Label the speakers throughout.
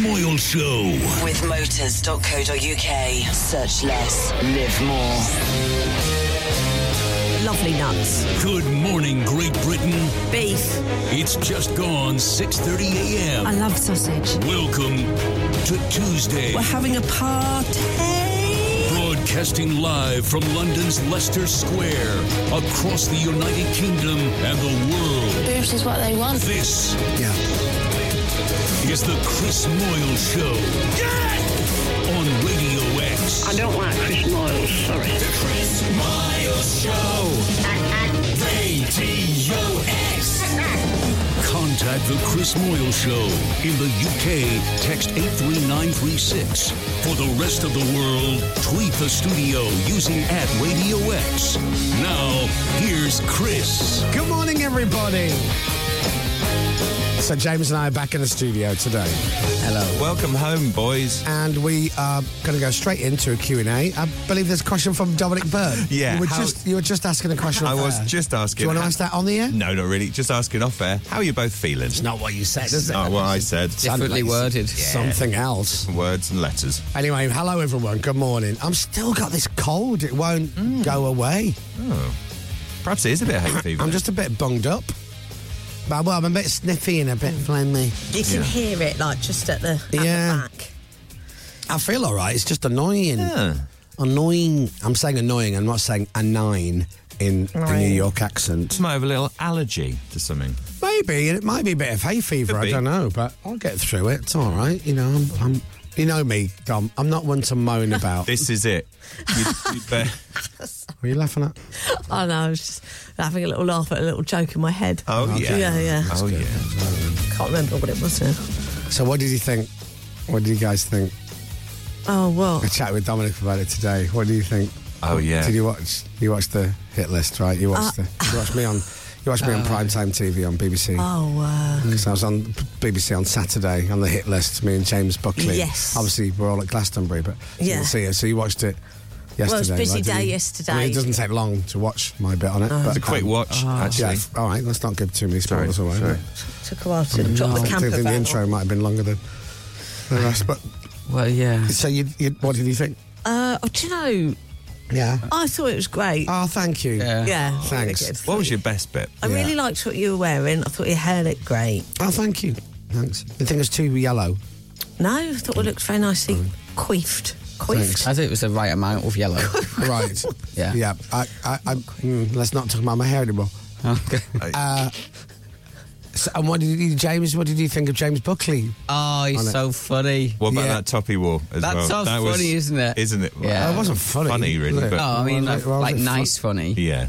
Speaker 1: Moyle Show.
Speaker 2: With motors.co.uk. Search less, live more.
Speaker 3: Lovely nuts.
Speaker 1: Good morning, Great Britain.
Speaker 3: Beef.
Speaker 1: It's just gone 6:30 a.m.
Speaker 3: I love sausage.
Speaker 1: Welcome to Tuesday.
Speaker 3: We're having a party.
Speaker 1: Broadcasting live from London's Leicester Square, across the United Kingdom and the world.
Speaker 4: Boobs is what they want.
Speaker 1: This
Speaker 5: yeah.
Speaker 1: is the Chris Moyle Show. Yes! On Radio X.
Speaker 6: I don't like Chris Moyle, sorry.
Speaker 1: The Chris Moyle Show. Radio X. Contact The Chris Moyle Show. In the UK, text 83936. For the rest of the world, tweet the studio using at Radio X. Now, here's Chris.
Speaker 5: Good morning, everybody. So, James and I are back in the studio today.
Speaker 7: Hello. Welcome home, boys.
Speaker 5: And we are going to go straight into a Q&A. I believe there's a question from Dominic Byrne.
Speaker 7: yeah.
Speaker 5: You were, just, you were just asking a question
Speaker 7: I
Speaker 5: off
Speaker 7: was
Speaker 5: air.
Speaker 7: just asking.
Speaker 5: Do you want to ask that on the air?
Speaker 7: No, not really. Just asking off air. How are you both feeling?
Speaker 5: It's not what you said, is it?
Speaker 7: Not what I said.
Speaker 8: Differently worded.
Speaker 5: Yeah. Something else.
Speaker 7: Words and letters.
Speaker 5: Anyway, hello, everyone. Good morning. I'm still got this cold. It won't mm. go away.
Speaker 7: Oh. Perhaps it is a bit hay fever.
Speaker 5: I'm just a bit bunged up. But, well, I'm a bit sniffy and a bit phlegmy.
Speaker 9: You can yeah. hear it, like, just at the, at yeah. The back.
Speaker 5: I feel all right. It's just annoying. Yeah. Annoying. I'm saying annoying. I'm not saying annoying in right. the New York accent.
Speaker 7: You might have a little allergy to something.
Speaker 5: Maybe. And it might be a bit of hay fever. I don't know. But I'll get through it. It's all right. You know, I'm, I'm you know me, Dom. I'm not one to moan about.
Speaker 7: this is it. You, you bet.
Speaker 5: Were you laughing at?
Speaker 9: Oh no, I was just having a little laugh at a little joke in my head.
Speaker 7: Oh, oh yeah,
Speaker 9: yeah, yeah.
Speaker 7: That's oh good.
Speaker 9: yeah. Can't remember what it was now.
Speaker 5: So what did you think? What did you guys think?
Speaker 9: Oh well,
Speaker 5: I chatted with Dominic about it today. What do you think?
Speaker 7: Oh yeah.
Speaker 5: Did you watch? You watched the hit list, right? You watched uh, the. You watched me on. You watched me on prime time TV on BBC.
Speaker 9: uh, Oh, wow.
Speaker 5: Because I was on BBC on Saturday on the hit list, me and James Buckley.
Speaker 9: Yes.
Speaker 5: Obviously, we're all at Glastonbury, but yeah. didn't see it. So you watched it yesterday. Well,
Speaker 9: it was a busy
Speaker 5: right?
Speaker 9: day yesterday.
Speaker 5: I mean, it doesn't take long to watch my bit on it.
Speaker 7: Oh. But, it's a quick um, watch, oh. actually.
Speaker 5: Yeah, all right, let's not give too many spoilers
Speaker 9: sorry,
Speaker 5: away. Sorry.
Speaker 9: Took a while
Speaker 5: Oh,
Speaker 9: to um, drop no, the camper
Speaker 5: I think the intro or... might have been longer than the rest, but...
Speaker 8: Well, yeah.
Speaker 5: So you, you, what did you think?
Speaker 9: Uh, do you know...
Speaker 5: Yeah.
Speaker 9: I thought it was great.
Speaker 5: Oh, thank you.
Speaker 9: Yeah. yeah
Speaker 5: Thanks.
Speaker 7: Really what was your best bit?
Speaker 9: I yeah. really liked what you were wearing. I thought your hair looked great.
Speaker 5: Oh, thank you. Thanks. You think it's too yellow?
Speaker 9: No, I thought it looked very nicely mm. coiffed. Coiffed.
Speaker 8: I think it was the right amount of yellow.
Speaker 5: right.
Speaker 8: Yeah.
Speaker 5: Yeah. I, I, I mm, let's not talk about my hair anymore.
Speaker 8: Okay.
Speaker 5: Uh, so, and what did you, James? What did you think of James Buckley?
Speaker 8: Oh, he's so funny.
Speaker 7: What about yeah. that top he wore?
Speaker 8: As
Speaker 7: That's
Speaker 8: well? that funny, was, isn't it?
Speaker 7: Isn't it?
Speaker 5: Well, yeah, it wasn't funny.
Speaker 7: Funny, really.
Speaker 8: No, I mean, like,
Speaker 7: it,
Speaker 8: like nice fun- funny.
Speaker 7: Yeah.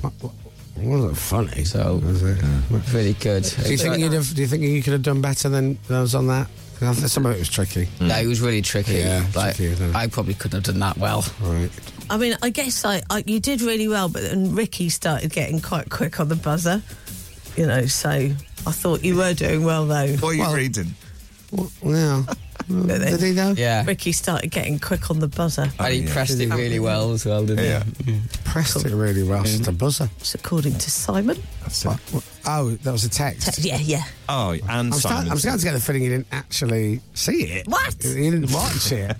Speaker 5: It wasn't funny,
Speaker 8: so was it? Yeah. really good.
Speaker 5: Do you think like, you'd have? Do you think you could have done better than those on that? Some of it was tricky.
Speaker 8: Mm. No, it was really tricky.
Speaker 5: Yeah,
Speaker 8: like,
Speaker 5: tricky,
Speaker 8: I, I probably couldn't have done that well.
Speaker 5: Right.
Speaker 9: I mean, I guess like, I, you did really well, but then Ricky started getting quite quick on the buzzer. You know, so I thought you were doing well though.
Speaker 7: What are you
Speaker 9: well,
Speaker 7: reading?
Speaker 5: Well, yeah. Did he though?
Speaker 8: Yeah.
Speaker 9: Ricky started getting quick on the buzzer.
Speaker 8: Oh, and he yeah. pressed it really well as well, didn't
Speaker 7: yeah.
Speaker 8: he? Yeah.
Speaker 5: Um, Pressed Called it really well. It's the buzzer.
Speaker 9: It's according to Simon.
Speaker 5: What, what, oh, that was a text.
Speaker 9: Te- yeah, yeah.
Speaker 7: Oh, and
Speaker 5: I'm,
Speaker 7: start,
Speaker 5: I'm starting to get the feeling you didn't actually see it.
Speaker 9: What?
Speaker 5: You didn't watch it.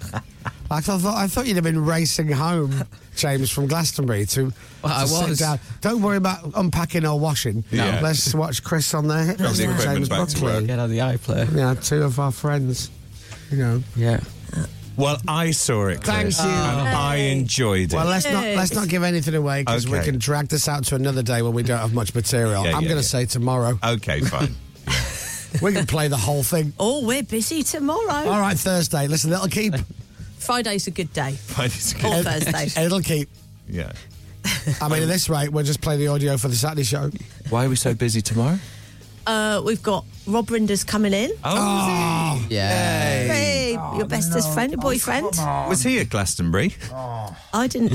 Speaker 5: Like I thought, I thought you'd have been racing home, James, from Glastonbury to,
Speaker 8: well, I
Speaker 5: to
Speaker 8: was.
Speaker 5: sit down. Don't worry about unpacking or washing.
Speaker 7: Yeah.
Speaker 5: Let's watch Chris on there.
Speaker 7: From the yeah.
Speaker 5: James
Speaker 7: back
Speaker 5: Buckley.
Speaker 8: Get on the iPlayer.
Speaker 5: Yeah, two of our friends. You know.
Speaker 8: Yeah.
Speaker 7: Well, I saw it.
Speaker 5: Thank
Speaker 7: Chris,
Speaker 5: you.
Speaker 7: And I enjoyed it.
Speaker 5: Well, let's not let's not give anything away because
Speaker 7: okay.
Speaker 5: we can drag this out to another day when we don't have much material.
Speaker 7: Yeah,
Speaker 5: I'm
Speaker 7: yeah,
Speaker 5: going to say tomorrow.
Speaker 7: Okay, fine.
Speaker 5: we can play the whole thing.
Speaker 9: Oh, we're busy tomorrow.
Speaker 5: All right, Thursday. Listen, that'll keep.
Speaker 9: Oh, Friday's a good day.
Speaker 7: Friday's a
Speaker 9: good or day. Thursday.
Speaker 5: It'll keep.
Speaker 7: Yeah.
Speaker 5: I mean, at this rate, we'll just play the audio for the Saturday show.
Speaker 7: Why are we so busy tomorrow?
Speaker 9: Uh, we've got Rob Rinder's coming in.
Speaker 7: Oh, oh
Speaker 8: yeah.
Speaker 9: Hey, oh, your bestest no. friend, your boyfriend.
Speaker 7: Oh, was he at Glastonbury?
Speaker 9: I didn't.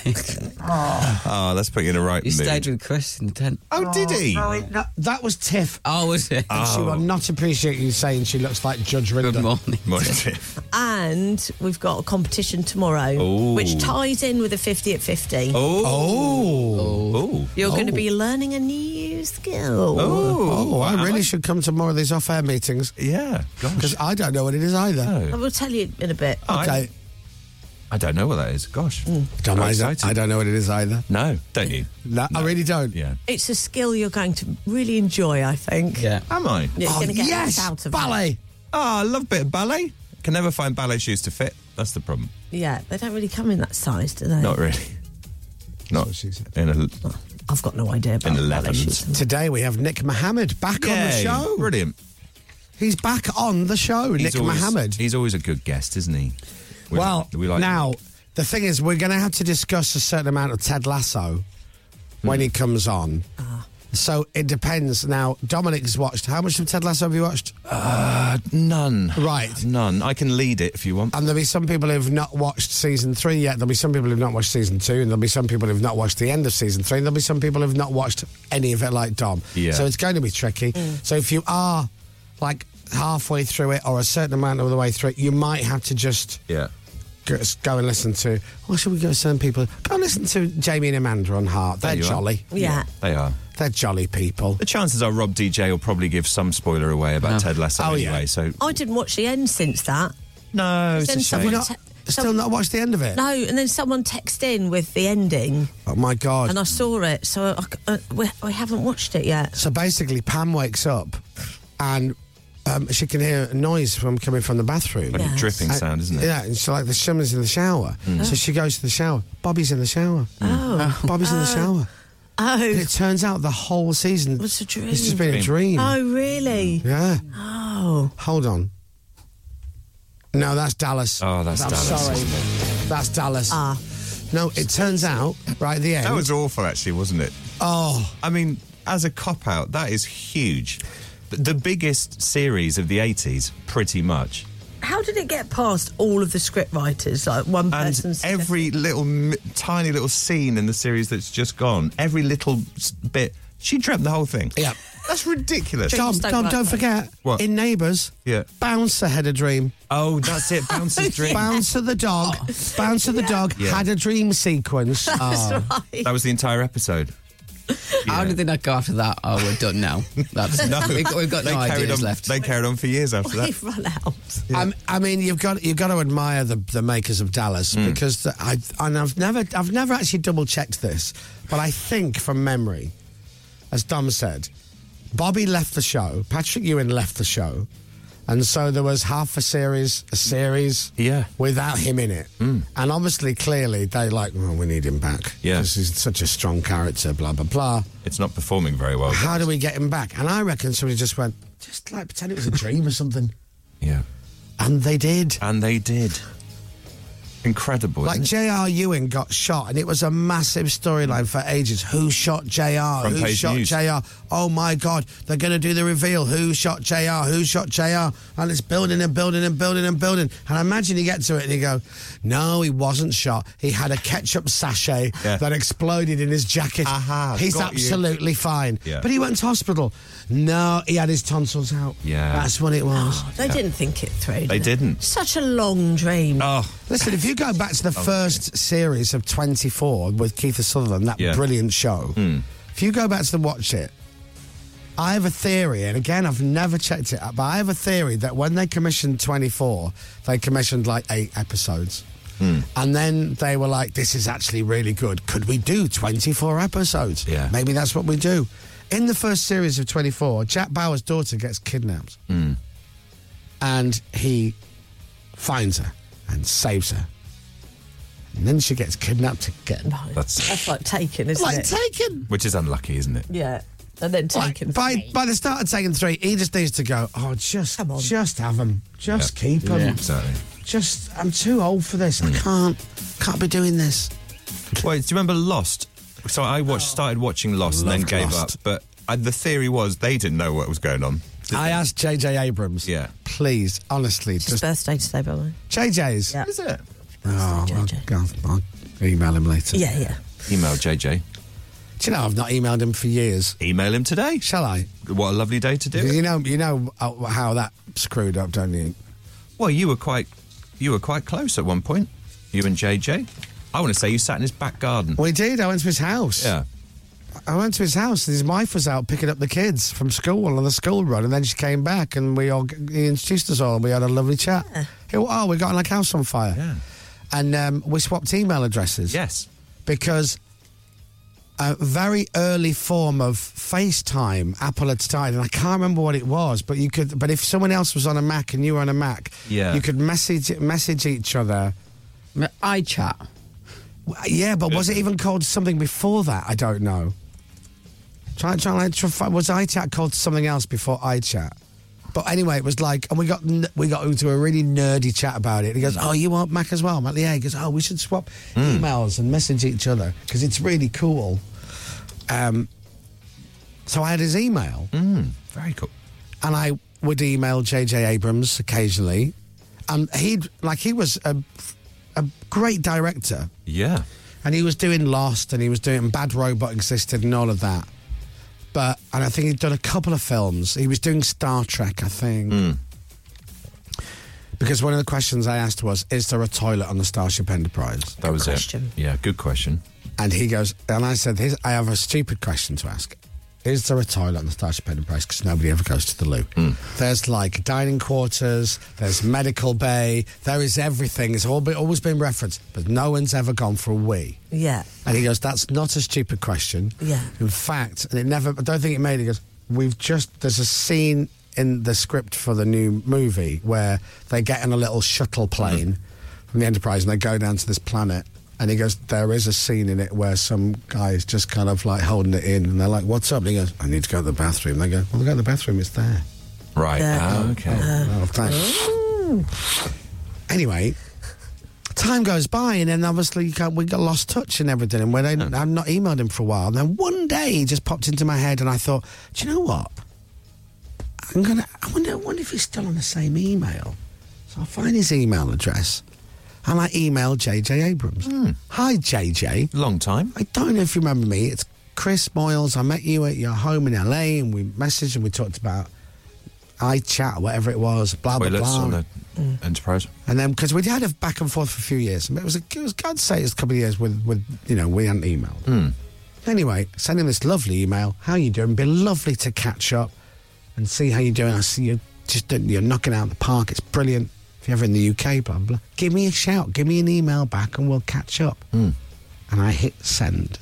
Speaker 7: oh, that's putting in a right
Speaker 8: He
Speaker 7: mood.
Speaker 8: stayed with Chris in the tent.
Speaker 7: Oh, did he?
Speaker 5: No, it, no, that was Tiff.
Speaker 8: Oh, was it?
Speaker 7: Oh.
Speaker 5: She will not appreciate you saying she looks like Judge Rinder.
Speaker 8: Good morning.
Speaker 7: morning Tiff.
Speaker 9: And we've got a competition tomorrow,
Speaker 7: Ooh.
Speaker 9: which ties in with a 50 at 50.
Speaker 7: Oh.
Speaker 5: Oh.
Speaker 7: Oh.
Speaker 9: You're going to be learning a new new skill.
Speaker 5: Oh, I
Speaker 7: wow.
Speaker 5: really should come to more of these off-air meetings
Speaker 7: Yeah, gosh.
Speaker 5: because I don't know what it is either.
Speaker 9: I will tell you in a bit.
Speaker 7: I-
Speaker 5: Okay.
Speaker 7: I don't know what that is. Gosh.
Speaker 5: Don't
Speaker 7: I'm
Speaker 5: mind that.
Speaker 7: excited.
Speaker 5: I don't know what it is either.
Speaker 7: No, don't you?
Speaker 5: No, I really don't.
Speaker 7: Yeah.
Speaker 9: It's a skill you're going to really enjoy, I think.
Speaker 8: Yeah.
Speaker 7: Am I?
Speaker 9: You're
Speaker 5: Oh,
Speaker 9: going to get
Speaker 5: yes,
Speaker 9: out of
Speaker 5: ballet.
Speaker 7: Oh, I love a bit of ballet. Can never find ballet shoes to fit. That's the problem.
Speaker 9: It. Yeah, they don't really come in that size, do they?
Speaker 7: Not really. Not
Speaker 5: she said.
Speaker 7: in a
Speaker 9: I've got no idea about
Speaker 7: In
Speaker 9: the ballet
Speaker 7: 11s.
Speaker 9: shoes.
Speaker 5: Today we have Nick Mohammed back on the
Speaker 7: Yay,
Speaker 5: show.
Speaker 7: Brilliant.
Speaker 5: He's back on the show,
Speaker 7: He's
Speaker 5: Nick
Speaker 7: always-
Speaker 5: Mohammed.
Speaker 7: He's always a good guest, isn't he? We-
Speaker 5: well,
Speaker 7: we like
Speaker 5: now the thing is, we're going to have to discuss a certain amount of Ted Lasso
Speaker 7: Hmm.
Speaker 5: when he comes on.
Speaker 9: Ah.
Speaker 5: So it depends. Now Dominic's watched how much of Ted Lasso have you watched?
Speaker 7: Uh, none.
Speaker 5: Right.
Speaker 7: None. I can lead it if you want.
Speaker 5: And there'll be some people who've not watched season three yet. There'll be some people who've not watched season two, and there'll be some people who've not watched the end of season three, and there'll be some people who've not watched any of it, like Dom.
Speaker 7: Yeah.
Speaker 5: So it's going to be tricky. So if you are like halfway through it or a certain amount of the way through it, you might have to just
Speaker 7: Yeah.
Speaker 5: go, go and listen to. Or should we go to certain people? Go and listen to Jamie and Amanda on Heart. They're
Speaker 7: you are.
Speaker 5: jolly.
Speaker 9: Yeah.
Speaker 7: They are.
Speaker 5: They're jolly people.
Speaker 7: The chances are Rob DJ will probably give some spoiler away about Ted Lasso
Speaker 5: Oh, yeah.
Speaker 7: anyway. So
Speaker 9: I didn't watch the end since that.
Speaker 7: no, it's
Speaker 9: Then
Speaker 7: a
Speaker 9: someone
Speaker 7: shame.
Speaker 5: Not,
Speaker 9: Te-
Speaker 5: still
Speaker 9: some-
Speaker 5: not watched the end of it.
Speaker 9: No, and then someone texted in with the ending,
Speaker 5: Oh my god.
Speaker 9: and I saw it, so I, c- uh, we, we haven't watched it yet.
Speaker 5: So basically, Pam wakes up and um, she can hear a noise from coming from the bathroom.
Speaker 7: Like
Speaker 9: Yeah.
Speaker 7: a dripping
Speaker 5: And-
Speaker 7: sound, isn't it? Hmm.
Speaker 5: Yeah, and she's like, the someone's in the shower. So she goes to the shower. Bobby's in the shower. Oh. Bobby's in the shower. And
Speaker 9: Oh,
Speaker 5: it turns out the whole season
Speaker 9: was a dream.
Speaker 5: it's just been a dream. Hmm.
Speaker 9: Oh, really?
Speaker 5: Yeah.
Speaker 9: Oh,
Speaker 5: Hold on. No, that's Dallas.
Speaker 7: Oh, that's
Speaker 5: I'm
Speaker 7: Dallas.
Speaker 5: Sorry. That's Dallas.
Speaker 9: ah,
Speaker 5: No, it turns out, right at the end.
Speaker 7: That was awful, actually, wasn't it?
Speaker 5: oh,
Speaker 7: I mean, as a cop out, that is huge. Th- The biggest series of the 80s, pretty much.
Speaker 9: how did it get past all of the script writers? Like one
Speaker 7: And
Speaker 9: person's
Speaker 7: every little mi- tiny little scene in the series that's just gone, every little s- bit, she dreamt the whole thing.
Speaker 5: yeah.
Speaker 7: That's ridiculous.
Speaker 5: Dom,
Speaker 9: don't
Speaker 5: Dom,
Speaker 9: like
Speaker 5: don't
Speaker 9: that.
Speaker 5: forget.
Speaker 7: What?
Speaker 5: In Neighbours,
Speaker 7: Yeah.
Speaker 5: Bouncer had a dream.
Speaker 7: Oh, that's it. Bouncer's dream. Oh.
Speaker 5: Bouncer the dog. Bouncer the dog
Speaker 7: Yeah.
Speaker 5: had a dream sequence. Oh.
Speaker 7: That was the entire episode.
Speaker 8: How did they not go after that? Oh, we're done now. That's,
Speaker 7: No.
Speaker 8: we've, got- we've got
Speaker 7: They
Speaker 8: no
Speaker 7: carried
Speaker 8: ideas
Speaker 7: on,
Speaker 8: left.
Speaker 7: They carried on for years after that.
Speaker 9: We've run out.
Speaker 5: Um, I mean, you've got you've got to admire the, the makers of Dallas
Speaker 7: Hmm.
Speaker 5: because the, I and I've never I've never actually double checked this, but I think from memory, as Dom said, Bobby left the show, Patrick Ewing left the show, and so there was half a series, a series,
Speaker 7: Yeah.
Speaker 5: without him in it,
Speaker 7: Mm,
Speaker 5: and obviously, clearly, they like, well, we need him back,
Speaker 7: Yeah.
Speaker 5: 'cause he's such a strong character, blah blah blah.
Speaker 7: It's not performing very well.
Speaker 5: How do we get him back? And I reckon somebody just went, just like pretend it was a dream or something,
Speaker 7: Yeah.
Speaker 5: and they did.
Speaker 7: And they did. Incredible.
Speaker 5: Like
Speaker 7: isn't it?
Speaker 5: J.R. Ewing got shot, and it was a massive storyline for ages. Who shot J.R.?
Speaker 7: Front
Speaker 5: Who
Speaker 7: page
Speaker 5: shot
Speaker 7: news.
Speaker 5: J.R.? Oh my God, they're going to do the reveal. Who shot J.R.? Who shot J.R.? And it's building and building and building and building. And I imagine you get to it and you go, No, he wasn't shot. He had a ketchup sachet
Speaker 7: Yeah.
Speaker 5: that exploded in his jacket.
Speaker 7: Aha,
Speaker 5: He's
Speaker 7: got you.
Speaker 5: absolutely fine.
Speaker 7: Yeah.
Speaker 5: But he went to hospital. No, he had his tonsils out.
Speaker 7: Yeah.
Speaker 5: That's what it was.
Speaker 9: Oh, They didn't think it through. did
Speaker 7: They didn't.
Speaker 9: Such a long dream.
Speaker 7: Oh,
Speaker 5: Listen, if you go back to the first series of 24 with Keith Sutherland, that
Speaker 7: Yeah. Hmm.
Speaker 5: brilliant show, if you go back to the watch it, I have a theory, and again, I've never checked it out, but I have a theory that when they commissioned 24, they commissioned like eight episodes.
Speaker 7: mm,
Speaker 5: And then they were like, this is actually really good. Could we do 24 episodes?
Speaker 7: Yeah.
Speaker 5: Maybe that's what we do. In the first series of 24, Jack Bauer's daughter gets kidnapped.
Speaker 7: mm.
Speaker 5: And he finds her and saves her. And then she gets kidnapped again.
Speaker 9: No,
Speaker 7: That's-
Speaker 9: that's, like taken, isn't
Speaker 5: Like
Speaker 9: it?
Speaker 5: taken.
Speaker 7: which is unlucky, isn't it?
Speaker 9: yeah, and then
Speaker 5: Like,
Speaker 9: taken.
Speaker 5: by by the start of taking three, he just needs to go. Oh, just
Speaker 9: Come on.
Speaker 5: just have them, just
Speaker 7: Yeah. Hmm.
Speaker 5: keep 'em. keep them.
Speaker 8: Yeah.
Speaker 7: Exactly.
Speaker 5: Just I'm too old for this. I can't can't be doing this.
Speaker 7: Wait, do you remember Lost? So I watched,
Speaker 5: Oh.
Speaker 7: started watching Lost and then
Speaker 5: Loved
Speaker 7: gave
Speaker 5: Lost.
Speaker 7: up. But I, the theory was they didn't know what was going on. did
Speaker 5: I
Speaker 7: they?
Speaker 5: asked JJ Abrams.
Speaker 7: Yeah.
Speaker 5: please, honestly,
Speaker 9: it's his
Speaker 5: just
Speaker 9: birthday today, by the way.
Speaker 5: JJ's.
Speaker 9: Yeah.
Speaker 7: Is it?
Speaker 5: Oh, I'll,
Speaker 9: JJ.
Speaker 5: go- I'll email him later.
Speaker 9: Yeah, yeah.
Speaker 7: Email JJ.
Speaker 5: Do you know I've not emailed him for years?
Speaker 7: Email him today.
Speaker 5: Shall I?
Speaker 7: What a lovely day to do.
Speaker 5: Because
Speaker 7: it.
Speaker 5: you know you know uh, how that screwed up, don't you?
Speaker 7: Well, you were quite, you were quite close at one point. You and JJ. I want to say you sat in his back garden.
Speaker 5: We did. I went to his house.
Speaker 7: Yeah.
Speaker 5: I went to his house and his wife was out picking up the kids from school on the school run, and then she came back and we all he introduced us all and we had a lovely chat. He went, oh, we got like house on fire,
Speaker 7: Yeah.
Speaker 5: and um, we swapped email addresses.
Speaker 7: Yes.
Speaker 5: because a very early form of FaceTime Apple had started, and I can't remember what it was, but you could. But if someone else was on a Mac and you were on a Mac,
Speaker 7: Yeah.
Speaker 5: you could message message each other.
Speaker 8: M- iChat.
Speaker 5: W- Yeah, but was it even called something before that? I don't know. Try, try, like, try, fi- was iChat called something else before iChat? But anyway, it was like, and we got n- we got into a really nerdy chat about it. He goes, "Oh, you want Mac as well?" I'm like, "Yeah." He goes, "Oh, we should swap
Speaker 7: Hmm.
Speaker 5: emails and message each other because it's really cool." Um, so I had his email,
Speaker 7: Hmm. Very cool.
Speaker 5: and I would email JJ Abrams occasionally, and he'd like he was a a great director,
Speaker 7: Yeah.
Speaker 5: and he was doing Lost, and he was doing Bad Robot existed, and all of that. But and I think he'd done a couple of films. He was doing Star Trek, I think.
Speaker 7: Hmm. Mm.
Speaker 5: Because one of the questions I asked was, "Is there a toilet on the Starship Enterprise?"
Speaker 7: That was
Speaker 9: question.
Speaker 7: it. Yeah, good question.
Speaker 5: And he goes, and I said, Here's, I have a stupid question to ask. Is there a toilet on the Starship Enterprise? Because nobody ever goes to the loo.
Speaker 7: Hmm.
Speaker 5: There's like dining quarters, there's medical bay, there is everything. It's all been, always been referenced, but no one's ever gone for a wee.
Speaker 9: Yeah.
Speaker 5: And he goes, That's not a stupid question.
Speaker 9: Yeah.
Speaker 5: In fact, and it never, I don't think it made it. He goes, We've just, there's a scene in the script for the new movie where they get in a little shuttle plane from the Enterprise and they go down to this planet. And he goes, There is a scene in it where some guy is just kind of like holding it in. And they're like, What's up? And he goes, I need to go to the bathroom. they go, Well, go to the bathroom, it's there.
Speaker 7: Right.
Speaker 9: Yeah.
Speaker 7: Ah, okay.
Speaker 5: Oh, thanks. Anyway, time goes by, and then obviously you can't, we got lost touch and everything. And when I, I've not emailed him for a while, and then one day he just popped into my head, and I thought, do you know what? I'm gonna. I wonder. I wonder if he's still on the same email. So I find his email address, and I email JJ Abrams. Hi JJ.
Speaker 7: Hmm. Long time.
Speaker 5: I don't know if you remember me. It's Chris Moyles. I met you at your home in LA, and we messaged and we talked about iChat or whatever it was. Blah blah
Speaker 7: Toilets
Speaker 5: blah. Mm.
Speaker 7: on the Enterprise.
Speaker 5: And then because we'd had a back and forth for a few years, and it was a, it was I'd say it was a couple of years with with you know we hadn't emailed.
Speaker 7: Mm.
Speaker 5: Anyway, sending this lovely email. How you doing? Be lovely to catch up and see how you're doing. I see you just done- you're knocking out the park. It's brilliant. If you're ever in the UK, blah blah. blah. Give me a shout. Give me an email back, and we'll catch up. And I hit send.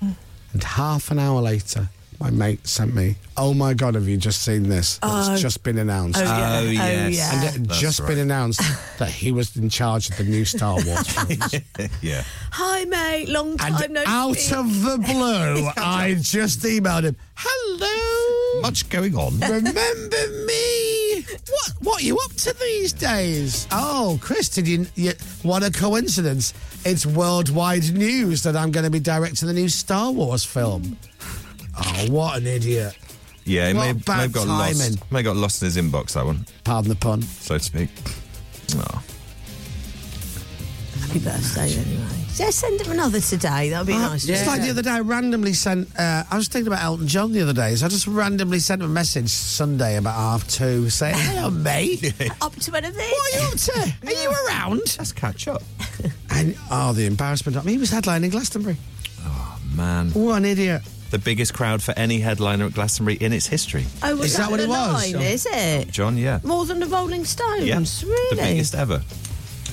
Speaker 5: And half an hour later, my mate sent me, "Oh my god, have you just seen this? That's
Speaker 9: Oh.
Speaker 5: just been announced."
Speaker 9: yeah.
Speaker 7: Oh, yes.
Speaker 5: And
Speaker 9: yeah.
Speaker 5: it had
Speaker 7: That's
Speaker 5: just
Speaker 7: right.
Speaker 5: been announced that he was in charge of the new Star Wars films.
Speaker 7: Yeah.
Speaker 9: Hi, mate. Long
Speaker 5: and
Speaker 9: time no
Speaker 5: out
Speaker 9: speak.
Speaker 5: of the blue, I just emailed him, "Hello,
Speaker 7: Much going on.
Speaker 5: remember me? What what are you up to these days? Oh, Chris, did you, you what a coincidence! It's worldwide news that I'm going to be directing the new Star Wars film.
Speaker 7: Hmm.
Speaker 5: Oh, what an idiot!
Speaker 7: Yeah, it may,
Speaker 5: What bad
Speaker 7: may have got
Speaker 5: timing.
Speaker 7: lost. May have got lost in his inbox that one,
Speaker 5: Pardon the pun.
Speaker 7: so to speak. Oh.
Speaker 9: Happy birthday, anyway. Yeah, send him another today. That'll
Speaker 5: Uh,
Speaker 9: be nice.
Speaker 5: It's
Speaker 7: uh,
Speaker 5: like the other day, I randomly sent. Uh, I was thinking about Elton John the other day, so I just randomly sent him a message Sunday about half two, saying, "Hello, mate.
Speaker 9: Up to anything?
Speaker 5: What are you up to? Are you around?"
Speaker 7: Let's catch up.
Speaker 5: And oh, the embarrassment! I mean, he was headlining Glastonbury.
Speaker 7: Oh, Man,
Speaker 5: What an idiot!
Speaker 7: the biggest crowd for any headliner at Glastonbury in its history.
Speaker 9: Oh, was
Speaker 5: Is that what
Speaker 9: the
Speaker 5: it was?
Speaker 9: line, Is it?
Speaker 7: John, yeah.
Speaker 9: More than the Rolling Stones,
Speaker 7: Yeah.
Speaker 9: really?
Speaker 7: The biggest ever.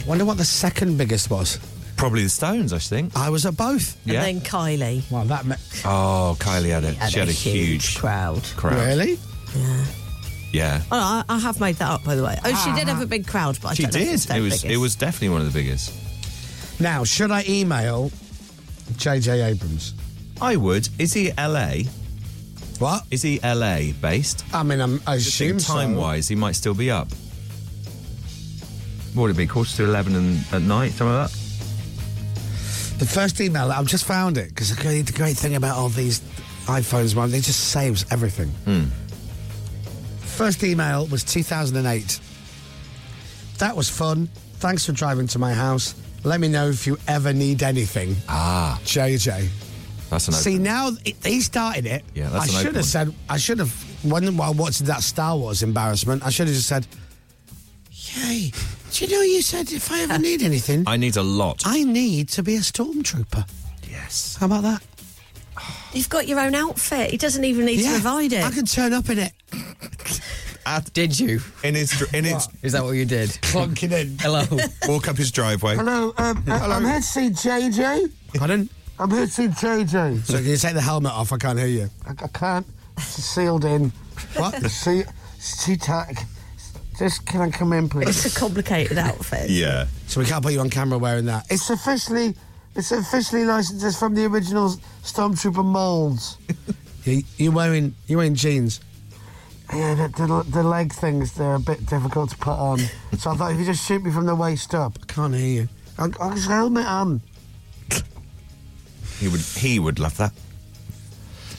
Speaker 5: Wonder what the second biggest was.
Speaker 7: Probably the Stones, I think.
Speaker 5: I was at both.
Speaker 9: And
Speaker 7: Yeah.
Speaker 9: then Kylie.
Speaker 5: Well, that meant
Speaker 7: Oh, Kylie had it.
Speaker 9: Had
Speaker 7: she had a huge,
Speaker 9: crowd.
Speaker 7: crowd.
Speaker 5: really.
Speaker 7: Yeah.
Speaker 9: Oh, I, I have made that up, by the way. Oh, she did have a big crowd, but I
Speaker 7: She
Speaker 9: don't know if it's
Speaker 7: did.
Speaker 9: their
Speaker 7: It was.
Speaker 9: biggest.
Speaker 7: It was definitely one of the biggest.
Speaker 5: Now, should I email JJ Abrams?
Speaker 7: I would. Is he LA?
Speaker 5: What?
Speaker 7: Is he LA based?
Speaker 5: I mean, I'm, I
Speaker 7: Just think
Speaker 5: assume so.
Speaker 7: time wise, he might still be up. What would it be? Quarter to eleven and, at night, something like that.
Speaker 5: The first email, I've just found it because the great thing about all these iPhones, man, they just saves everything.
Speaker 7: Mm.
Speaker 5: First email was 2008. That was fun. Thanks for driving to my house. Let me know if you ever need anything. Ah, JJ.
Speaker 7: That's an.
Speaker 5: See now it, he started it.
Speaker 7: Yeah, that's an
Speaker 5: I
Speaker 7: open
Speaker 5: should
Speaker 7: one.
Speaker 5: have said. I should have when while watching that Star Wars embarrassment. I should have just said, "Yay! Do you know you said if I ever need anything, Ah,
Speaker 7: I need a lot.
Speaker 5: I need to be a stormtrooper."
Speaker 7: yes.
Speaker 5: How about that?
Speaker 9: You've got your own outfit. He doesn't even need to provide it.
Speaker 5: I could turn up in it.
Speaker 8: Did you?
Speaker 7: in his dr- in his
Speaker 8: Is that what you did?
Speaker 5: Plunking in.
Speaker 8: Hello.
Speaker 7: walk up his driveway.
Speaker 4: Hello, um, I'm here to see JJ.
Speaker 5: Pardon?
Speaker 4: I'm here to see JJ.
Speaker 5: So can you take the helmet off? I can't hear you.
Speaker 4: I, I can't. It's sealed in.
Speaker 5: What?
Speaker 4: See, it's too tight. Just can I come in, please?
Speaker 9: It's a complicated outfit.
Speaker 7: Yeah.
Speaker 5: So we can't put you on camera wearing that. It's
Speaker 4: It's officially, it's officially licensed. It's from the original Stormtrooper molds.
Speaker 5: you, you're wearing you're wearing jeans.
Speaker 4: Yeah, the, the, the leg things they're a bit difficult to put on. So I thought if you just shoot me from the waist up,
Speaker 5: I can't hear you.
Speaker 4: I'll, I'll just helmet on.
Speaker 7: He would he would love that.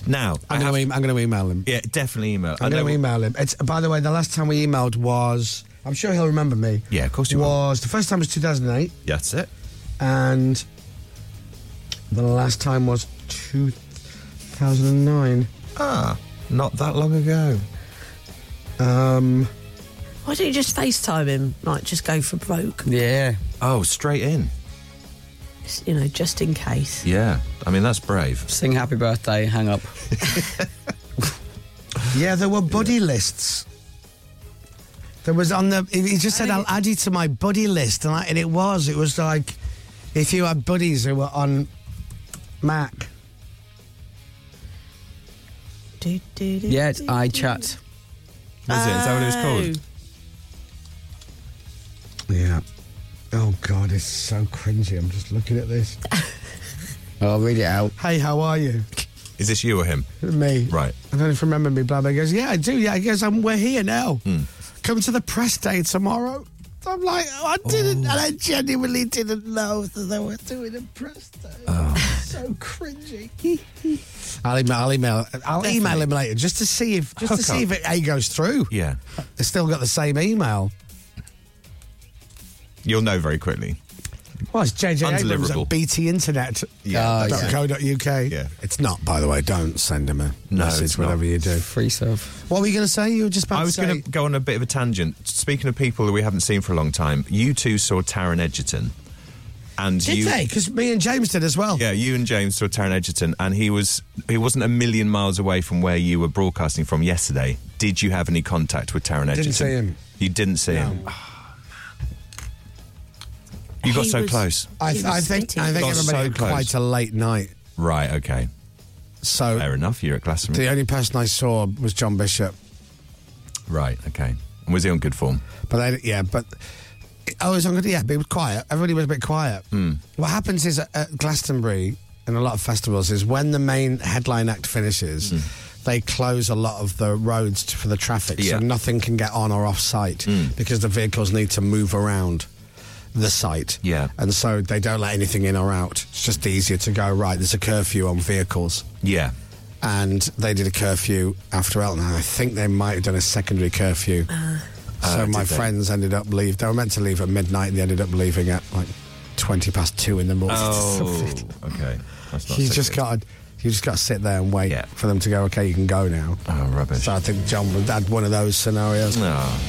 Speaker 7: Now
Speaker 5: I'm gonna,
Speaker 7: have-
Speaker 5: e- I'm gonna email him.
Speaker 7: yeah, definitely email. I
Speaker 5: I'm gonna
Speaker 7: know-
Speaker 5: email him. It's by the way, the last time we emailed was I'm sure he'll remember me.
Speaker 7: Yeah, of course you will.
Speaker 5: was the first time was 2008
Speaker 7: That's it.
Speaker 5: and the last time was 2009.
Speaker 7: Ah, not that long ago.
Speaker 5: Um,
Speaker 9: Why don't you just FaceTime him? Like, just go for broke,
Speaker 8: yeah.
Speaker 7: Oh, straight in.
Speaker 9: Just, you know, just in case.
Speaker 7: Yeah. I mean, that's brave.
Speaker 8: Sing happy birthday, hang up.
Speaker 5: yeah, there were buddy lists. There was on the. He he just said, "I'll add you to my buddy list," and, I, and it was. It was like if you had buddies who were on Mac.
Speaker 9: Do, do, do,
Speaker 8: Yeah, it's
Speaker 9: do.
Speaker 8: iChat.
Speaker 7: Was it? Is that what it was called?
Speaker 5: Oh. Yeah. Oh God, it's so cringy. I'm just looking at this.
Speaker 8: I'll read it out.
Speaker 5: hey, how are you?
Speaker 7: Is this you or him?
Speaker 5: Me.
Speaker 7: Right.
Speaker 5: I don't know if you remember me, blah blah. He goes, yeah, I do. Yeah, he goes, I'm, we're here now. Come to the press day tomorrow. I'm like, oh, I didn't, and I genuinely didn't know that they were doing a press day.
Speaker 7: Oh.
Speaker 5: so cringy. I'll email, I'll email, I'll email him later just to see if, just to
Speaker 7: Hook
Speaker 5: see
Speaker 7: up.
Speaker 5: if it A goes through.
Speaker 7: Yeah.
Speaker 5: They still got the same email.
Speaker 7: You'll know very quickly.
Speaker 5: Well, it's JJ Abrams
Speaker 7: Undeliverable.
Speaker 5: at BT Internet.
Speaker 7: Yeah,
Speaker 5: dot
Speaker 7: that's
Speaker 5: co dot UK.
Speaker 7: Yeah.
Speaker 5: It's not, by the way. Don't send him a
Speaker 7: No,
Speaker 5: message,
Speaker 7: it's not.
Speaker 5: whatever you do.
Speaker 8: Free stuff.
Speaker 5: What were you going to say? You were just about
Speaker 7: I
Speaker 5: to
Speaker 7: was
Speaker 5: say-
Speaker 7: going to go on a bit of a tangent. Speaking of people that we haven't seen for a long time, you two saw Taron Egerton, and
Speaker 5: Did
Speaker 7: you,
Speaker 5: they? Because me and James did as well.
Speaker 7: yeah, you and James saw Taron Egerton, and he was he wasn't a million miles away from where you were broadcasting from yesterday. Did you have any contact with Taron Egerton?
Speaker 5: Didn't see him.
Speaker 7: You didn't see him. You got
Speaker 9: He
Speaker 7: so
Speaker 9: was-
Speaker 7: close.
Speaker 5: I,
Speaker 9: He was
Speaker 5: I think
Speaker 9: spitting.
Speaker 5: I think
Speaker 7: Got
Speaker 5: everybody
Speaker 7: so
Speaker 5: had
Speaker 7: close.
Speaker 5: quite a late night.
Speaker 7: Right. Okay.
Speaker 5: So
Speaker 7: Fair enough. You're at Glastonbury.
Speaker 5: the only person I saw was John Bishop.
Speaker 7: Right. Okay. And was he on good form?
Speaker 5: But I, yeah, but oh, it was on good. Yeah, but it was quiet. Everybody was a bit quiet. What happens is uh, at, at Glastonbury and a lot of festivals is when the main headline act
Speaker 7: Hmm.
Speaker 5: finishes. They close a lot of the roads t- for the traffic,
Speaker 7: Yeah. Hmm.
Speaker 5: so nothing can get on or off site because the vehicles need to move around the site.
Speaker 7: Yeah.
Speaker 5: And so they don't let anything in or out. It's just easier to go, right, there's a curfew on vehicles.
Speaker 7: Yeah.
Speaker 5: and they did a curfew after Elton. And I think they might have done a secondary curfew. so
Speaker 7: Uh,
Speaker 5: my
Speaker 7: did they?
Speaker 5: friends ended up leave. They were meant to leave at midnight, and they ended up leaving at like twenty past two in the morning.
Speaker 7: Oh. okay. That's not
Speaker 5: you
Speaker 7: so
Speaker 5: just
Speaker 7: good.
Speaker 5: got to, you just got to sit there and wait
Speaker 7: Yeah.
Speaker 5: for them to go. Okay, you can go now.
Speaker 7: Oh, rubbish.
Speaker 5: So I think John would had one of those scenarios.
Speaker 7: Oh.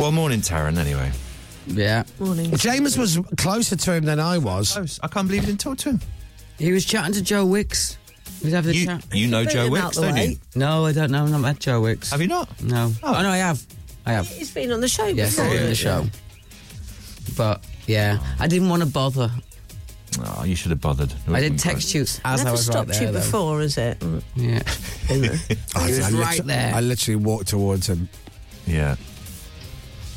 Speaker 7: Well, morning, Taron, anyway.
Speaker 8: Yeah.
Speaker 9: Morning.
Speaker 5: James was closer to him than I was.
Speaker 7: Close. I can't believe you didn't talk to him.
Speaker 8: He was chatting to Joe Wicks. He was having a
Speaker 7: You,
Speaker 8: chat.
Speaker 7: you know
Speaker 9: Bring
Speaker 7: Joe
Speaker 9: him out
Speaker 7: Wicks,
Speaker 9: the
Speaker 7: don't you?
Speaker 9: way.
Speaker 8: No, I don't know. I've not met Joe Wicks.
Speaker 7: Have you not?
Speaker 8: No.
Speaker 7: Oh.
Speaker 8: Oh. no, I have. I have.
Speaker 9: He's been on the show
Speaker 8: Yes,
Speaker 9: before.
Speaker 8: in the show. But yeah, I didn't want to bother.
Speaker 7: Oh, you should have bothered.
Speaker 8: I did text you as I
Speaker 9: Never
Speaker 8: was right
Speaker 9: stopped
Speaker 8: there.
Speaker 9: you
Speaker 8: though. Mm.
Speaker 9: before, is it?
Speaker 8: Yeah.
Speaker 5: Oh, I,
Speaker 8: was
Speaker 5: I
Speaker 8: right
Speaker 5: lit-
Speaker 8: there.
Speaker 5: I literally walked towards him.
Speaker 7: Yeah.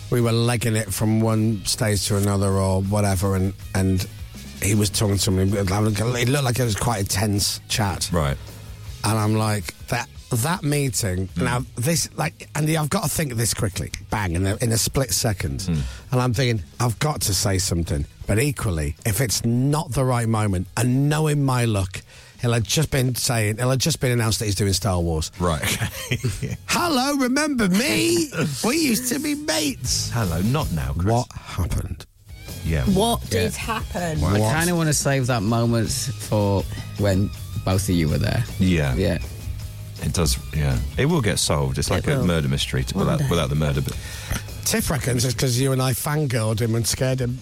Speaker 5: we were legging it from one stage to another or whatever, and and he was talking to me. It looked like it was quite a tense chat,
Speaker 7: Right.
Speaker 5: and I'm like that. That meeting now, this like, and I've got to think of this quickly, bang, in a, in a split second, and I'm thinking I've got to say something, but equally, if it's not the right moment, and knowing my luck, he'll have just been saying, he'll have just been announced that he's doing Star Wars.
Speaker 7: Right. Okay.
Speaker 5: Hello, remember me? we used to be mates.
Speaker 7: Hello. Not now, Chris.
Speaker 5: What happened?
Speaker 7: Yeah.
Speaker 9: What did happen?
Speaker 8: I kind of want to save that moment for when both of you were there.
Speaker 7: Yeah.
Speaker 8: Yeah.
Speaker 7: It does. Yeah. It will get solved. It's like a
Speaker 9: will.
Speaker 7: murder mystery to, without,
Speaker 9: day.
Speaker 7: without the murder. But
Speaker 5: Tiff reckons it's because you and I fangirled him and scared him.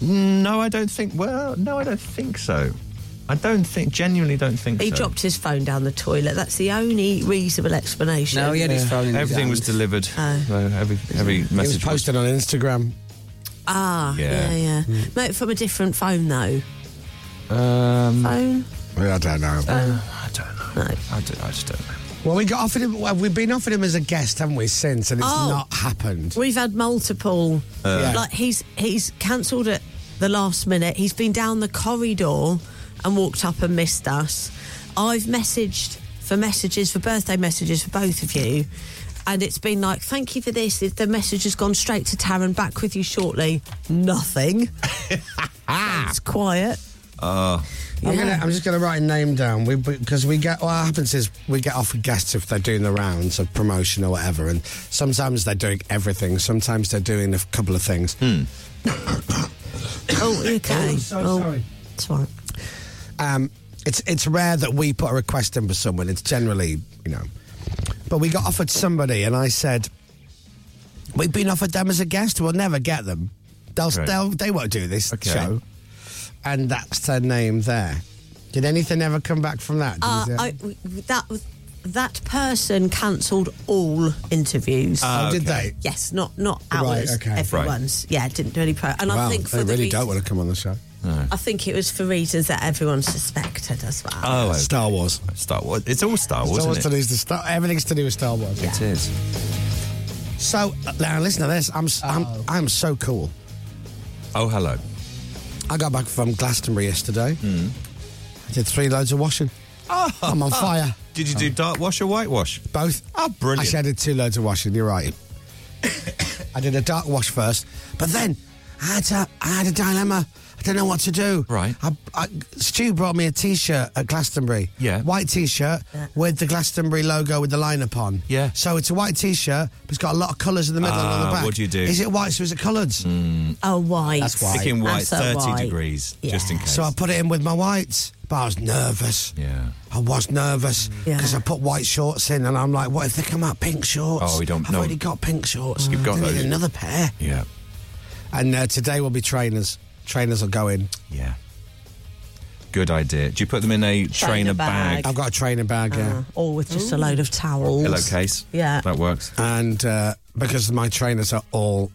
Speaker 7: no, I don't think. Well, no, I don't think so. I don't think, genuinely don't think
Speaker 9: He
Speaker 7: so.
Speaker 9: dropped his phone down the toilet. That's the only reasonable explanation.
Speaker 8: No, he had his phone in his
Speaker 7: Everything was
Speaker 8: hand.
Speaker 7: delivered. though, every every
Speaker 5: It
Speaker 7: message
Speaker 5: was posted on Instagram.
Speaker 9: Ah,
Speaker 7: Yeah.
Speaker 9: yeah, yeah.
Speaker 8: Mm.
Speaker 9: No, from a different phone though.
Speaker 7: Um, Uh,
Speaker 9: Phone?
Speaker 5: I don't know.
Speaker 7: I don't know.
Speaker 9: No.
Speaker 7: I, do, I just don't know.
Speaker 5: Well, we got offered him. Well, we've been offered him as a guest, haven't we? Since, and it's
Speaker 9: Oh.
Speaker 5: not happened.
Speaker 9: We've had multiple.
Speaker 5: Yeah.
Speaker 9: Like he's he's cancelled at the last minute. He's been down the corridor and walked up and missed us. I've messaged for messages for birthday messages for both of you, and it's been like, "Thank you for this." The message has gone straight to Taryn. Back with you shortly. Nothing. it's quiet.
Speaker 5: I'm, gonna, I'm just going to write a name down. We because we get what happens is we get offered guests if they're doing the rounds of promotion or whatever, and sometimes they're doing everything. Sometimes they're doing a couple of things.
Speaker 9: Oh, you okay.
Speaker 5: I'm so sorry.
Speaker 9: It's all right.
Speaker 5: Um, it's it's rare that we put a request in for someone. It's generally you know, but we got offered somebody, and I said, "We've been offered them as a guest. We'll never get them. They'll
Speaker 7: Right.
Speaker 5: they'll they won't do this
Speaker 7: Okay.
Speaker 5: show." And that's their name there. Did anything ever come back from that? Did
Speaker 9: Uh,
Speaker 5: you-
Speaker 9: I, w- that was- that person cancelled all interviews.
Speaker 5: oh, did
Speaker 7: okay.
Speaker 5: they?
Speaker 9: yes, not not
Speaker 5: Right,
Speaker 9: ours.
Speaker 5: okay. Right.
Speaker 9: Everyone's. Yeah, didn't do any pro. And I
Speaker 5: Wow,
Speaker 9: think for
Speaker 5: they
Speaker 9: the
Speaker 5: really
Speaker 9: reason-
Speaker 5: don't want to come on the show.
Speaker 9: I think it was for reasons that everyone suspected as well.
Speaker 7: Oh, I-
Speaker 5: Star Wars.
Speaker 7: Star Wars. It's all Star Wars,
Speaker 5: Star Wars
Speaker 7: isn't
Speaker 5: to
Speaker 7: it?
Speaker 5: do with the Star, everything's to do with Star Wars.
Speaker 9: Yeah.
Speaker 7: It is.
Speaker 5: So uh, now listen to this. I'm s am I'm so cool.
Speaker 7: Oh, hello. Hmm.
Speaker 5: I got back from Glastonbury yesterday. I did three loads of washing.
Speaker 7: Oh.
Speaker 5: I'm on fire.
Speaker 7: Ah. Did you do dark wash or white wash?
Speaker 5: Both.
Speaker 7: Oh, brilliant.
Speaker 5: Actually, I did two loads of washing. You're right. I did a dark wash first, but then I had to, I had a dilemma. I didn't know what to do.
Speaker 7: Right.
Speaker 5: I, I, Stu brought me a T-shirt at Glastonbury.
Speaker 7: Yeah.
Speaker 5: White T-shirt with the Glastonbury logo with the line upon.
Speaker 7: Yeah.
Speaker 5: So it's a white T-shirt, but it's got a lot of colours in the middle and on
Speaker 7: Ah,
Speaker 5: the back.
Speaker 7: what do you do?
Speaker 5: Is it white? So is it coloured?
Speaker 9: oh, white.
Speaker 5: That's why.
Speaker 7: Picking white,
Speaker 9: That's so
Speaker 7: 30
Speaker 9: white.
Speaker 7: degrees, just in
Speaker 9: Yeah.
Speaker 7: case.
Speaker 5: So I put it in with my whites, but I was nervous.
Speaker 7: Yeah.
Speaker 5: I was nervous
Speaker 9: Yeah.
Speaker 5: because I put white shorts in, and I'm like, what if they come out pink shorts?
Speaker 7: Oh, we don't
Speaker 5: I've
Speaker 7: know.
Speaker 5: already got pink shorts.
Speaker 7: You've got
Speaker 5: I need
Speaker 7: those.
Speaker 5: another pair.
Speaker 7: Yeah.
Speaker 5: And uh, today will be trainers. Trainers will go in.
Speaker 7: Yeah. Good idea. Do you put them in a trainer bag,
Speaker 9: bag.
Speaker 5: I've got a trainer bag, yeah.
Speaker 9: Or with just a load of towels.
Speaker 7: pillowcase?
Speaker 9: Yeah.
Speaker 7: That works.
Speaker 5: And uh, because my trainers are all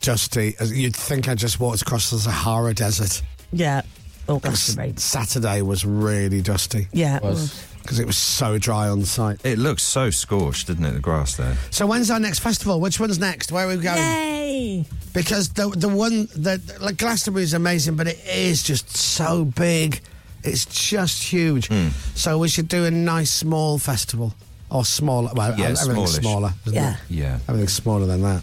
Speaker 5: dusty, as you'd think I just walked across the Sahara Desert.
Speaker 9: Yeah. Or Glastonbury.
Speaker 5: Saturday was really dusty
Speaker 9: Yeah.
Speaker 8: Was.
Speaker 5: because it was so dry on site.
Speaker 7: It looks so scorched, didn't it? The grass there.
Speaker 5: So when's our next festival? Which one's next? Where are we going?
Speaker 9: Yay!
Speaker 5: because the the one that like Glastonbury is amazing, but it is just so big. It's just huge.
Speaker 7: Hmm.
Speaker 5: So we should do a nice small festival or smaller. Well,
Speaker 7: Yeah,
Speaker 5: everything's
Speaker 7: smallish.
Speaker 5: smaller. Isn't
Speaker 9: Yeah.
Speaker 5: It?
Speaker 7: Yeah.
Speaker 5: Everything's smaller than that.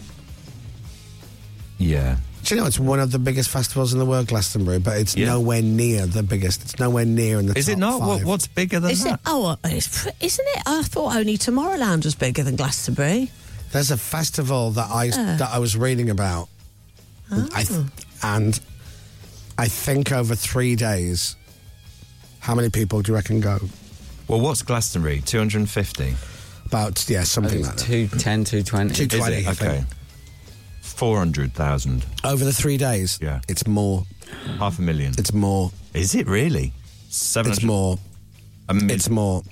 Speaker 7: Yeah.
Speaker 5: Do you know it's one of the biggest festivals in the world, Glastonbury, but it's
Speaker 7: Yeah.
Speaker 5: nowhere near the biggest. It's nowhere near in the.
Speaker 7: Is it
Speaker 5: top
Speaker 7: not? What,
Speaker 5: five.
Speaker 7: what's bigger than
Speaker 9: Is
Speaker 7: that?
Speaker 9: it? Oh, it's, pr- isn't it? I thought only Tomorrowland was bigger than Glastonbury.
Speaker 5: There's a festival that I that I was reading about, I th- and I think over three days, how many people do you reckon go?
Speaker 7: Well, what's Glastonbury? 250?
Speaker 5: About Uh, yeah,
Speaker 8: I
Speaker 5: something
Speaker 8: think
Speaker 5: like
Speaker 8: it's
Speaker 5: that.
Speaker 8: 210, 220.
Speaker 7: Is
Speaker 5: 220,
Speaker 7: it?
Speaker 5: I think.
Speaker 7: Okay. 400,000.
Speaker 5: Over the three days,
Speaker 7: Yeah.
Speaker 5: it's more.
Speaker 7: Half a million.
Speaker 5: It's more.
Speaker 7: Is it really? Seven.
Speaker 5: It's more.
Speaker 7: A mil-
Speaker 5: It's more.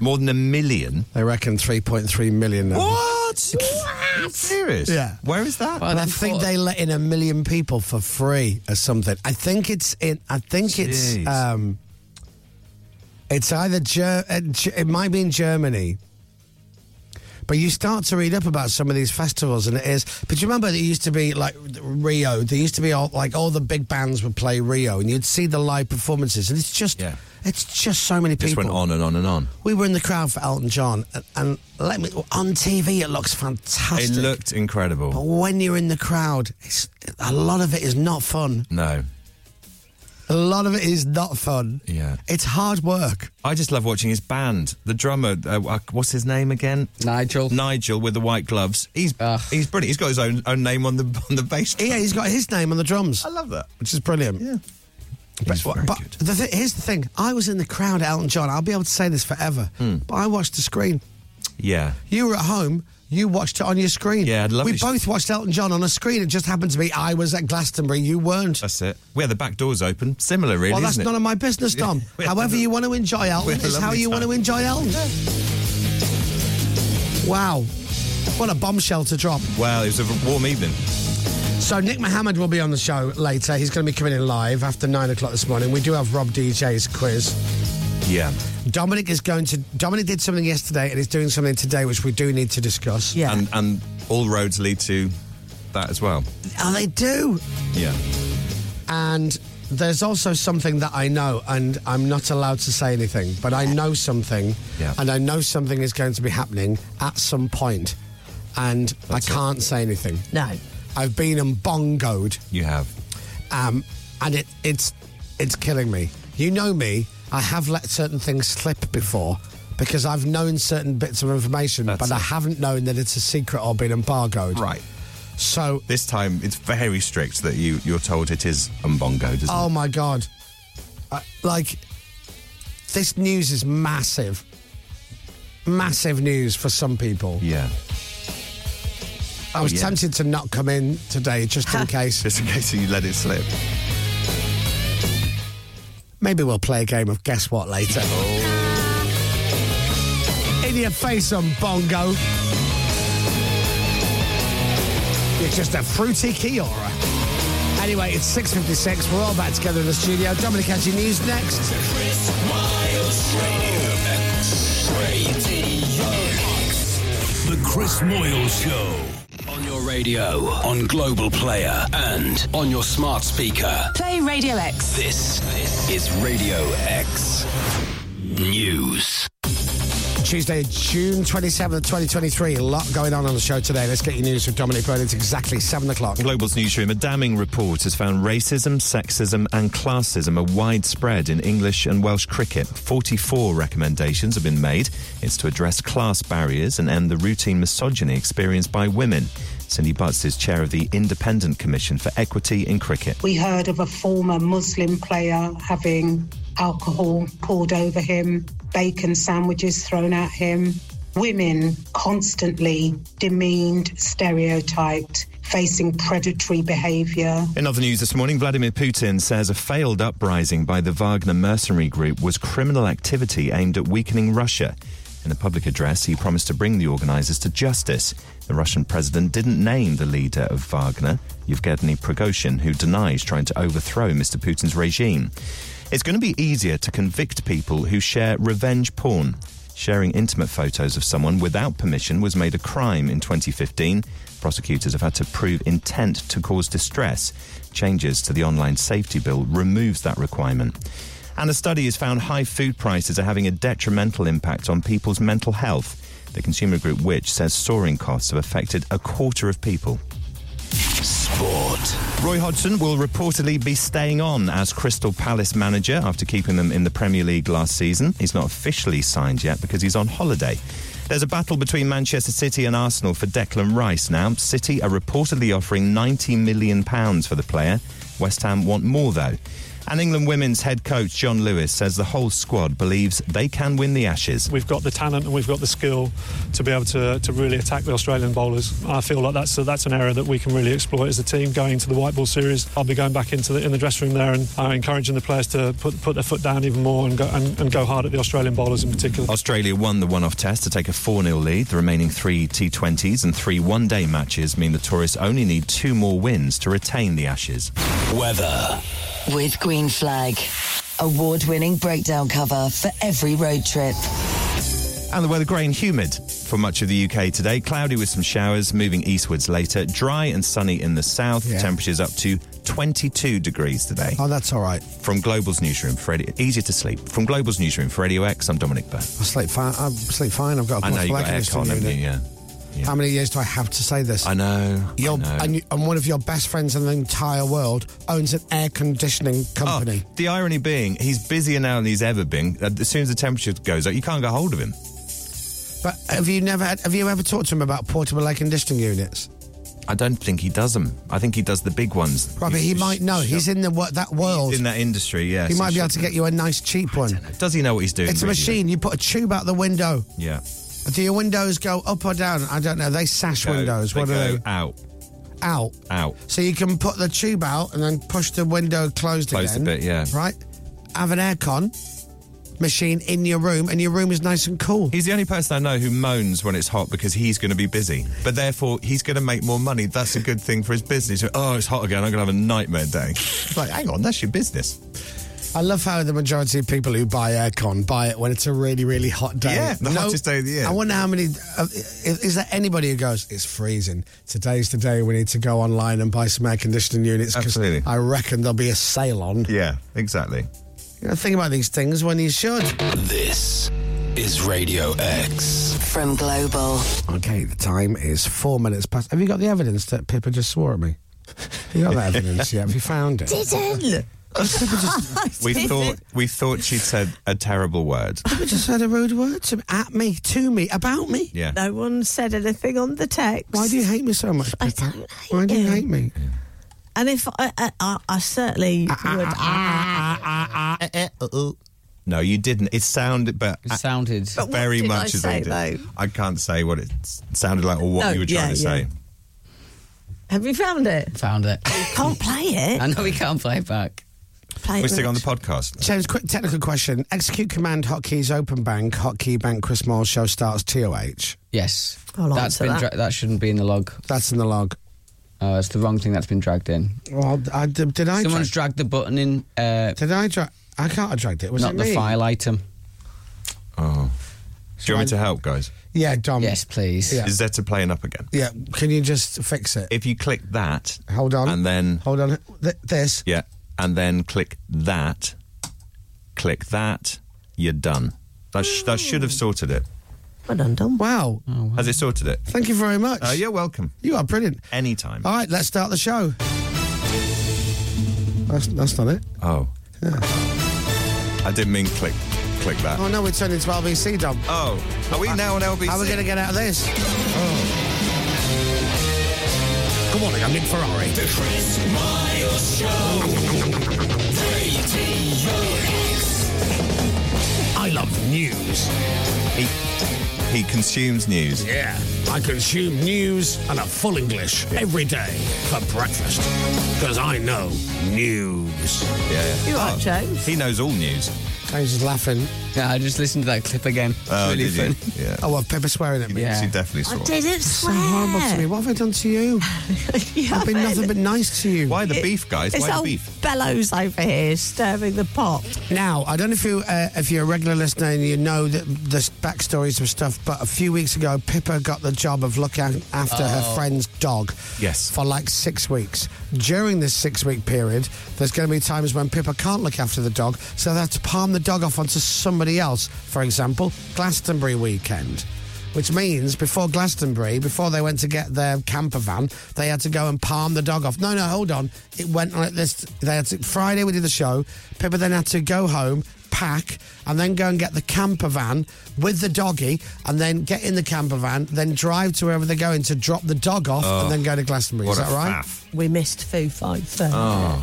Speaker 7: more than a million.
Speaker 5: They reckon 3.3 million. Now.
Speaker 7: What? Are you serious?
Speaker 5: Yeah.
Speaker 7: Where is that?
Speaker 8: Well,
Speaker 5: And I
Speaker 8: then
Speaker 5: think
Speaker 8: what-
Speaker 5: they let in a million people for free or something. I think it's in. I think
Speaker 7: Jeez.
Speaker 5: it's. Um, it's either Ger- uh, Ge- it might be in Germany, but you start to read up about some of these festivals, and it is. But you remember, there used to be like Rio. There used to be all, like all the big bands would play Rio, and you'd see the live performances, and it's just,
Speaker 7: Yeah.
Speaker 5: it's just so many people
Speaker 7: Just went on and on and on.
Speaker 5: we were in the crowd for Elton John, and, and let me on TV it looks
Speaker 7: It
Speaker 5: fantastic.
Speaker 7: looked
Speaker 5: but
Speaker 7: incredible.
Speaker 5: when you're in the crowd, it's, a lot of it is not fun.
Speaker 7: No.
Speaker 5: A lot of it is not fun.
Speaker 7: Yeah.
Speaker 5: it's hard work.
Speaker 7: I just love watching his band. The drummer, uh, uh, what's his name again?
Speaker 8: Nigel.
Speaker 7: Nigel with the white gloves. He's
Speaker 8: Ugh.
Speaker 7: he's brilliant. He's got his own own name on the on the bass. drum.
Speaker 5: Yeah, he's got his name on the drums,
Speaker 7: I love that.
Speaker 5: which is brilliant.
Speaker 7: Yeah.
Speaker 5: But,
Speaker 7: He's very
Speaker 5: but
Speaker 7: good.
Speaker 5: the th- here's the thing: I was in the crowd at Elton John. I'll be able to say this forever. But I watched the screen.
Speaker 7: Hmm. Yeah.
Speaker 5: You were at home. You watched it on your screen.
Speaker 7: Yeah, I'd love
Speaker 5: We
Speaker 7: it.
Speaker 5: both watched Elton John on a screen. It just happened to be I was at Glastonbury. You weren't.
Speaker 7: That's it. Where the back door's open. Similar, really,
Speaker 5: well, that's
Speaker 7: isn't
Speaker 5: none
Speaker 7: it?
Speaker 5: of my business, Tom.
Speaker 7: We had
Speaker 5: However,
Speaker 7: a-
Speaker 5: you want to enjoy
Speaker 7: we
Speaker 5: Elton
Speaker 7: had a
Speaker 5: is how
Speaker 7: lovely
Speaker 5: you want to
Speaker 7: time.
Speaker 5: enjoy Elton. Wow. What a bombshell to drop.
Speaker 7: Well, it was a warm evening.
Speaker 5: So Nick Mohammed will be on the show later. He's going to be coming in live after nine o'clock this morning. We do have Rob DJ's quiz.
Speaker 7: Yeah.
Speaker 5: Dominic is going to. Dominic did something yesterday and is doing something today, which we do need to discuss.
Speaker 9: Yeah.
Speaker 7: And and all roads lead to that as well.
Speaker 5: Oh, they do.
Speaker 7: Yeah.
Speaker 5: And there's also something that I know, and I'm not allowed to say anything, but I know something,
Speaker 7: Yeah.
Speaker 5: and I know something is going to be happening at some point, and
Speaker 7: That's
Speaker 5: I
Speaker 7: it.
Speaker 5: can't say anything.
Speaker 9: No.
Speaker 5: I've been umbongoed,
Speaker 7: You have.
Speaker 5: um, and it, it's it's killing me. You know me; I have let certain things slip before because I've known certain bits of information,
Speaker 7: That's
Speaker 5: but I
Speaker 7: it.
Speaker 5: haven't known that it's a secret or been embargoed.
Speaker 7: Right.
Speaker 5: So
Speaker 7: This time it's very strict that you you're told it is umbongoed, isn't
Speaker 5: Oh
Speaker 7: it?
Speaker 5: my god! I, like this news is massive, massive news for some people.
Speaker 7: Yeah.
Speaker 5: I was
Speaker 7: yeah.
Speaker 5: tempted to not come in today just in case.
Speaker 7: Just in case you let it slip.
Speaker 5: Maybe we'll play a game of guess what later.
Speaker 7: Oh.
Speaker 5: In your face, on bongo. You're just a fruity Kiora. Anyway, it's 6.56. We're all back together in the studio. Dominic has your news next.
Speaker 1: The Chris Moyle Show.
Speaker 10: On your radio, on Global Player, and on your smart speaker.
Speaker 3: Play Radio X.
Speaker 10: This is Radio X News.
Speaker 5: Tuesday, June 27th, 2023. A lot going on on the show today. Let's get your news with Dominic Byrne. It's exactly 7 o'clock.
Speaker 7: Global's newsroom, a damning report has found racism, sexism, and classism are widespread in English and Welsh cricket. 44 recommendations have been made. It's to address class barriers and end the routine misogyny experienced by women. Cindy Butts is chair of the Independent Commission for Equity in Cricket.
Speaker 11: We heard of a former Muslim player having alcohol poured over him, bacon sandwiches thrown at him, women constantly demeaned, stereotyped, facing predatory behavior.
Speaker 7: In other news this morning, Vladimir Putin says a failed uprising by the Wagner mercenary group was criminal activity aimed at weakening Russia. In a public address, he promised to bring the organisers to justice. The Russian president didn't name the leader of Wagner, Yevgeny Prigozhin, who denies trying to overthrow Mr. Putin's regime. It's going to be easier to convict people who share revenge porn. Sharing intimate photos of someone without permission was made a crime in 2015. Prosecutors have had to prove intent to cause distress. Changes to the online safety bill removes that requirement. And a study has found high food prices are having a detrimental impact on people's mental health. The consumer group Which says soaring costs have affected a quarter of people.
Speaker 10: Sport.
Speaker 7: Roy Hodgson will reportedly be staying on as Crystal Palace manager after keeping them in the Premier League last season. He's not officially signed yet because he's on holiday. There's a battle between Manchester City and Arsenal for Declan Rice now. City are reportedly offering £90 million for the player. West Ham want more, though. And England women's head coach John Lewis says the whole squad believes they can win the Ashes.
Speaker 12: We've got the talent and we've got the skill to be able to, to really attack the Australian bowlers. I feel like that's that's an area that we can really exploit as a team going into the white ball series. I'll be going back into the in the dressing room there and uh, encouraging the players to put put their foot down even more and go and, and go hard at the Australian bowlers in particular.
Speaker 7: Australia won the one off test to take a 4 0 lead. The remaining three T20s and three one day matches mean the tourists only need two more wins to retain the Ashes.
Speaker 10: Weather.
Speaker 2: With Green Flag. Award winning breakdown cover for every road trip.
Speaker 7: And the weather grey and humid for much of the UK today. Cloudy with some showers, moving eastwards later. Dry and sunny in the south.
Speaker 5: Yeah.
Speaker 7: Temperatures up to 22 degrees today.
Speaker 5: Oh, that's all right.
Speaker 7: From Global's newsroom for Radio, easier to sleep. From Global's newsroom for Radio X, I'm Dominic Burr.
Speaker 5: I sleep fine. I sleep fine. I've got a
Speaker 7: I know you've
Speaker 5: block
Speaker 7: got
Speaker 5: leg
Speaker 7: aircon, haven't you?
Speaker 5: unit.
Speaker 7: Yeah.
Speaker 5: How many years do I have to say this?
Speaker 7: I know. I
Speaker 5: Your,
Speaker 7: know.
Speaker 5: and, you, and one of your best friends in the entire world owns an air conditioning
Speaker 7: Oh,
Speaker 5: company.
Speaker 7: the irony being, he's busier now than he's ever been. Uh, As soon as the temperature goes up, you can't get hold of him.
Speaker 5: But have you never had, have you ever talked to him about portable air conditioning units?
Speaker 7: I don't think he does them. I think he does the big ones.
Speaker 5: Right, but he might know. He's in the wo- that world.
Speaker 7: in that industry. Yes,
Speaker 5: he might be able
Speaker 7: should
Speaker 5: to get you a nice cheap one.
Speaker 7: Does he know what he's doing?
Speaker 5: It's a
Speaker 7: really?
Speaker 5: machine. You put a tube out the window.
Speaker 7: Yeah.
Speaker 5: Do your windows go up or down? I don't know. They sash
Speaker 7: Go-
Speaker 5: windows.
Speaker 7: They
Speaker 5: what
Speaker 7: go
Speaker 5: are they?
Speaker 7: Out,
Speaker 5: Out.
Speaker 7: out.
Speaker 5: So you can put the tube out and then push the window closed
Speaker 7: Close the
Speaker 5: again.
Speaker 7: bit, yeah.
Speaker 5: Right? Have an aircon machine in your room and your room is nice and cool.
Speaker 7: He's the only person I know who moans when it's hot because he's going to be busy, but therefore he's going to make more money. That's a good thing for his business. Oh, it's hot again. I'm going to have a nightmare day. like, hang on, that's your business.
Speaker 5: I love how the majority of people who buy aircon buy it when it's a really, really hot day.
Speaker 7: Yeah, the hottest day of the year.
Speaker 5: I wonder how many. Uh, is, is there anybody who goes, it's freezing. Today's the day we need to go online and buy some air conditioning units because
Speaker 7: Absolutely.
Speaker 5: I reckon there'll be a sale on.
Speaker 7: Yeah, exactly.
Speaker 5: You know, think about these things when you should.
Speaker 10: This is Radio X.
Speaker 2: From Global.
Speaker 5: Okay, the time is four minutes past. Have you got the evidence that Pippa just swore at me? Have you got that evidence yet? Have you found it?
Speaker 9: Didn't.
Speaker 7: We
Speaker 5: Didn't.
Speaker 7: thought we thought she'd said a terrible word.
Speaker 5: Pippa just said a rude word to me, at me, to me, about me.
Speaker 7: Yeah.
Speaker 9: No one said anything on the text.
Speaker 5: Why do you hate me so much?
Speaker 9: I don't hate
Speaker 5: Why do you
Speaker 9: you.
Speaker 5: hate me? Ah,
Speaker 9: And if I, I, I, I certainly would. ah, Eh,
Speaker 7: No, you didn't. It sounded, but it
Speaker 8: sounded
Speaker 9: But what
Speaker 7: very
Speaker 9: did I
Speaker 7: much as I
Speaker 9: say,
Speaker 7: did.
Speaker 9: though?
Speaker 7: I can't say what it s- sounded like or what
Speaker 9: No,
Speaker 7: you were trying
Speaker 9: yeah,
Speaker 7: to
Speaker 9: yeah.
Speaker 7: say.
Speaker 9: Have you found it?
Speaker 8: Found it.
Speaker 9: Can't play it.
Speaker 8: I know we can't play it back.
Speaker 9: Play
Speaker 7: We're
Speaker 9: it.
Speaker 7: still on the podcast.
Speaker 5: James, quick technical question. Execute command hotkeys open bank, hotkey bank Chris Moore show starts TOH.
Speaker 8: Yes.
Speaker 9: I'll
Speaker 8: that's
Speaker 9: answer
Speaker 8: been
Speaker 9: that.
Speaker 8: dra- that shouldn't be in the log.
Speaker 5: That's in the log.
Speaker 8: Uh, it's the wrong thing that's been dragged in.
Speaker 5: Well, I, did, did I
Speaker 8: Someone's
Speaker 5: drag,
Speaker 8: dragged the button in. Uh,
Speaker 5: Did I drag? I can't have dragged it. Was
Speaker 8: not
Speaker 5: it
Speaker 8: the
Speaker 5: me?
Speaker 8: file item.
Speaker 7: Oh. Do you want me to help, guys?
Speaker 5: Yeah, Dom.
Speaker 8: Yes, please.
Speaker 5: Yeah.
Speaker 7: Is Zeta playing up again?
Speaker 5: Yeah, can you just fix it?
Speaker 7: If you click that,
Speaker 5: Hold on.
Speaker 7: and then
Speaker 5: Hold on. Th- this.
Speaker 7: yeah, and then click that, click that, you're done. That, sh- that should
Speaker 9: Hmm.
Speaker 7: have sorted it.
Speaker 9: Well done, Dom.
Speaker 5: Oh, Wow.
Speaker 7: Has it sorted it?
Speaker 5: Thank you very much.
Speaker 7: Uh, you're welcome.
Speaker 5: You are brilliant.
Speaker 7: Anytime.
Speaker 5: All right, let's start the show. That's, that's not it.
Speaker 7: Oh. I didn't mean click click that.
Speaker 5: Oh, no, we're turning to LBC, Dom.
Speaker 7: Oh, are we now on LBC?
Speaker 5: How are we going to get out of
Speaker 7: Oh.
Speaker 5: this? Good morning, I'm Nick Ferrari. I love news.
Speaker 7: He, he consumes news.
Speaker 5: Yeah, I consume news and a full English every day for breakfast because I know news.
Speaker 7: Yeah. Oh,
Speaker 9: You are, James.
Speaker 7: He knows all news.
Speaker 5: I was just laughing.
Speaker 8: Yeah, I just listened to that clip again. It's
Speaker 7: Oh,
Speaker 8: really
Speaker 7: did
Speaker 8: funny.
Speaker 7: you? Yeah.
Speaker 5: Oh, well, Pepper swearing at me.
Speaker 8: Yeah.
Speaker 7: She definitely saw.
Speaker 9: I
Speaker 7: it.
Speaker 9: didn't
Speaker 5: So horrible to me.
Speaker 9: swear.
Speaker 5: What have I done to you?
Speaker 9: You
Speaker 5: I've been
Speaker 9: haven't.
Speaker 5: nothing but nice to you.
Speaker 7: Why the beef, guys?
Speaker 9: It's
Speaker 7: Why the
Speaker 9: old
Speaker 7: beef?
Speaker 9: bellows over here stirring the pot.
Speaker 5: Now, I don't know if you uh, if you're a regular listener and you know that the s- backstories of stuff, but a few weeks ago, Pippa got the job of looking after her friend's dog.
Speaker 7: Oh. Yes.
Speaker 5: For like six weeks. During this six week period, there's going to be times when Pippa can't look after the dog, so they have to palm the dog off onto somebody else. For example, Glastonbury weekend. Which means before Glastonbury, before they went to get their camper van, they had to go and palm the dog off. No, no, hold on. It went like this. They had to, Friday we did the show. Pippa then had to go home, pack, and then go and get the camper van with the doggy, and then get in the camper van, then drive to wherever they're going to drop the dog off, and then go to Glastonbury. Is
Speaker 7: What a
Speaker 5: that right?
Speaker 7: faff.
Speaker 9: We missed Foo Fighters.
Speaker 5: Oh.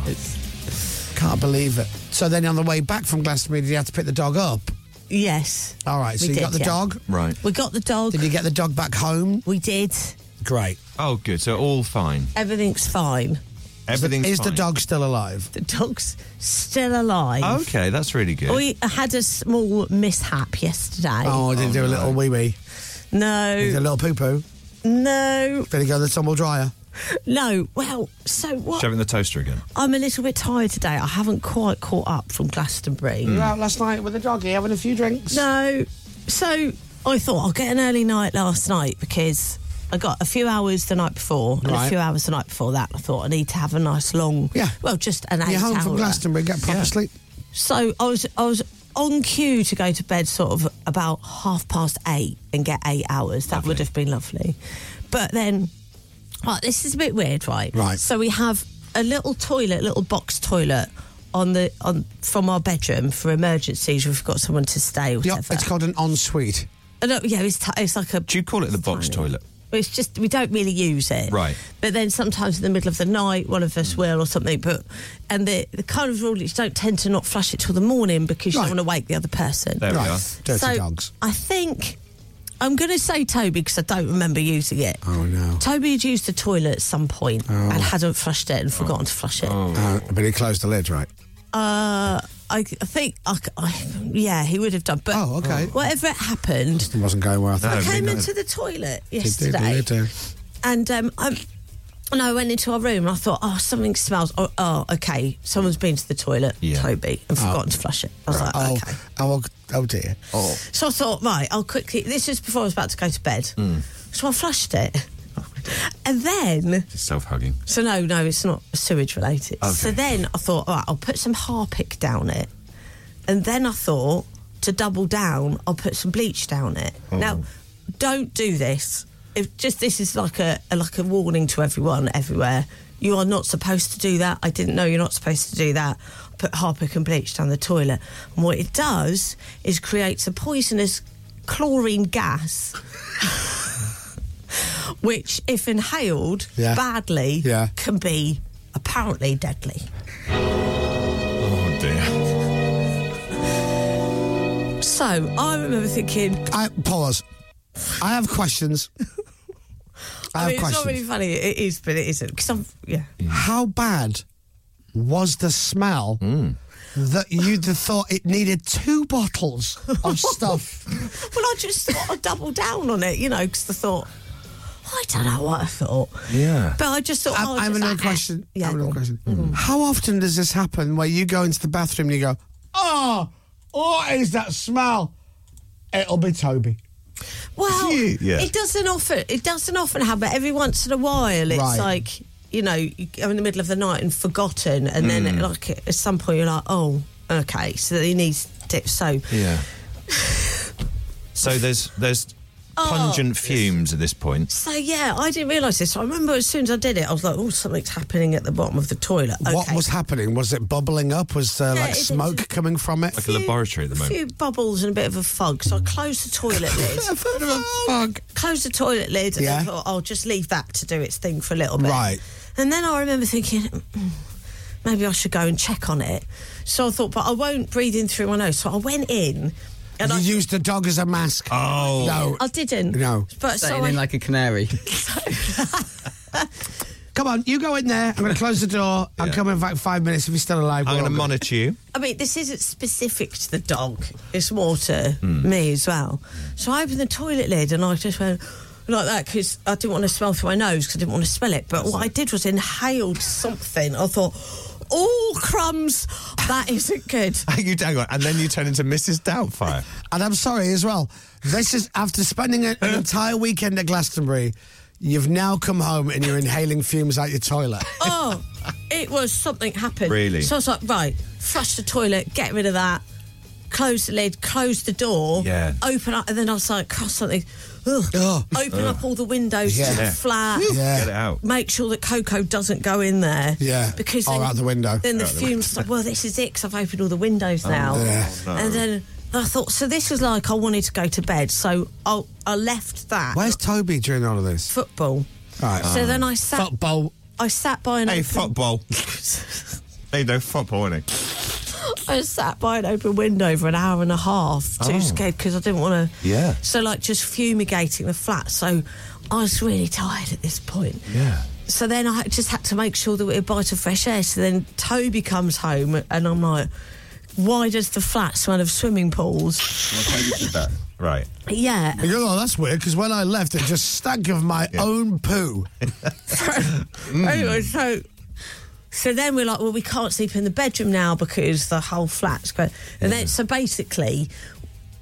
Speaker 5: Can't believe it. So then on the way back from Glastonbury, did you have to pick the dog up?
Speaker 9: Yes.
Speaker 5: All right. So
Speaker 9: We
Speaker 5: you
Speaker 9: did,
Speaker 5: got the
Speaker 9: yeah.
Speaker 5: dog.
Speaker 7: Right.
Speaker 9: We got the dog.
Speaker 5: Did you get the dog back home?
Speaker 9: we did.
Speaker 5: Great.
Speaker 7: Oh, good. So all fine.
Speaker 9: Everything's fine.
Speaker 7: Everything's
Speaker 5: Is the
Speaker 7: fine.
Speaker 5: dog still alive?
Speaker 9: The dog's still alive.
Speaker 7: Oh, Okay, that's really good.
Speaker 9: We had a small mishap yesterday.
Speaker 5: Oh, I did do a little wee wee. Did a
Speaker 9: No,
Speaker 5: little poo poo.
Speaker 9: no,
Speaker 5: Better go in the tumble dryer.
Speaker 9: no. Well, so what?
Speaker 7: Shoving the toaster again.
Speaker 9: I'm a little bit tired today. I haven't quite caught up from Glastonbury.
Speaker 5: You were out last night with the doggy having a few drinks.
Speaker 9: No. So I thought I'll get an early night last night because I got a few hours the night before and
Speaker 5: Right.
Speaker 9: a few hours the night before that. I thought I need to have a nice long,
Speaker 5: Yeah.
Speaker 9: well, just an eight
Speaker 5: You're home from
Speaker 9: hour.
Speaker 5: Glastonbury, get proper sleep.
Speaker 9: So I was I was on cue to go to bed sort of about half past eight and get eight hours. That would have been lovely. But then right, this is a bit weird, right?
Speaker 5: Right.
Speaker 9: So we have a little toilet, little box toilet on the on from our bedroom for emergencies if we've got someone to stay or
Speaker 5: Yep,
Speaker 9: whatever.
Speaker 5: it's called an ensuite.
Speaker 9: Uh, no, yeah, it's, t- it's like a.
Speaker 7: Do you call it the box toilet?
Speaker 9: It's just we don't really use it,
Speaker 7: Right. Mm.
Speaker 9: But then sometimes in the middle of the night, one of us will or something. But and the the kind of rule is don't tend to not flush it till the morning because you
Speaker 5: Right.
Speaker 9: don't want to wake the other person.
Speaker 7: There we
Speaker 5: Right.
Speaker 7: are.
Speaker 5: Dirty
Speaker 9: so
Speaker 5: dogs.
Speaker 9: I think I'm going to say Toby because I don't remember using it.
Speaker 5: Oh no.
Speaker 9: Toby had used the toilet at some point
Speaker 5: Oh.
Speaker 9: and hadn't flushed it and forgotten to flush it.
Speaker 5: Uh, but he closed the lid, right?
Speaker 9: Uh, I, I think, I, I- yeah, he would have done. But oh,
Speaker 5: okay.
Speaker 9: Whatever it happened,
Speaker 5: It wasn't going well. I
Speaker 9: I
Speaker 5: thought.
Speaker 9: came into the toilet
Speaker 5: Did-
Speaker 9: yesterday
Speaker 5: did- did-
Speaker 9: and um, I, and I went into our room and I thought, oh, something smells. Oh, oh okay, someone's been to the toilet, Toby, and
Speaker 8: Oh.
Speaker 9: forgotten to flush it. I was like,
Speaker 5: Oh,
Speaker 9: okay.
Speaker 5: oh, oh dear. Oh.
Speaker 9: So I thought, right, I'll quickly. This is before I was about to go to bed. So I flushed it. And then,
Speaker 7: Self hugging.
Speaker 9: so no, no, it's not sewage related. So then I thought, all right, I'll put some Harpic down it. And then I thought, to double down, I'll put some bleach down it. Now, don't do this. If just this is like a, a like a warning to everyone everywhere. You are not supposed to do that. I didn't know you're not supposed to do that. Put Harpic and bleach down the toilet. And what it does is creates a poisonous chlorine gas, which, if inhaled
Speaker 5: Yeah.
Speaker 9: badly,
Speaker 5: Yeah.
Speaker 9: can be apparently deadly.
Speaker 7: Oh dear.
Speaker 9: So Oh, I remember thinking,
Speaker 5: I, pause. I have questions. I have
Speaker 9: mean, it's not
Speaker 5: questions.
Speaker 9: really funny. It is, but it isn't. Because I'm, yeah.
Speaker 5: How bad was the smell that you'd have thought it needed two bottles of stuff?
Speaker 9: Well, I just thought I'd double down on it, you know, because I thought, I don't know what I thought.
Speaker 5: Yeah.
Speaker 9: But I just thought,
Speaker 5: I,
Speaker 9: oh,
Speaker 5: I have
Speaker 9: just
Speaker 5: another
Speaker 9: like, eh.
Speaker 5: question. I
Speaker 9: Yeah.
Speaker 5: have another question. How often does this happen where you go into the bathroom and you go, oh, what is that smell? It'll be Toby.
Speaker 9: Well,
Speaker 5: Phew. Yeah.
Speaker 9: it doesn't often. It doesn't often happen. but Every once in a while, it's
Speaker 5: Right.
Speaker 9: like you know, you- I'm in the middle of the night and forgotten, and then
Speaker 5: Mm.
Speaker 9: like at some point you're like, oh, okay, so he needs dip soap.
Speaker 7: Yeah. so there's there's
Speaker 9: Oh.
Speaker 7: pungent fumes at this point.
Speaker 9: So yeah, I didn't realise this. I remember as soon as I did it, I was like, oh, something's happening at the bottom of the toilet. Okay.
Speaker 5: What was happening? Was it bubbling up? Was there
Speaker 9: Yeah,
Speaker 5: like
Speaker 9: it is.
Speaker 5: smoke coming from it?
Speaker 7: Like a laboratory at the
Speaker 9: a
Speaker 7: moment.
Speaker 9: few bubbles and a bit of a fog. So I closed the toilet lid.
Speaker 5: a bit of a fog.
Speaker 9: Closed the toilet lid
Speaker 5: Yeah.
Speaker 9: and I thought, oh, I'll just leave that to do its thing for a little bit. Right. And then I remember thinking, "Mm, maybe I should go and check on it. So I thought, but I won't breathe in through my nose. So I went in and
Speaker 5: you
Speaker 9: I.
Speaker 5: used the dog as a mask.
Speaker 7: Oh.
Speaker 5: No.
Speaker 9: I didn't.
Speaker 5: No.
Speaker 9: But so
Speaker 8: Sitting
Speaker 9: I,
Speaker 8: in like a canary.
Speaker 5: Come on, you go in there. I'm going to close the door. I'm coming back five minutes if you're still alive.
Speaker 7: I'm
Speaker 5: we're
Speaker 7: going to
Speaker 5: all good.
Speaker 7: monitor you.
Speaker 9: I mean, this isn't specific to the dog. It's more to
Speaker 7: Hmm.
Speaker 9: me as well. So I opened the toilet lid and I just went like that because I didn't want to smell through my nose because I didn't want to smell it. But what I did was inhaled something. I thought, oh, crumbs, that isn't good.
Speaker 7: you hang on, and then you turn into Mrs. Doubtfire.
Speaker 5: And I'm sorry as well. This is after spending a- an entire weekend at Glastonbury. You've now come home and you're inhaling fumes out your toilet.
Speaker 9: oh, it was something happened.
Speaker 5: Really?
Speaker 9: So I was like, right, flush the toilet, get rid of that, close the lid, close the door,
Speaker 5: Yeah.
Speaker 9: open up, and then I was like, cross something. Ugh. Open
Speaker 5: Ugh.
Speaker 9: up all the windows to
Speaker 5: Yeah.
Speaker 9: the flat.
Speaker 5: Yeah. Get it out.
Speaker 9: Make sure that cocoa doesn't go in there.
Speaker 5: Yeah.
Speaker 9: Because
Speaker 5: Or
Speaker 9: then,
Speaker 5: out the window.
Speaker 9: Then the
Speaker 5: Out the
Speaker 9: fumes.
Speaker 5: window.
Speaker 9: stop- well, this is it because I've opened all the windows
Speaker 5: Oh,
Speaker 9: now.
Speaker 5: yeah. no.
Speaker 9: And then I thought, so this was like I wanted to go to bed, so I I left that.
Speaker 5: Where's Toby during all of this?
Speaker 9: Football.
Speaker 5: All right.
Speaker 9: So then I sat.
Speaker 5: Football.
Speaker 9: I sat by an open
Speaker 7: football. they know football, innit?
Speaker 9: I sat by an open window for an hour and a half, too
Speaker 7: Oh.
Speaker 9: scared because I didn't want to.
Speaker 7: Yeah.
Speaker 9: So, like, just fumigating the flat. So, I was really tired at this point.
Speaker 7: Yeah.
Speaker 9: So then I just had to make sure that we had a bite of fresh air. So then Toby comes home and I'm like, why does the flat smell of swimming pools?
Speaker 7: Right.
Speaker 9: Yeah.
Speaker 5: You go, oh, that's weird because when I left, it just stank of my own poo.
Speaker 9: Mm.
Speaker 5: Mm.
Speaker 9: Anyway, so so then we're like, well, we can't sleep in the bedroom now because the whole flat's going. And then so basically,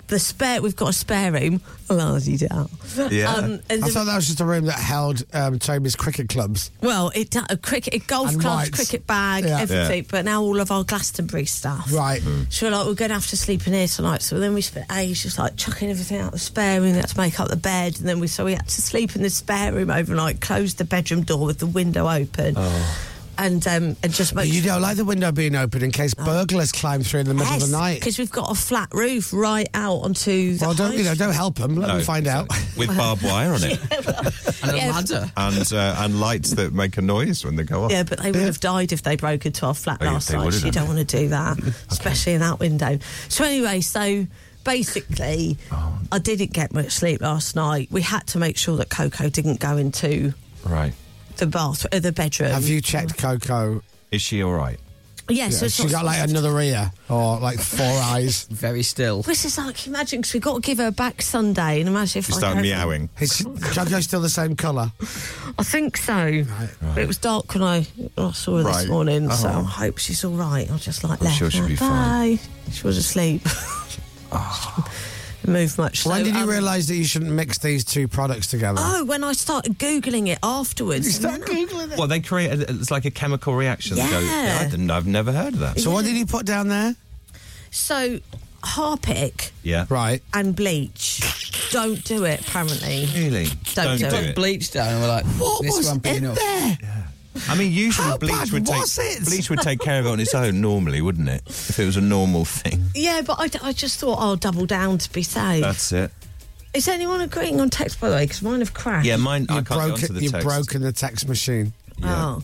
Speaker 9: the spare we've got a spare room. Larsied it out. Um, and
Speaker 5: I
Speaker 9: the-
Speaker 5: thought that was just a room that held um, Toby's cricket clubs.
Speaker 9: well, it do- a cricket, a golf
Speaker 5: And
Speaker 9: clubs,
Speaker 5: whites.
Speaker 9: cricket bag,
Speaker 5: Yeah.
Speaker 9: everything.
Speaker 5: Yeah.
Speaker 9: But now all of our Glastonbury stuff.
Speaker 5: Right.
Speaker 7: Hmm.
Speaker 9: So we're like, we're going to have to sleep in here tonight. So then we spent ages just like chucking everything out of the spare room. We had to make up the bed, and then we so we had to sleep in the spare room overnight. Closed the bedroom door with the window open.
Speaker 7: Oh.
Speaker 9: And um, and just
Speaker 5: But
Speaker 9: make
Speaker 5: you don't like the window being open in case
Speaker 9: Oh.
Speaker 5: burglars climb through in the middle of the night.
Speaker 9: because we've got a flat roof right out onto. The
Speaker 5: Well, don't you know? Don't help them. Let
Speaker 7: No,
Speaker 5: them find out.
Speaker 7: With barbed wire on it.
Speaker 9: and yeah, ladder.
Speaker 7: and uh, and lights that make a noise when they
Speaker 5: Oh.
Speaker 7: go off.
Speaker 9: Yeah, but they would have died if they broke into our flat
Speaker 7: Oh, yeah,
Speaker 9: last
Speaker 7: they
Speaker 9: night.
Speaker 7: would have
Speaker 9: So you
Speaker 7: done.
Speaker 9: don't
Speaker 5: Oh.
Speaker 9: want to do that, especially in that window. So anyway, so basically, I didn't get much sleep last night. We had to make sure that Coco didn't go into
Speaker 7: Right.
Speaker 9: the bath, uh, the bedroom.
Speaker 5: Have you checked Coco?
Speaker 7: Is she all right?
Speaker 9: Yes,
Speaker 5: Yeah,
Speaker 9: it's
Speaker 5: she
Speaker 9: not-
Speaker 5: got like another ear or like four eyes.
Speaker 8: Very still.
Speaker 9: This is like imagine because we got to give her back Sunday, and imagine if I go-
Speaker 5: Is Jojo still the same colour?
Speaker 9: I think so. But It was dark when I, when I saw her
Speaker 5: Right.
Speaker 9: this morning, so
Speaker 5: Oh.
Speaker 9: I hope she's all right. I just like
Speaker 5: I'm
Speaker 9: left.
Speaker 5: sure she'll
Speaker 9: like,
Speaker 5: be
Speaker 9: Bye.
Speaker 5: fine.
Speaker 9: She was asleep. Move much.
Speaker 5: When
Speaker 9: So,
Speaker 5: did you
Speaker 9: um,
Speaker 5: realise that you shouldn't mix these two products together?
Speaker 9: Oh, when I started googling it afterwards.
Speaker 5: You start
Speaker 9: and then I-
Speaker 7: Well, they create it's like a chemical reaction. that goes-
Speaker 9: Yeah.
Speaker 7: I didn't. I've never heard of that.
Speaker 9: So what did
Speaker 5: you put down there?
Speaker 9: So, Harpic
Speaker 7: Yeah.
Speaker 5: Right.
Speaker 9: and bleach. Don't do it. Apparently,
Speaker 7: Really?
Speaker 9: Don't, do
Speaker 8: Put
Speaker 9: it.
Speaker 8: bleach down and we're like,
Speaker 9: What
Speaker 8: this
Speaker 9: was
Speaker 8: won't be
Speaker 9: in
Speaker 8: enough.
Speaker 7: I mean, usually
Speaker 9: How
Speaker 7: bleach
Speaker 9: bad
Speaker 7: would take
Speaker 9: was it?
Speaker 7: bleach would take care of it on its own normally, wouldn't it? If it was a normal thing.
Speaker 9: Yeah, but I, d- I just thought I'll double down to be safe.
Speaker 7: That's it.
Speaker 9: Is anyone agreeing on text by the way? Because mine have crashed.
Speaker 7: Yeah, mine. I can't
Speaker 5: broke
Speaker 7: get onto
Speaker 5: it-
Speaker 7: the
Speaker 5: you've
Speaker 7: text.
Speaker 5: broken the text machine.
Speaker 9: Oh.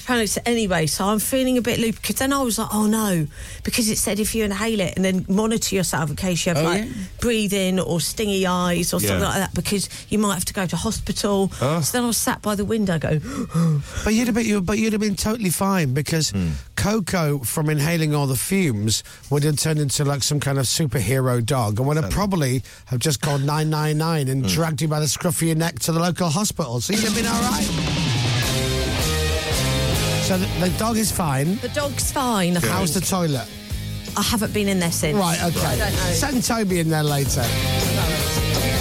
Speaker 9: Apparently, so anyway, so I'm feeling a bit loopy because then I was like, oh no, because it said if you inhale it and then monitor yourself in case you have
Speaker 8: Oh,
Speaker 9: like
Speaker 8: yeah.
Speaker 9: breathing or stingy eyes or something
Speaker 8: Yeah.
Speaker 9: like that because you might have to go to hospital.
Speaker 5: Oh.
Speaker 9: So then I was sat by the window going,
Speaker 5: But you'd have been, you, but you'd have been totally fine because Coco, from inhaling all the fumes, would have turned into like some kind of superhero dog, and would have probably have just called nine nine nine and dragged you by the scruff of your neck to the local hospital. So you'd have been all right. So the, the dog is fine.
Speaker 9: the dog's fine. I
Speaker 5: How's the
Speaker 9: think.
Speaker 5: toilet?
Speaker 9: I haven't been in there since.
Speaker 5: Right, okay.
Speaker 9: I don't know.
Speaker 5: Send Toby in there later.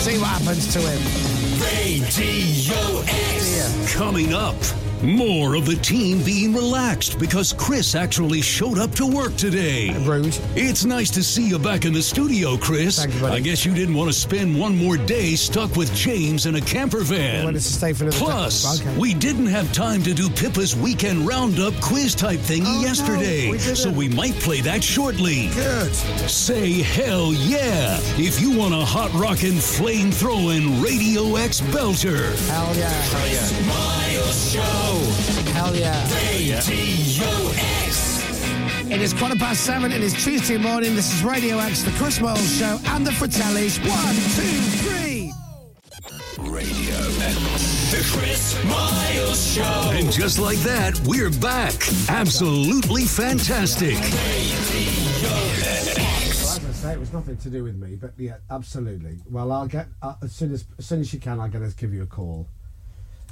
Speaker 5: See what happens to him.
Speaker 1: Radio X. Coming up, more of the team being relaxed because Chris actually showed up to work today.
Speaker 5: Rude.
Speaker 1: It's nice to see you back in the studio, Chris.
Speaker 5: Thank you, buddy.
Speaker 1: I guess you didn't want to spend one more day stuck with James in a camper van.
Speaker 5: I wanted to stay for another day.
Speaker 1: Plus,
Speaker 5: Okay.
Speaker 1: we didn't have time to do Pippa's weekend roundup quiz type thingy yesterday,
Speaker 5: Oh, we didn't.
Speaker 1: so we might play that shortly.
Speaker 5: Good.
Speaker 1: Say hell yeah if you want a hot rockin' flame throwing Radio X belter.
Speaker 5: Hell yeah. Hell
Speaker 1: yeah.
Speaker 5: Show. Hell yeah. It is quarter past seven. It is Tuesday morning. This is Radio X, the Chris Moyles Show, and the Fratellis. One, two, three.
Speaker 1: Radio X. The Chris Miles Show. And just like that, we're back. Absolutely fantastic.
Speaker 5: Well, I was going to say it was nothing to do with me, but yeah, absolutely. Well, I'll get uh, as soon as as soon as you can. I'm going to give you a call.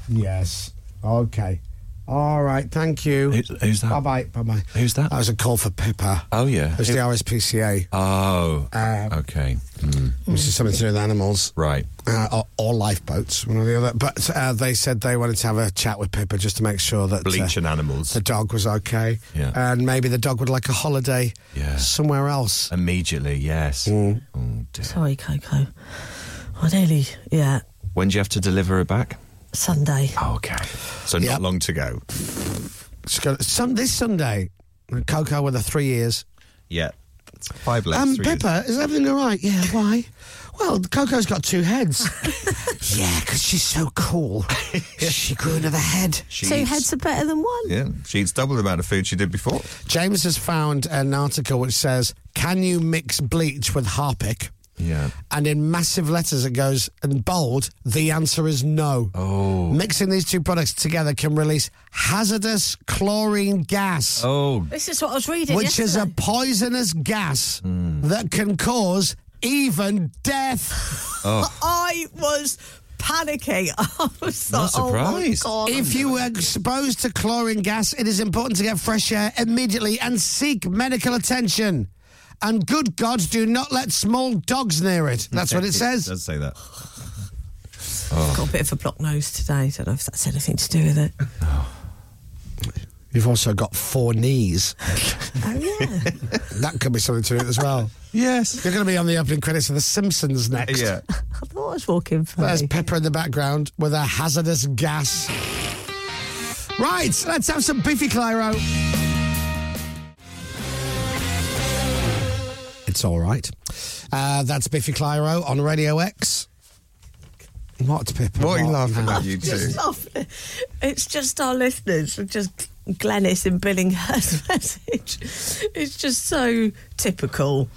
Speaker 5: Yes. Okay. All right. Thank you.
Speaker 7: Who's- who's that?
Speaker 5: Bye bye. Bye bye.
Speaker 7: Who's that?
Speaker 5: That was a call for Pippa.
Speaker 7: Oh yeah.
Speaker 5: It was the RSPCA,
Speaker 7: Oh.
Speaker 5: Uh,
Speaker 7: okay. Hmm.
Speaker 5: which is something to do with animals.
Speaker 7: Right.
Speaker 5: Uh, or, or lifeboats, one or the other. But uh, they said they wanted to have a chat with Pippa just to make sure that uh,
Speaker 7: Bleach and animals.
Speaker 5: the dog was okay,
Speaker 7: Yeah.
Speaker 5: and maybe the dog would like a holiday
Speaker 7: Yeah.
Speaker 5: somewhere else.
Speaker 7: Immediately. Yes.
Speaker 9: Mm.
Speaker 7: Oh dear.
Speaker 9: Sorry, Coco. I nearly, yeah,
Speaker 7: When do you have to deliver her back?
Speaker 9: Sunday.
Speaker 8: Oh,
Speaker 7: Okay. So not long to go.
Speaker 5: It's got- Sun this Sunday, Coco with the three years.
Speaker 7: Yeah. It's five left.
Speaker 5: Um,
Speaker 7: three
Speaker 5: Pippa, is everything all right? Yeah, why? Well, Coco's got two heads. yeah, because she's so cool. she grew another head.
Speaker 7: She
Speaker 9: Two
Speaker 7: eats-
Speaker 9: heads are better than one.
Speaker 7: Yeah. She eats double the amount of food she did before.
Speaker 5: James has found an article which says, Can you mix bleach with Harpic?
Speaker 7: Yeah.
Speaker 5: And in massive letters it goes, in bold, the answer is no.
Speaker 7: Oh.
Speaker 5: Mixing these two products together can release hazardous chlorine gas.
Speaker 7: Oh.
Speaker 9: This is what I was reading.
Speaker 5: which is a poisonous gas that can cause even death.
Speaker 7: Oh.
Speaker 9: I was panicking. I was like,
Speaker 5: Not
Speaker 9: oh my
Speaker 5: surprised.
Speaker 9: God.
Speaker 5: If you were exposed to chlorine gas, it is important to get fresh air immediately and seek medical attention. And good God, do not let small dogs near it. That's what it says.
Speaker 7: does say that.
Speaker 9: Got
Speaker 5: Oh.
Speaker 9: a bit of a block nose today. Don't know if that's anything to do with it.
Speaker 5: You've also got four knees.
Speaker 9: Oh yeah.
Speaker 5: that could be something to it as well.
Speaker 7: Yes.
Speaker 5: You're going to be on the opening credits of The Simpsons next.
Speaker 7: Yeah.
Speaker 9: I thought I was walking
Speaker 5: There's
Speaker 9: funny.
Speaker 5: Pepper in the background with a hazardous gas. Right, let's have some beefy Clyro. It's all right. Uh, that's Biffy Clyro on Radio X. What, Pippa?
Speaker 7: What are you laughing
Speaker 5: now?
Speaker 7: at, you two?
Speaker 9: Just off- It's just our listeners, just Glennis and Billinghurst's message. It's just so typical.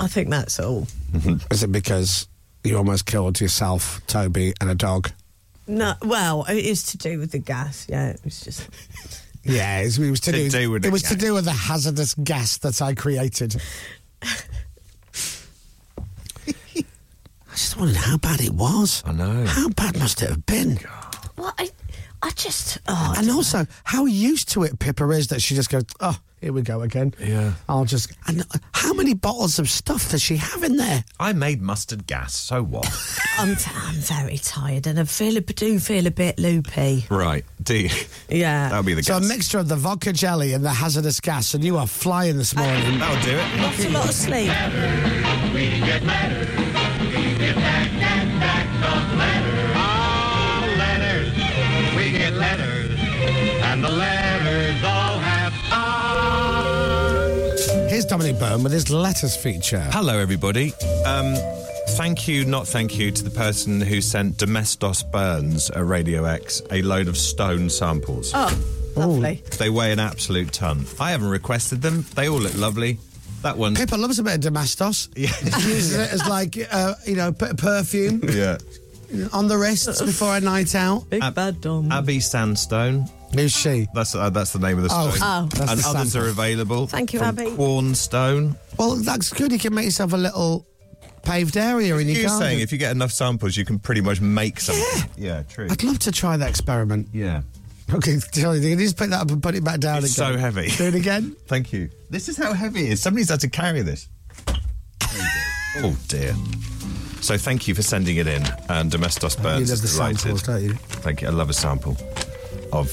Speaker 9: I think that's all.
Speaker 5: Mm-hmm. Is it because you almost killed yourself, Toby, and a dog?
Speaker 9: No, well, it is to do with the gas. Yeah, it was just.
Speaker 5: Yeah, it was, it was to,
Speaker 9: To
Speaker 5: do,
Speaker 9: do with
Speaker 5: it
Speaker 9: the
Speaker 5: was to
Speaker 9: gas.
Speaker 5: do with the hazardous gas that I created. I just wondered how bad it was. I know. How bad must it have been?
Speaker 9: Well, I, I just. oh,
Speaker 5: and also, how used to it Pippa is that she just goes, oh, here we go again. Yeah. I'll just. And how many bottles of stuff does she have in there?
Speaker 7: I made mustard gas, so what?
Speaker 9: I'm, I'm very tired, and I feel a, do feel a bit loopy.
Speaker 7: right, do you?
Speaker 9: Yeah.
Speaker 7: That'll be the
Speaker 5: So a
Speaker 7: gas.
Speaker 5: mixture of the vodka jelly and the hazardous gas, and you are flying this morning.
Speaker 7: That'll do it.
Speaker 9: Lots a lot of sleep.
Speaker 13: letters. We get letters, and the letters all have arms.
Speaker 5: Here's Dominic Byrne with his letters feature.
Speaker 7: Hello, everybody. Um, thank you, not thank you, to the person who sent Domestos Burns, a Radio X, a load of stone samples.
Speaker 9: Oh, lovely.
Speaker 7: They weigh an absolute ton. I haven't requested them. They all look lovely. That one.
Speaker 5: Pippa loves a bit of Damastos. Yeah. She uses it as like, uh, you know, p- perfume
Speaker 7: Yeah.
Speaker 5: on the wrists before a night out.
Speaker 9: Big bad Dom.
Speaker 7: Abby Sandstone.
Speaker 5: Who's she?
Speaker 7: That's uh, that's the name of the
Speaker 5: Oh,
Speaker 7: stone.
Speaker 5: oh. that's
Speaker 7: and
Speaker 5: the
Speaker 7: others
Speaker 5: sample.
Speaker 7: are available.
Speaker 9: Thank you,
Speaker 7: from
Speaker 9: Abby.
Speaker 7: Quorn Stone.
Speaker 5: Well, that's good. You can make yourself a little paved area in your
Speaker 7: You're
Speaker 5: garden.
Speaker 7: saying if you get enough samples, you can pretty much make something. Yeah, true.
Speaker 5: I'd love to try that experiment.
Speaker 7: Yeah.
Speaker 5: Okay, Charlie, you can just pick that up and put it back down
Speaker 7: It's
Speaker 5: again.
Speaker 7: so heavy.
Speaker 5: Do it again.
Speaker 7: Thank you. This is how heavy it is. Somebody's had to carry this. Oh dear. So thank you for sending it in, and Domestos Burns
Speaker 5: you love the
Speaker 7: is delighted.
Speaker 5: samples, don't you?
Speaker 7: Thank you. I love a sample of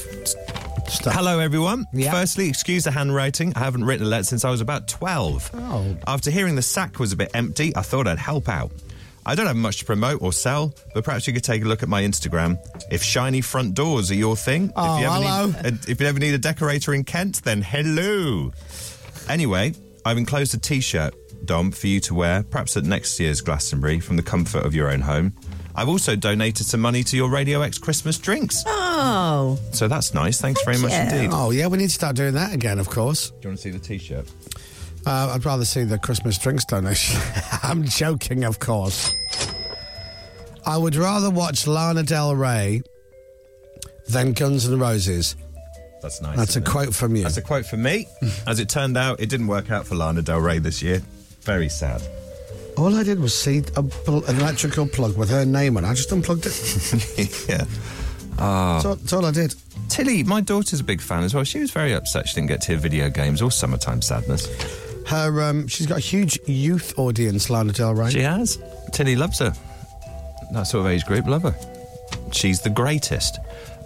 Speaker 7: Hello, everyone. Firstly, excuse the handwriting. I haven't written a letter since I was about 12.
Speaker 5: Oh.
Speaker 7: After hearing the sack was a bit empty, I thought I'd help out. I don't have much to promote or sell, but perhaps you could take a look at my Instagram. If shiny front doors are your thing,
Speaker 5: Oh,
Speaker 7: if, you ever
Speaker 5: hello.
Speaker 7: Need, uh, if you ever need a decorator in Kent, then hello. Anyway, I've enclosed a t shirt, Dom, for you to wear, perhaps at next year's Glastonbury from the comfort of your own home. I've also donated some money to your Radio X Christmas drinks.
Speaker 9: Oh.
Speaker 7: So that's nice. Thanks very much
Speaker 9: you.
Speaker 7: indeed.
Speaker 5: Oh, yeah, we need to start doing that again, of course.
Speaker 7: Do you want to see the T-shirt?
Speaker 5: Uh, I'd rather see the Christmas drinks donation. I'm joking, of course. I would rather watch Lana Del Rey than Guns N' Roses.
Speaker 7: That's nice.
Speaker 5: That's a
Speaker 7: isn't it?
Speaker 5: quote from you.
Speaker 7: That's a quote from me. As it turned out, it didn't work out for Lana Del Rey this year. Very sad.
Speaker 5: All I did was see a pl- an electrical plug with her name on it. I just unplugged it.
Speaker 7: yeah. Ah.
Speaker 5: That's all, that's all I did.
Speaker 7: Tilly, my daughter's a big fan as well. She was very upset she didn't get to hear video games or summertime sadness.
Speaker 5: Her, um, she's got a huge youth audience, Lana Del Rey.
Speaker 7: She has. Tilly loves her. That sort of age group love her. She's the greatest.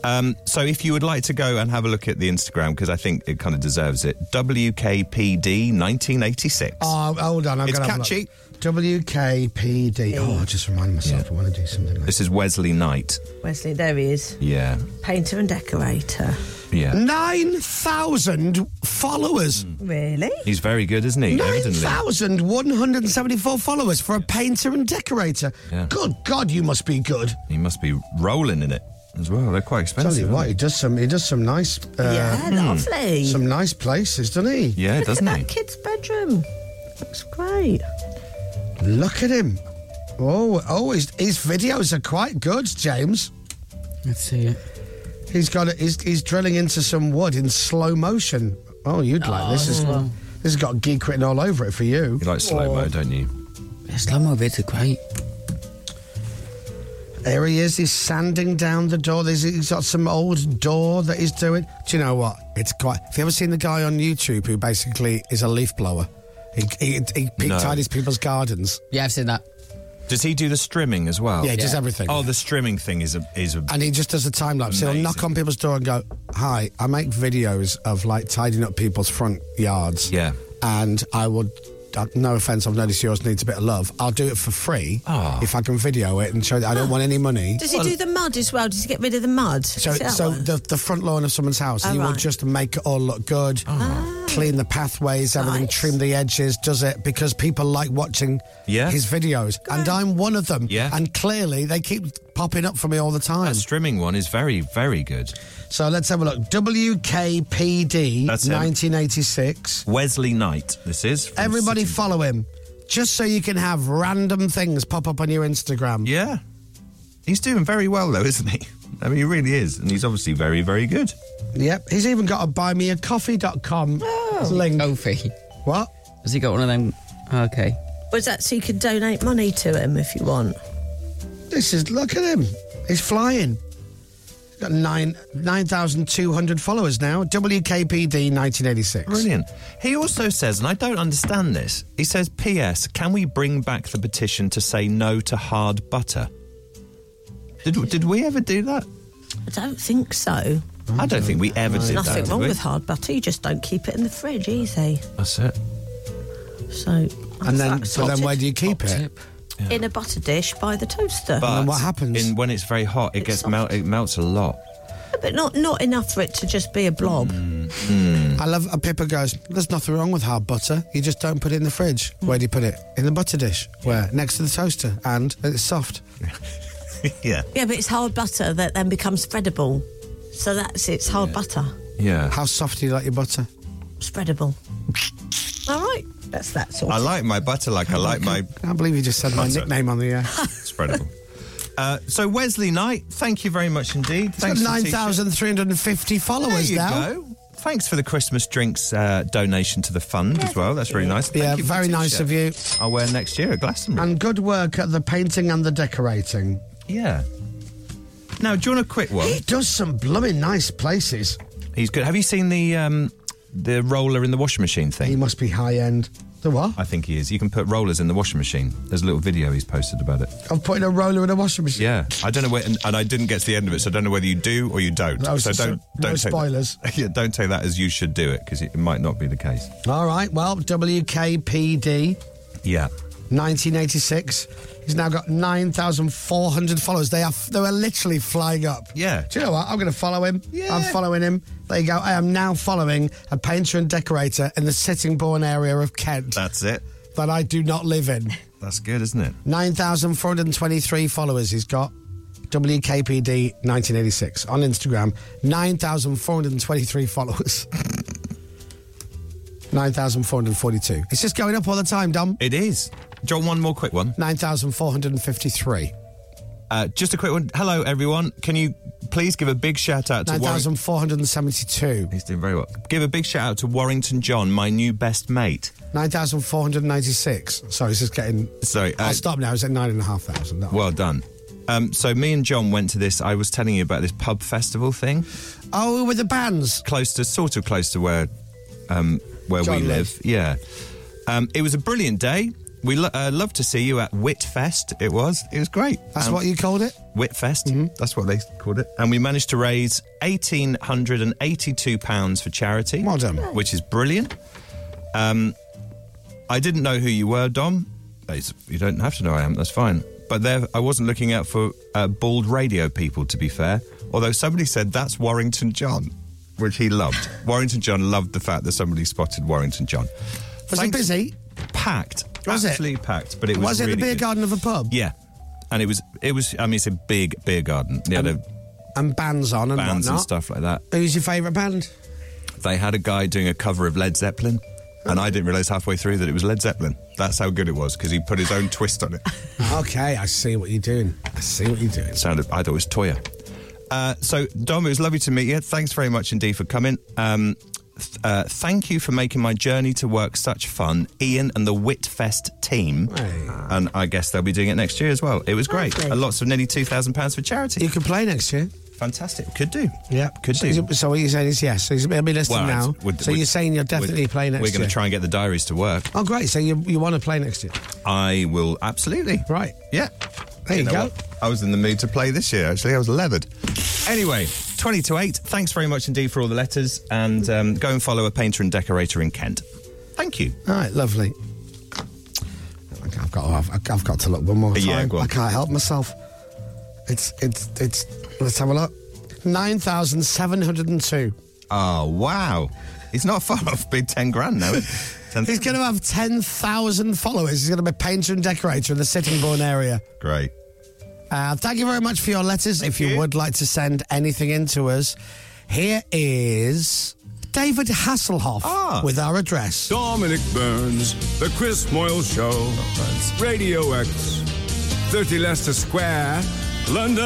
Speaker 7: Um, so if you would like to go and have a look at the Instagram, because I think it kind of deserves it, WKPD1986.
Speaker 5: Oh, hold on. I've
Speaker 7: It's
Speaker 5: got
Speaker 7: catchy.
Speaker 5: WKPD. Oh, I just reminded myself. I want to do something like
Speaker 7: This is Wesley Knight.
Speaker 9: Wesley, there he is.
Speaker 7: Yeah.
Speaker 9: Painter and decorator.
Speaker 7: Yeah.
Speaker 5: 9,000 followers.
Speaker 9: Mm.
Speaker 7: Hmm.
Speaker 9: Really?
Speaker 7: He's very good, isn't he? Evidently.
Speaker 5: 9,174 followers for a painter and decorator.
Speaker 7: Yeah.
Speaker 5: Good God, you must be good.
Speaker 7: He must be rolling in it as well. They're quite
Speaker 5: Tell you
Speaker 7: expensive. Hmm.
Speaker 5: what, he does some. He does some nice. Uh,
Speaker 9: yeah, lovely.
Speaker 5: Some nice places, doesn't he?
Speaker 7: Yeah,
Speaker 9: Look at that kid's bedroom. Looks great.
Speaker 5: Look at him. Oh, oh, his, his videos are quite good, James.
Speaker 8: Let's see it.
Speaker 5: He's got. A, he's, he's drilling into some wood in slow motion. Oh, you'd like this. Is,
Speaker 9: Oh.
Speaker 8: slow.
Speaker 5: this has got geek written all over it for you.
Speaker 7: You like slow
Speaker 5: Oh.
Speaker 7: mo, don't you?
Speaker 8: The slow mo bits are great.
Speaker 5: There he is. He's sanding down the door. There's, he's got some old door that he's doing. Do you know what? It's quite. Have you ever seen the guy on YouTube who basically is a leaf blower? He he, he pick-
Speaker 7: No.
Speaker 5: tidies people's gardens.
Speaker 8: Yeah, I've seen that.
Speaker 7: Does he do the strimming as well?
Speaker 5: Yeah, he does Yeah. everything.
Speaker 7: Oh, the strimming thing is a is a.
Speaker 5: And he just does a time lapse. He'll knock on people's door and go, "Hi, I make videos of like tidying up people's front yards."
Speaker 7: Yeah.
Speaker 5: And I would. uh, No offense, I've noticed yours needs a bit of love. I'll do it for free
Speaker 7: Ah.
Speaker 5: if I can video it and show that I don't want any money.
Speaker 9: Does he do the mud as well? Does he get rid of the mud?
Speaker 5: So,
Speaker 9: Is that
Speaker 5: so
Speaker 9: one?
Speaker 5: the, the front lawn of someone's house,
Speaker 9: Oh,
Speaker 5: he will
Speaker 9: right.
Speaker 5: just make it all look good,
Speaker 7: Ah.
Speaker 5: clean the pathways, everything, trim the edges, does it because people like watching
Speaker 7: Yeah.
Speaker 5: his videos, and I'm one of them.
Speaker 7: Yeah.
Speaker 5: and clearly they keep popping up for me all the time.
Speaker 7: That strimming one is very very good.
Speaker 5: So let's have a look. WKPD
Speaker 7: That's him.
Speaker 5: 1986.
Speaker 7: Wesley Knight. This is from
Speaker 5: Everybody follow him. just so you can have random things pop up on your Instagram.
Speaker 7: Yeah. He's doing very well, though, isn't he? I mean, he really is. And he's obviously very, very good.
Speaker 5: Yep. He's even got a buymeacoffee.com
Speaker 9: Oh.
Speaker 5: link.
Speaker 8: Kofi.
Speaker 5: What?
Speaker 8: Has he got one of them? Okay.
Speaker 9: Was that so you could donate money to him if you want?
Speaker 5: This is look at him. He's flying. He's got nine nine thousand two hundred followers now. WKPD nineteen eighty six.
Speaker 7: Brilliant. He also says, and I don't understand this, he says, P.S., can we bring back the petition to say no to hard butter? Did, did we ever do that?
Speaker 9: I don't think so.
Speaker 7: I don't think we ever
Speaker 9: There's
Speaker 7: did that.
Speaker 9: nothing
Speaker 7: did
Speaker 9: wrong
Speaker 7: we?
Speaker 9: with hard butter. You just don't keep it in the fridge, easy.
Speaker 7: That's it.
Speaker 9: So,
Speaker 5: And then,
Speaker 9: that's
Speaker 5: so then
Speaker 9: sorted.
Speaker 5: where do you keep it?
Speaker 9: in a butter dish by the toaster.
Speaker 7: But In, when it's very hot, it gets melt. It melts a lot.
Speaker 9: But not not enough for it to just be a blob.
Speaker 7: Mm.
Speaker 5: I love a Pippa goes, There's nothing wrong with hard butter. You just don't put it in the fridge.
Speaker 7: Mm.
Speaker 5: Where do you put it? In the butter dish. Where? Next to the toaster. And it's soft.
Speaker 7: yeah.
Speaker 9: Yeah, but it's hard butter that then becomes spreadable. So that's it's hard butter
Speaker 7: Yeah.
Speaker 5: How soft do you like your butter?
Speaker 9: spreadable. All right, that's that sort.
Speaker 7: I like my butter like I like Oh my
Speaker 5: I can't believe you just said my
Speaker 7: Butter.
Speaker 5: nickname on the air.
Speaker 7: spreadable. Uh, so Wesley Knight, thank you very much indeed.
Speaker 5: He's got
Speaker 7: Thanks for the t-shirt.
Speaker 5: 9,350 followers
Speaker 7: there you
Speaker 5: now.
Speaker 7: Go. Thanks for the Christmas drinks uh, donation to the fund as well. That's really nice. Thank
Speaker 5: Yeah,
Speaker 7: you for
Speaker 5: very
Speaker 7: the
Speaker 5: nice of
Speaker 7: t-shirt.
Speaker 5: you.
Speaker 7: I'll wear next year at Glastonbury.
Speaker 5: And good work at the painting and the decorating.
Speaker 7: yeah. Now, do you want a quick one?
Speaker 5: He does some blooming nice places.
Speaker 7: He's good. Have you seen the um, the roller in the washing machine thing?
Speaker 5: He must be high end. The what?
Speaker 7: I think he is. You can put rollers in the washing machine. There's a little video he's posted about it.
Speaker 5: Of putting a roller in a washing machine.
Speaker 7: Yeah, I don't know where, and, and I didn't get to the end of it, so I don't know whether you do or you don't.
Speaker 5: No,
Speaker 7: so
Speaker 5: so-
Speaker 7: don't
Speaker 5: no
Speaker 7: don't take
Speaker 5: spoilers.
Speaker 7: That, yeah, don't take that as you should do it because it might not be the case.
Speaker 5: All right, well, WKPD
Speaker 7: Yeah,
Speaker 5: 1986. He's now got 9,400 followers. They are they are literally flying up.
Speaker 7: Yeah.
Speaker 5: Do you know what? I'm going to follow him.
Speaker 7: Yeah.
Speaker 5: I'm following him. There you go. I am now following a painter and decorator in the Sittingbourne area of Kent
Speaker 7: that's it.
Speaker 5: that I do not live in.
Speaker 7: That's good, isn't it?
Speaker 5: 9,423 followers he's got. WKPD 1986 on Instagram. 9,423 followers. 9,442. It's just going up all the time, Dom.
Speaker 7: It is. John, one more quick one.
Speaker 5: 9,453.
Speaker 7: Uh, just a quick one. Hello, everyone. Can you please give a big shout out to Warrington?
Speaker 5: 9,472.
Speaker 7: He's doing very well. Give a big shout out to Warrington John, my new best mate.
Speaker 5: 9,496. Sorry, it's just getting.
Speaker 7: Sorry, uh,
Speaker 5: I'll stop now. It's at 9,500. No.
Speaker 7: Well done. Um, so me and John went to this. I was telling you about this pub festival thing,
Speaker 5: Oh, with the bands.
Speaker 7: close to sort of close to where um, where we
Speaker 5: John
Speaker 7: live.
Speaker 5: lives.
Speaker 7: Yeah, um, it was a brilliant day. We lo- uh, love to see you at Whitfest. It was. It was great.
Speaker 5: That's
Speaker 7: Um,
Speaker 5: what you called it?
Speaker 7: Whitfest.
Speaker 5: Mm-hmm.
Speaker 7: That's what they called it. And we managed to raise eighteen hundred and eighty-two pounds for charity.
Speaker 5: Well done.
Speaker 7: Which is brilliant. Um, I didn't know who you were, Dom. It's- You don't have to know I am. That's fine. But there, I wasn't looking out for uh, bald radio people. To be fair, although somebody said that's Warrington John, which he loved. Warrington John loved the fact that somebody spotted Warrington John.
Speaker 5: Was it
Speaker 7: Thanks-
Speaker 5: busy?
Speaker 7: Packed.
Speaker 5: Was it?
Speaker 7: Absolutely packed. But it was.
Speaker 5: Was it the
Speaker 7: really
Speaker 5: beer
Speaker 7: good.
Speaker 5: garden of a pub?
Speaker 7: Yeah, and it was it was. I mean, it's a big beer garden. They had a
Speaker 5: And bands on and
Speaker 7: bands and
Speaker 5: whatnot.
Speaker 7: stuff like that.
Speaker 5: Who's your favourite band?
Speaker 7: They had a guy doing a cover of Led Zeppelin, and I didn't realise halfway through that it was Led Zeppelin. That's how good it was because he put his own twist on it.
Speaker 5: Okay, I see what you're doing. I see what you're doing.
Speaker 7: It sounded. I thought it was Toya. Uh, so Dom, it was lovely to meet you. Thanks very much indeed for coming. Um, th- uh, thank you for making my journey to work such fun, Ian and the Whitfest team.
Speaker 5: Hey.
Speaker 7: And I guess they'll be doing it next year as well. It was great.
Speaker 9: Lovely.
Speaker 7: Uh, Lots of nearly two thousand pounds for charity.
Speaker 5: You can play next year.
Speaker 7: Fantastic. Could do. Could
Speaker 5: So,
Speaker 7: do.
Speaker 5: so what you're saying is yes. So he's he'll be listening
Speaker 7: Well,
Speaker 5: now.
Speaker 7: it's- would-
Speaker 5: so
Speaker 7: would-
Speaker 5: you're saying you'll definitely
Speaker 7: would-
Speaker 5: play next
Speaker 7: We're
Speaker 5: year.
Speaker 7: going to try and get the diaries to work.
Speaker 5: Oh, great. So you, you want to play next year?
Speaker 7: I will absolutely.
Speaker 5: Right.
Speaker 7: Yeah.
Speaker 5: There you
Speaker 7: know
Speaker 5: go.
Speaker 7: what? I was in the mood to play this year. Actually, I was leathered. Anyway, twenty to eight. Thanks very much indeed for all the letters, and um, go and follow a painter and decorator in Kent. Thank you.
Speaker 5: All right, lovely. I've got, I've, I've got to look one more time.
Speaker 7: Yeah, go on.
Speaker 5: I can't help myself. It's, it's, it's, let's have a look. 9,702.
Speaker 7: Oh wow, he's not far off being ten grand now. is he? Ten-
Speaker 5: He's going to have 10,000 followers. He's going to be a painter and decorator in the Sittingbourne area.
Speaker 7: great.
Speaker 5: Uh, thank you very much for your letters. if you, would like to send anything in to us, here is David Hasselhoff
Speaker 7: Ah.
Speaker 5: with our address.
Speaker 14: Dominic Burns, The Chris Moyle Show,
Speaker 5: Oh,
Speaker 14: Radio X, 30 Leicester Square, London.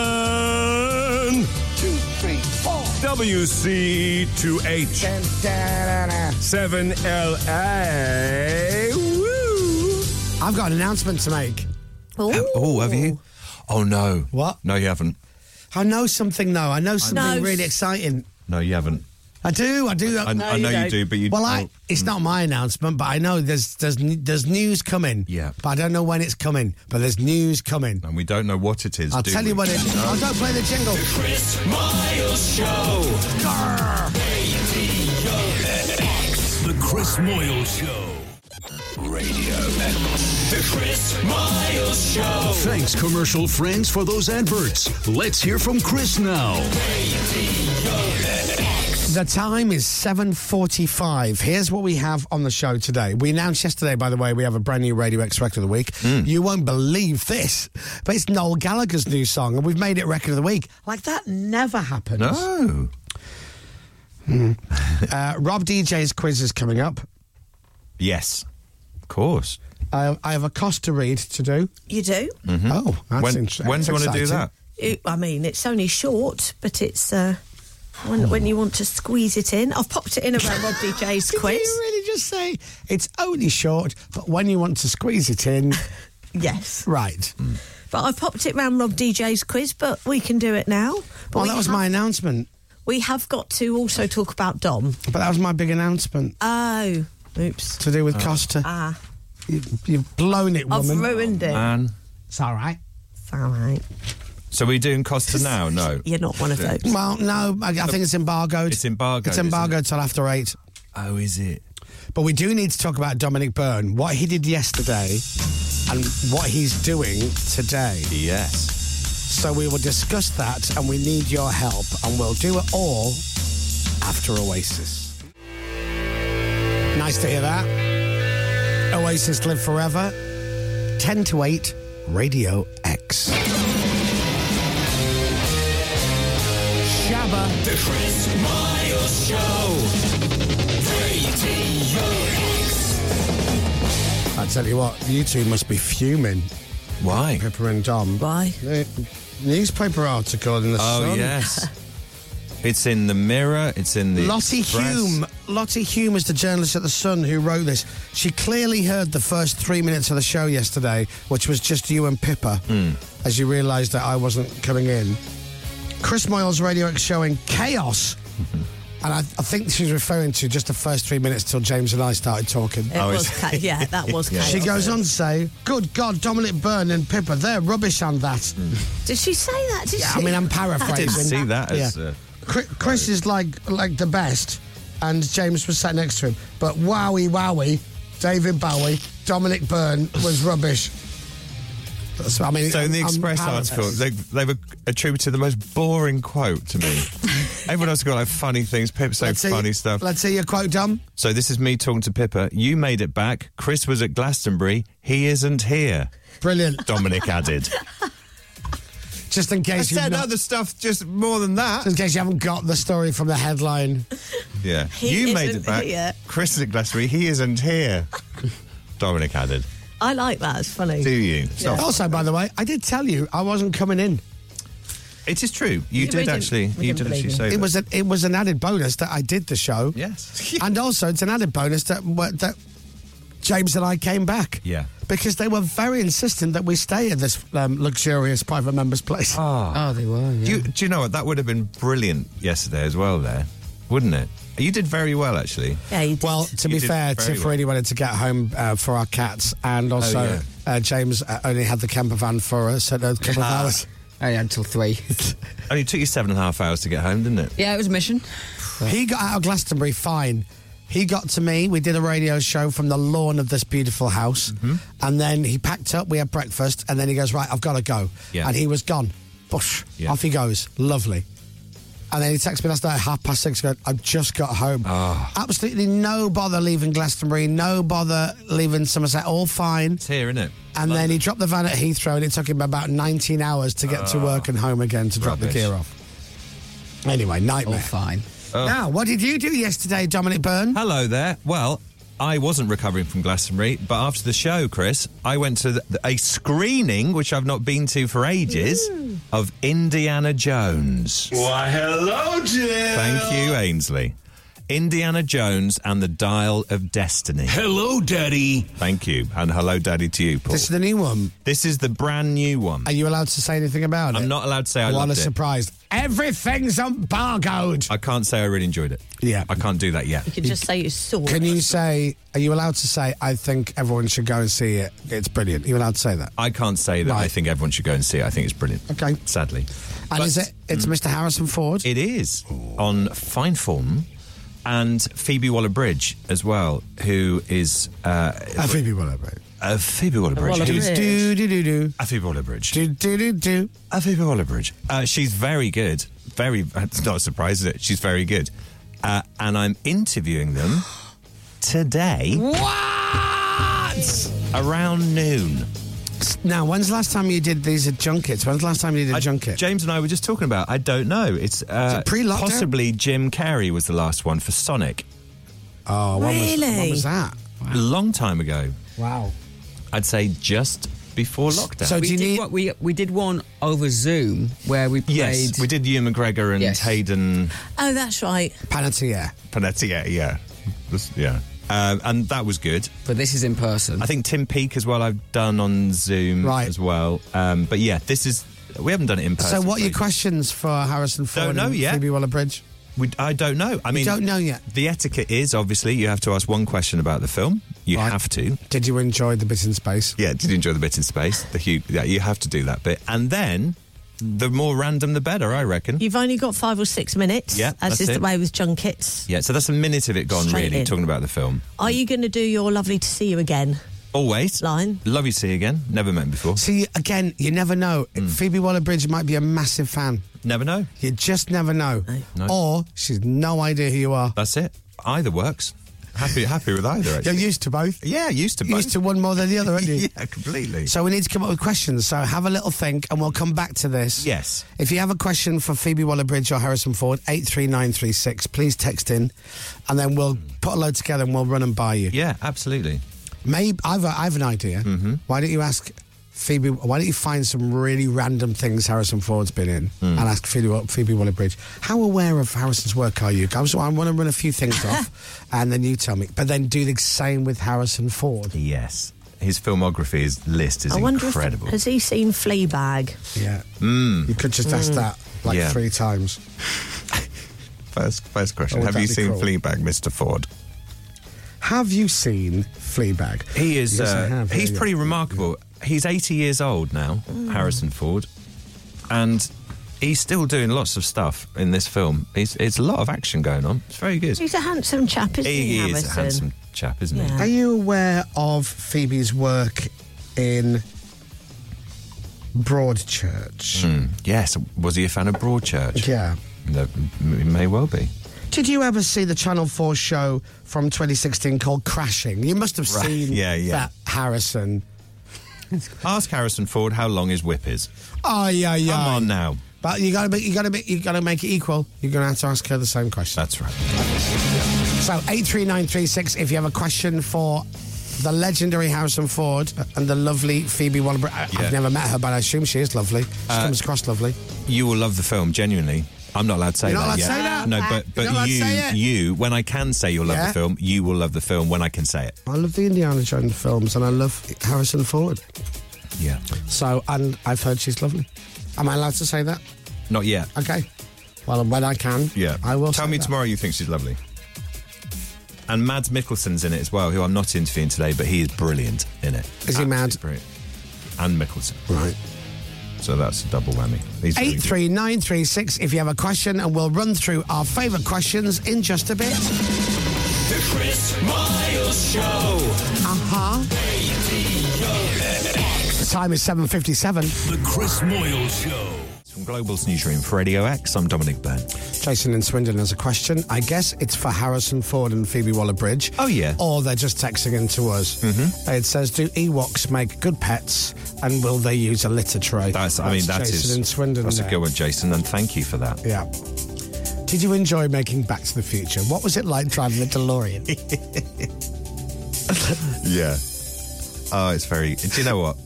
Speaker 14: Two, three, four. WC2H. 7LA. Woo!
Speaker 5: I've got an announcement to make.
Speaker 7: Oh, have you? Oh, no.
Speaker 5: What?
Speaker 7: No, you haven't.
Speaker 5: I know something, though. I know something
Speaker 7: No.
Speaker 5: really exciting.
Speaker 7: No, you haven't.
Speaker 5: I do, I do.
Speaker 7: I- I No, know you you don't. do, but you-
Speaker 5: well, I,
Speaker 7: well,
Speaker 5: it's not my announcement, but I know there's there's n- there's news coming. Yeah, but I don't know when it's coming. But there's news coming.
Speaker 7: And we don't know what it is.
Speaker 5: I'll
Speaker 7: do
Speaker 5: tell
Speaker 7: we?
Speaker 5: you what it. I Oh, don't play the jingle.
Speaker 10: Chris Miles Show. Radio X.
Speaker 1: The Chris Moyle Show.
Speaker 10: Radio X. The Chris Miles Show.
Speaker 1: Thanks, commercial friends, for those adverts. Let's hear from Chris now.
Speaker 5: The time is 7.45. Here's what we have on the show today. We announced yesterday, by the way, we have a brand new Radio X Record of the Week.
Speaker 7: Mm.
Speaker 5: You won't believe this, but it's Noel Gallagher's new song, and we've made it Record of the Week. Like, that never happens.
Speaker 7: No.
Speaker 5: Uh, Rob DJ's quiz is coming up.
Speaker 7: Yes. Of course.
Speaker 5: I, I have a cost to read to do.
Speaker 9: You do?
Speaker 7: Mm-hmm.
Speaker 5: Oh, that's
Speaker 7: when,
Speaker 5: interesting.
Speaker 7: When do you want to do that?
Speaker 9: It- I mean, it's only short, but it's uh, when, when you want to squeeze it in. I've popped it in around Rob DJ's quiz.
Speaker 5: Did you really just say it's only short, but when you want to squeeze it in...
Speaker 9: yes.
Speaker 5: Right.
Speaker 9: But I've popped it round Rob DJ's quiz, but we can do it now. But
Speaker 5: Well,
Speaker 9: we
Speaker 5: that was
Speaker 9: have-
Speaker 5: my announcement.
Speaker 9: We have got to also talk about Dom.
Speaker 5: But that was my big announcement.
Speaker 9: Oh, oops.
Speaker 5: To
Speaker 7: Oh.
Speaker 5: do with Costa.
Speaker 9: Ah.
Speaker 5: You, you've blown it,
Speaker 9: I've
Speaker 5: woman.
Speaker 9: ruined it.
Speaker 7: Man.
Speaker 5: It's all right.
Speaker 9: It's all right.
Speaker 7: So we're doing Costa now? No.
Speaker 9: You're not one of those.
Speaker 5: Well, no, I, I think it's embargoed.
Speaker 7: It's embargoed,
Speaker 5: It's
Speaker 7: isn't
Speaker 5: embargoed till after eight.
Speaker 7: Oh, is it?
Speaker 5: But we do need to talk about Dominic Byrne, what he did yesterday, and what he's doing today.
Speaker 7: Yes.
Speaker 5: So we will discuss that, and we need your help, and we'll do it all after Oasis. Nice to hear that. Oasis live forever. Ten to eight, Radio X. Shabba.
Speaker 10: The Chris Miles Show. Radio X.
Speaker 5: I tell you what, you two must be fuming.
Speaker 7: Why?
Speaker 5: Pippa and Dom.
Speaker 9: Why?
Speaker 5: newspaper article in the
Speaker 7: Oh,
Speaker 5: Sun.
Speaker 7: yes. it's in the Mirror. It's in the.
Speaker 5: Lottie
Speaker 7: Express.
Speaker 5: Hume. Lottie Hume is the journalist at The Sun who wrote this. She clearly heard the first three minutes of the show yesterday, which was just you and Pippa,
Speaker 15: Hmm.
Speaker 5: as you realised that I wasn't coming in. Chris Moyle's Radio X show in chaos. And I, I think she's referring to just the first three minutes till James and I started talking.
Speaker 9: It was ca- yeah, that was chaos.
Speaker 5: She goes on to say, Good God, Dominic Byrne and Pippa, they're rubbish on that.
Speaker 9: Did she say that? Did
Speaker 5: Yeah,
Speaker 9: she?
Speaker 5: I mean, I'm paraphrasing.
Speaker 7: I didn't see that as.
Speaker 5: Yeah.
Speaker 7: Uh,
Speaker 5: Chri- Chris is like like the best, and James was sat next to him. But wowie, wowie, David Bowie, Dominic Byrne was rubbish. That's- I mean,
Speaker 7: so in the
Speaker 5: I'm- I'm
Speaker 7: Express
Speaker 5: paraphrasing.
Speaker 7: article, they, they were attributed the most boring quote to me. Everyone else got like funny things. Pip saying
Speaker 5: Let's see-
Speaker 7: funny stuff.
Speaker 5: Let's see your quote, Dom.
Speaker 7: So this is me talking to Pippa. You made it back. Chris was at Glastonbury. He isn't here.
Speaker 5: Brilliant.
Speaker 7: Dominic added.
Speaker 5: Just in case
Speaker 7: I
Speaker 5: you
Speaker 7: said other stuff, just more than that.
Speaker 5: in case you haven't got the story from the headline.
Speaker 7: Yeah.
Speaker 9: He
Speaker 7: you made
Speaker 9: isn't
Speaker 7: it back.
Speaker 9: here.
Speaker 7: Chris is at Glastonbury. He isn't here. Dominic added.
Speaker 9: I like that. It's funny.
Speaker 7: Do you? It's not-
Speaker 5: Also, by the way, I did tell you I wasn't coming in.
Speaker 7: It is true.
Speaker 5: We
Speaker 7: You did
Speaker 5: didn't-
Speaker 7: actually.
Speaker 5: we
Speaker 7: You
Speaker 5: didn't
Speaker 7: did
Speaker 5: believe
Speaker 7: actually say
Speaker 5: It
Speaker 7: that.
Speaker 5: was an it was an added bonus that I did the show.
Speaker 7: Yes,
Speaker 5: and also it's an added bonus that wa- that James and I came back.
Speaker 7: Yeah.
Speaker 5: because they were very insistent that we stay at this um, luxurious private members' place.
Speaker 7: Oh,
Speaker 5: they were.
Speaker 7: Do you, do you know what? That would have been brilliant yesterday as well, there, wouldn't it? You did very well, actually.
Speaker 9: Yeah, you did.
Speaker 5: Well, to
Speaker 7: You
Speaker 5: be
Speaker 7: did
Speaker 5: fair,
Speaker 7: very
Speaker 5: Tiff
Speaker 7: well. Oh,
Speaker 5: really wanted to get home uh, for our cats, and also
Speaker 7: yeah. Ah.
Speaker 5: uh, James uh, only had the camper van for us at a couple of hours.
Speaker 8: Oh, yeah, until three.
Speaker 7: Only took you seven and a half hours to get home, didn't it?
Speaker 8: yeah, it was a mission.
Speaker 5: He got out of Glastonbury fine. He got to me. We did a radio show from the lawn of this beautiful house,
Speaker 7: Mm-hmm.
Speaker 5: and then he packed up. We had breakfast, and then he goes, "Right, I've got to go,"
Speaker 7: Yeah.
Speaker 5: and he was gone. Bush
Speaker 7: Yeah.
Speaker 5: off he goes. Lovely. And then he texted me last night, half past six. Going, I've just got home.
Speaker 7: Ah.
Speaker 5: Absolutely no bother leaving Glastonbury. No bother leaving Somerset. All fine.
Speaker 7: It's here, isn't it?
Speaker 5: And then he dropped the van at Heathrow, and it took him about 19 hours to get to work and home again to drop the
Speaker 7: Ah. Rubbish.
Speaker 5: gear off. Anyway, nightmare.
Speaker 8: All fine.
Speaker 7: Oh.
Speaker 5: Now, what did you do yesterday, Dominic Byrne?
Speaker 7: Hello there. Well, I wasn't recovering from Glastonbury, but after the show, Chris, I went to the, a screening, which I've not been to for ages,
Speaker 5: Mm.
Speaker 7: of Indiana Jones.
Speaker 13: Why, hello, Jill.
Speaker 7: Thank you, Ainsley. Indiana Jones and the Dial of Destiny.
Speaker 1: Hello, Daddy.
Speaker 7: Thank you. And hello, Daddy, to you, Paul.
Speaker 5: This is the new one.
Speaker 7: This is the brand new one.
Speaker 5: Are you allowed to say anything about it?
Speaker 7: I'm not allowed to say
Speaker 5: What
Speaker 7: I
Speaker 5: a
Speaker 7: loved it.
Speaker 5: surprise. Everything's embargoed.
Speaker 7: I can't say I really enjoyed it.
Speaker 5: Yeah.
Speaker 7: I can't do that yet.
Speaker 9: You can just say you saw.
Speaker 5: Can you say, are you allowed to say, I think everyone should go and see it? It's brilliant. Are you allowed to say that?
Speaker 7: I can't say that I think everyone should go and see it. I think it's brilliant.
Speaker 5: Okay.
Speaker 7: Sadly.
Speaker 5: And is it, it's Mr. Harrison Ford?
Speaker 7: It is on fine form, and Phoebe Waller-Bridge as well, who is uh,
Speaker 5: Uh, Phoebe Waller-Bridge.
Speaker 7: uh, Phoebe Waller-Bridge. who's-
Speaker 5: Do, do, do, do.
Speaker 7: uh, Phoebe Waller-Bridge.
Speaker 5: Do, do, do, do.
Speaker 7: Uh, Phoebe Waller-Bridge. Uh, she's very good. Very. It's not a surprise, is it? She's very good. Uh, and I'm interviewing them today. What? Around noon.
Speaker 5: Now, when's the last time you did these at junkets? When's the last time you did a junket?
Speaker 7: James and I were just talking about. I don't know. It's uh,
Speaker 5: it pre-lockdown?
Speaker 7: possibly Jim Carrey was the last one for Sonic.
Speaker 5: Oh, when was- when Really? was that?
Speaker 7: A long time ago.
Speaker 5: Wow.
Speaker 7: I'd say just before lockdown.
Speaker 8: we did what, we we did one over Zoom where we played.
Speaker 7: yes, we did Ewan McGregor and Hayden
Speaker 9: Oh, that's right.
Speaker 5: Panettiere.
Speaker 7: Panettiere. Yeah, This- yeah, um, and that was good.
Speaker 8: But this is in person.
Speaker 7: I think Tim Peake as well. I've done on Zoom
Speaker 5: Right.
Speaker 7: as well. Um, but yeah, this is we haven't done it in
Speaker 5: So,
Speaker 7: person.
Speaker 5: what are your
Speaker 7: so-
Speaker 5: questions for Harrison Ford
Speaker 7: Don't know
Speaker 5: and
Speaker 7: yet.
Speaker 5: Phoebe Waller-Bridge?
Speaker 7: We, I don't know. I
Speaker 5: You
Speaker 7: mean,
Speaker 5: don't know yet?
Speaker 7: The etiquette is obviously you have to ask one question about the film. You have to.
Speaker 5: Did you enjoy the bit in space?
Speaker 7: Yeah, did you enjoy the bit in space? The hu yeah, you have to do that bit, and then the more random, the better, I reckon.
Speaker 9: You've only got five or six minutes.
Speaker 7: Yeah,
Speaker 9: as
Speaker 7: that's
Speaker 9: is
Speaker 7: it.
Speaker 9: the way with junkets.
Speaker 7: Yeah, so that's a minute of it gone,
Speaker 9: Straight
Speaker 7: really,
Speaker 9: in.
Speaker 7: talking about the film.
Speaker 9: Are you going to do your lovely to see you again?
Speaker 7: Always.
Speaker 9: Line.
Speaker 7: Love you, see you again. Never met before.
Speaker 5: See, again, you never know. Phoebe Waller-Bridge might be a massive fan.
Speaker 7: Hmm. Never know.
Speaker 5: You just never know.
Speaker 7: No.
Speaker 5: Or she's no idea who you are.
Speaker 7: That's it. Either works. Happy, happy with either.
Speaker 5: You're
Speaker 7: Actually.
Speaker 5: used to both.
Speaker 7: Yeah, used to
Speaker 5: You're
Speaker 7: both.
Speaker 5: Used to one more than the other, aren't you?
Speaker 7: yeah, completely.
Speaker 5: So we need to come up with questions. So have a little think, and we'll come back to this.
Speaker 7: Yes.
Speaker 5: If you have a question for Phoebe Waller-Bridge or Harrison Ford, eight three nine three six, please text in, and then we'll put a load together and we'll run and buy you.
Speaker 7: Yeah, absolutely.
Speaker 5: Maybe I've I've an idea.
Speaker 7: Mm-hmm.
Speaker 5: Why don't you ask Phoebe? Why don't you find some really random things Harrison Ford's been in
Speaker 7: Mm.
Speaker 5: and ask Phoebe, Wa- Phoebe Waller-Bridge? How aware of Harrison's work are you? I'm, so I want to run a few things off, and then you tell me. But then do the same with Harrison Ford.
Speaker 7: Yes. His filmography, his list is
Speaker 9: I wonder
Speaker 7: incredible.
Speaker 9: if has he seen Fleabag?
Speaker 5: Yeah.
Speaker 7: Mm.
Speaker 5: You could just
Speaker 9: Hmm.
Speaker 5: ask
Speaker 7: Mm.
Speaker 5: that like
Speaker 7: Yeah.
Speaker 5: three times.
Speaker 7: First, first question.
Speaker 5: Oh, would
Speaker 7: Have
Speaker 5: that
Speaker 7: you
Speaker 5: be
Speaker 7: seen
Speaker 5: cool?
Speaker 7: Fleabag, Mr. Ford?
Speaker 5: Have you seen Fleabag?
Speaker 7: He is.
Speaker 5: Yes, I
Speaker 7: uh,
Speaker 5: have.
Speaker 7: He's
Speaker 5: Yeah, yeah.
Speaker 7: pretty remarkable. He's 80 years old now,
Speaker 9: Hmm.
Speaker 7: Harrison Ford, and he's still doing lots of stuff in this film. He's, it's a lot of action going on. It's very good.
Speaker 9: He's a handsome chap, isn't he?
Speaker 7: He is
Speaker 9: Harrison?
Speaker 7: a handsome chap, isn't he?
Speaker 5: Are you aware of Phoebe's work in Broadchurch?
Speaker 7: Hmm. Yes. Was he a fan of Broadchurch?
Speaker 5: Yeah.
Speaker 7: No, m- it may well be.
Speaker 5: Did you ever see the Channel 4 show from 2016 called Crashing? You must have
Speaker 7: Right,
Speaker 5: seen
Speaker 7: yeah, yeah.
Speaker 5: that, Harrison.
Speaker 7: Ask Harrison Ford how long his whip is.
Speaker 5: Oh, yeah, yeah.
Speaker 7: Come on now.
Speaker 5: But you gotta, be, you gotta, be, you gotta make it equal. You're gonna have to ask her the same question.
Speaker 7: That's right.
Speaker 5: So eight three nine three six. If you have a question for the legendary Harrison Ford and the lovely Phoebe Waller-Bridge, I-
Speaker 7: Yeah. Uh,
Speaker 5: I've never met her, but I assume she is lovely. She comes across lovely.
Speaker 7: You will love the film, genuinely. I'm not allowed to say
Speaker 5: You're
Speaker 7: that
Speaker 5: not allowed to
Speaker 7: yet.
Speaker 5: say that?
Speaker 7: No, but
Speaker 5: You're not allowed
Speaker 7: but
Speaker 5: to
Speaker 7: you
Speaker 5: say it?
Speaker 7: you when I can say you'll love
Speaker 5: Yeah.
Speaker 7: the film, you will love the film when I can say it.
Speaker 5: I love the Indiana Jones films, and I love Harrison Ford.
Speaker 7: Yeah.
Speaker 5: So, and I've heard she's lovely. Am I allowed to say that?
Speaker 7: Not yet.
Speaker 5: Okay. Well, when I can,
Speaker 7: Yeah.
Speaker 5: I will.
Speaker 7: Tell
Speaker 5: say
Speaker 7: me
Speaker 5: that.
Speaker 7: tomorrow you think she's lovely. And Mads Mikkelsen's in it as well, who I'm not interviewing today, but he is brilliant in it.
Speaker 5: Is he mad?
Speaker 7: Brilliant. And Mikkelsen.
Speaker 5: Right.
Speaker 7: So that's a double whammy. He's really
Speaker 5: Eight three nine three six. If you have a question, and we'll run through our favourite questions in just a bit.
Speaker 10: The Chris Miles Show.
Speaker 5: Uh huh. The time is seven fifty-seven.
Speaker 1: The Chris Moyle Show.
Speaker 7: good. From Global's newsroom for Radio X, I'm Dominic Byrne.
Speaker 5: Jason in Swindon has a question. I guess it's for Harrison Ford and Phoebe Waller Bridge.
Speaker 7: Oh, yeah.
Speaker 5: Or they're just texting in to us. Mm-hmm. It says, Do Ewoks make good pets and will they use a litter tray?
Speaker 7: That's, I mean, that is
Speaker 5: Jason in Swindon.
Speaker 7: That's
Speaker 5: there.
Speaker 7: a good one, Jason, and thank you for that.
Speaker 5: Yeah. Did you enjoy making Back to the Future? What was it like driving the DeLorean?
Speaker 7: Yeah. Oh, it's very. Do you know what?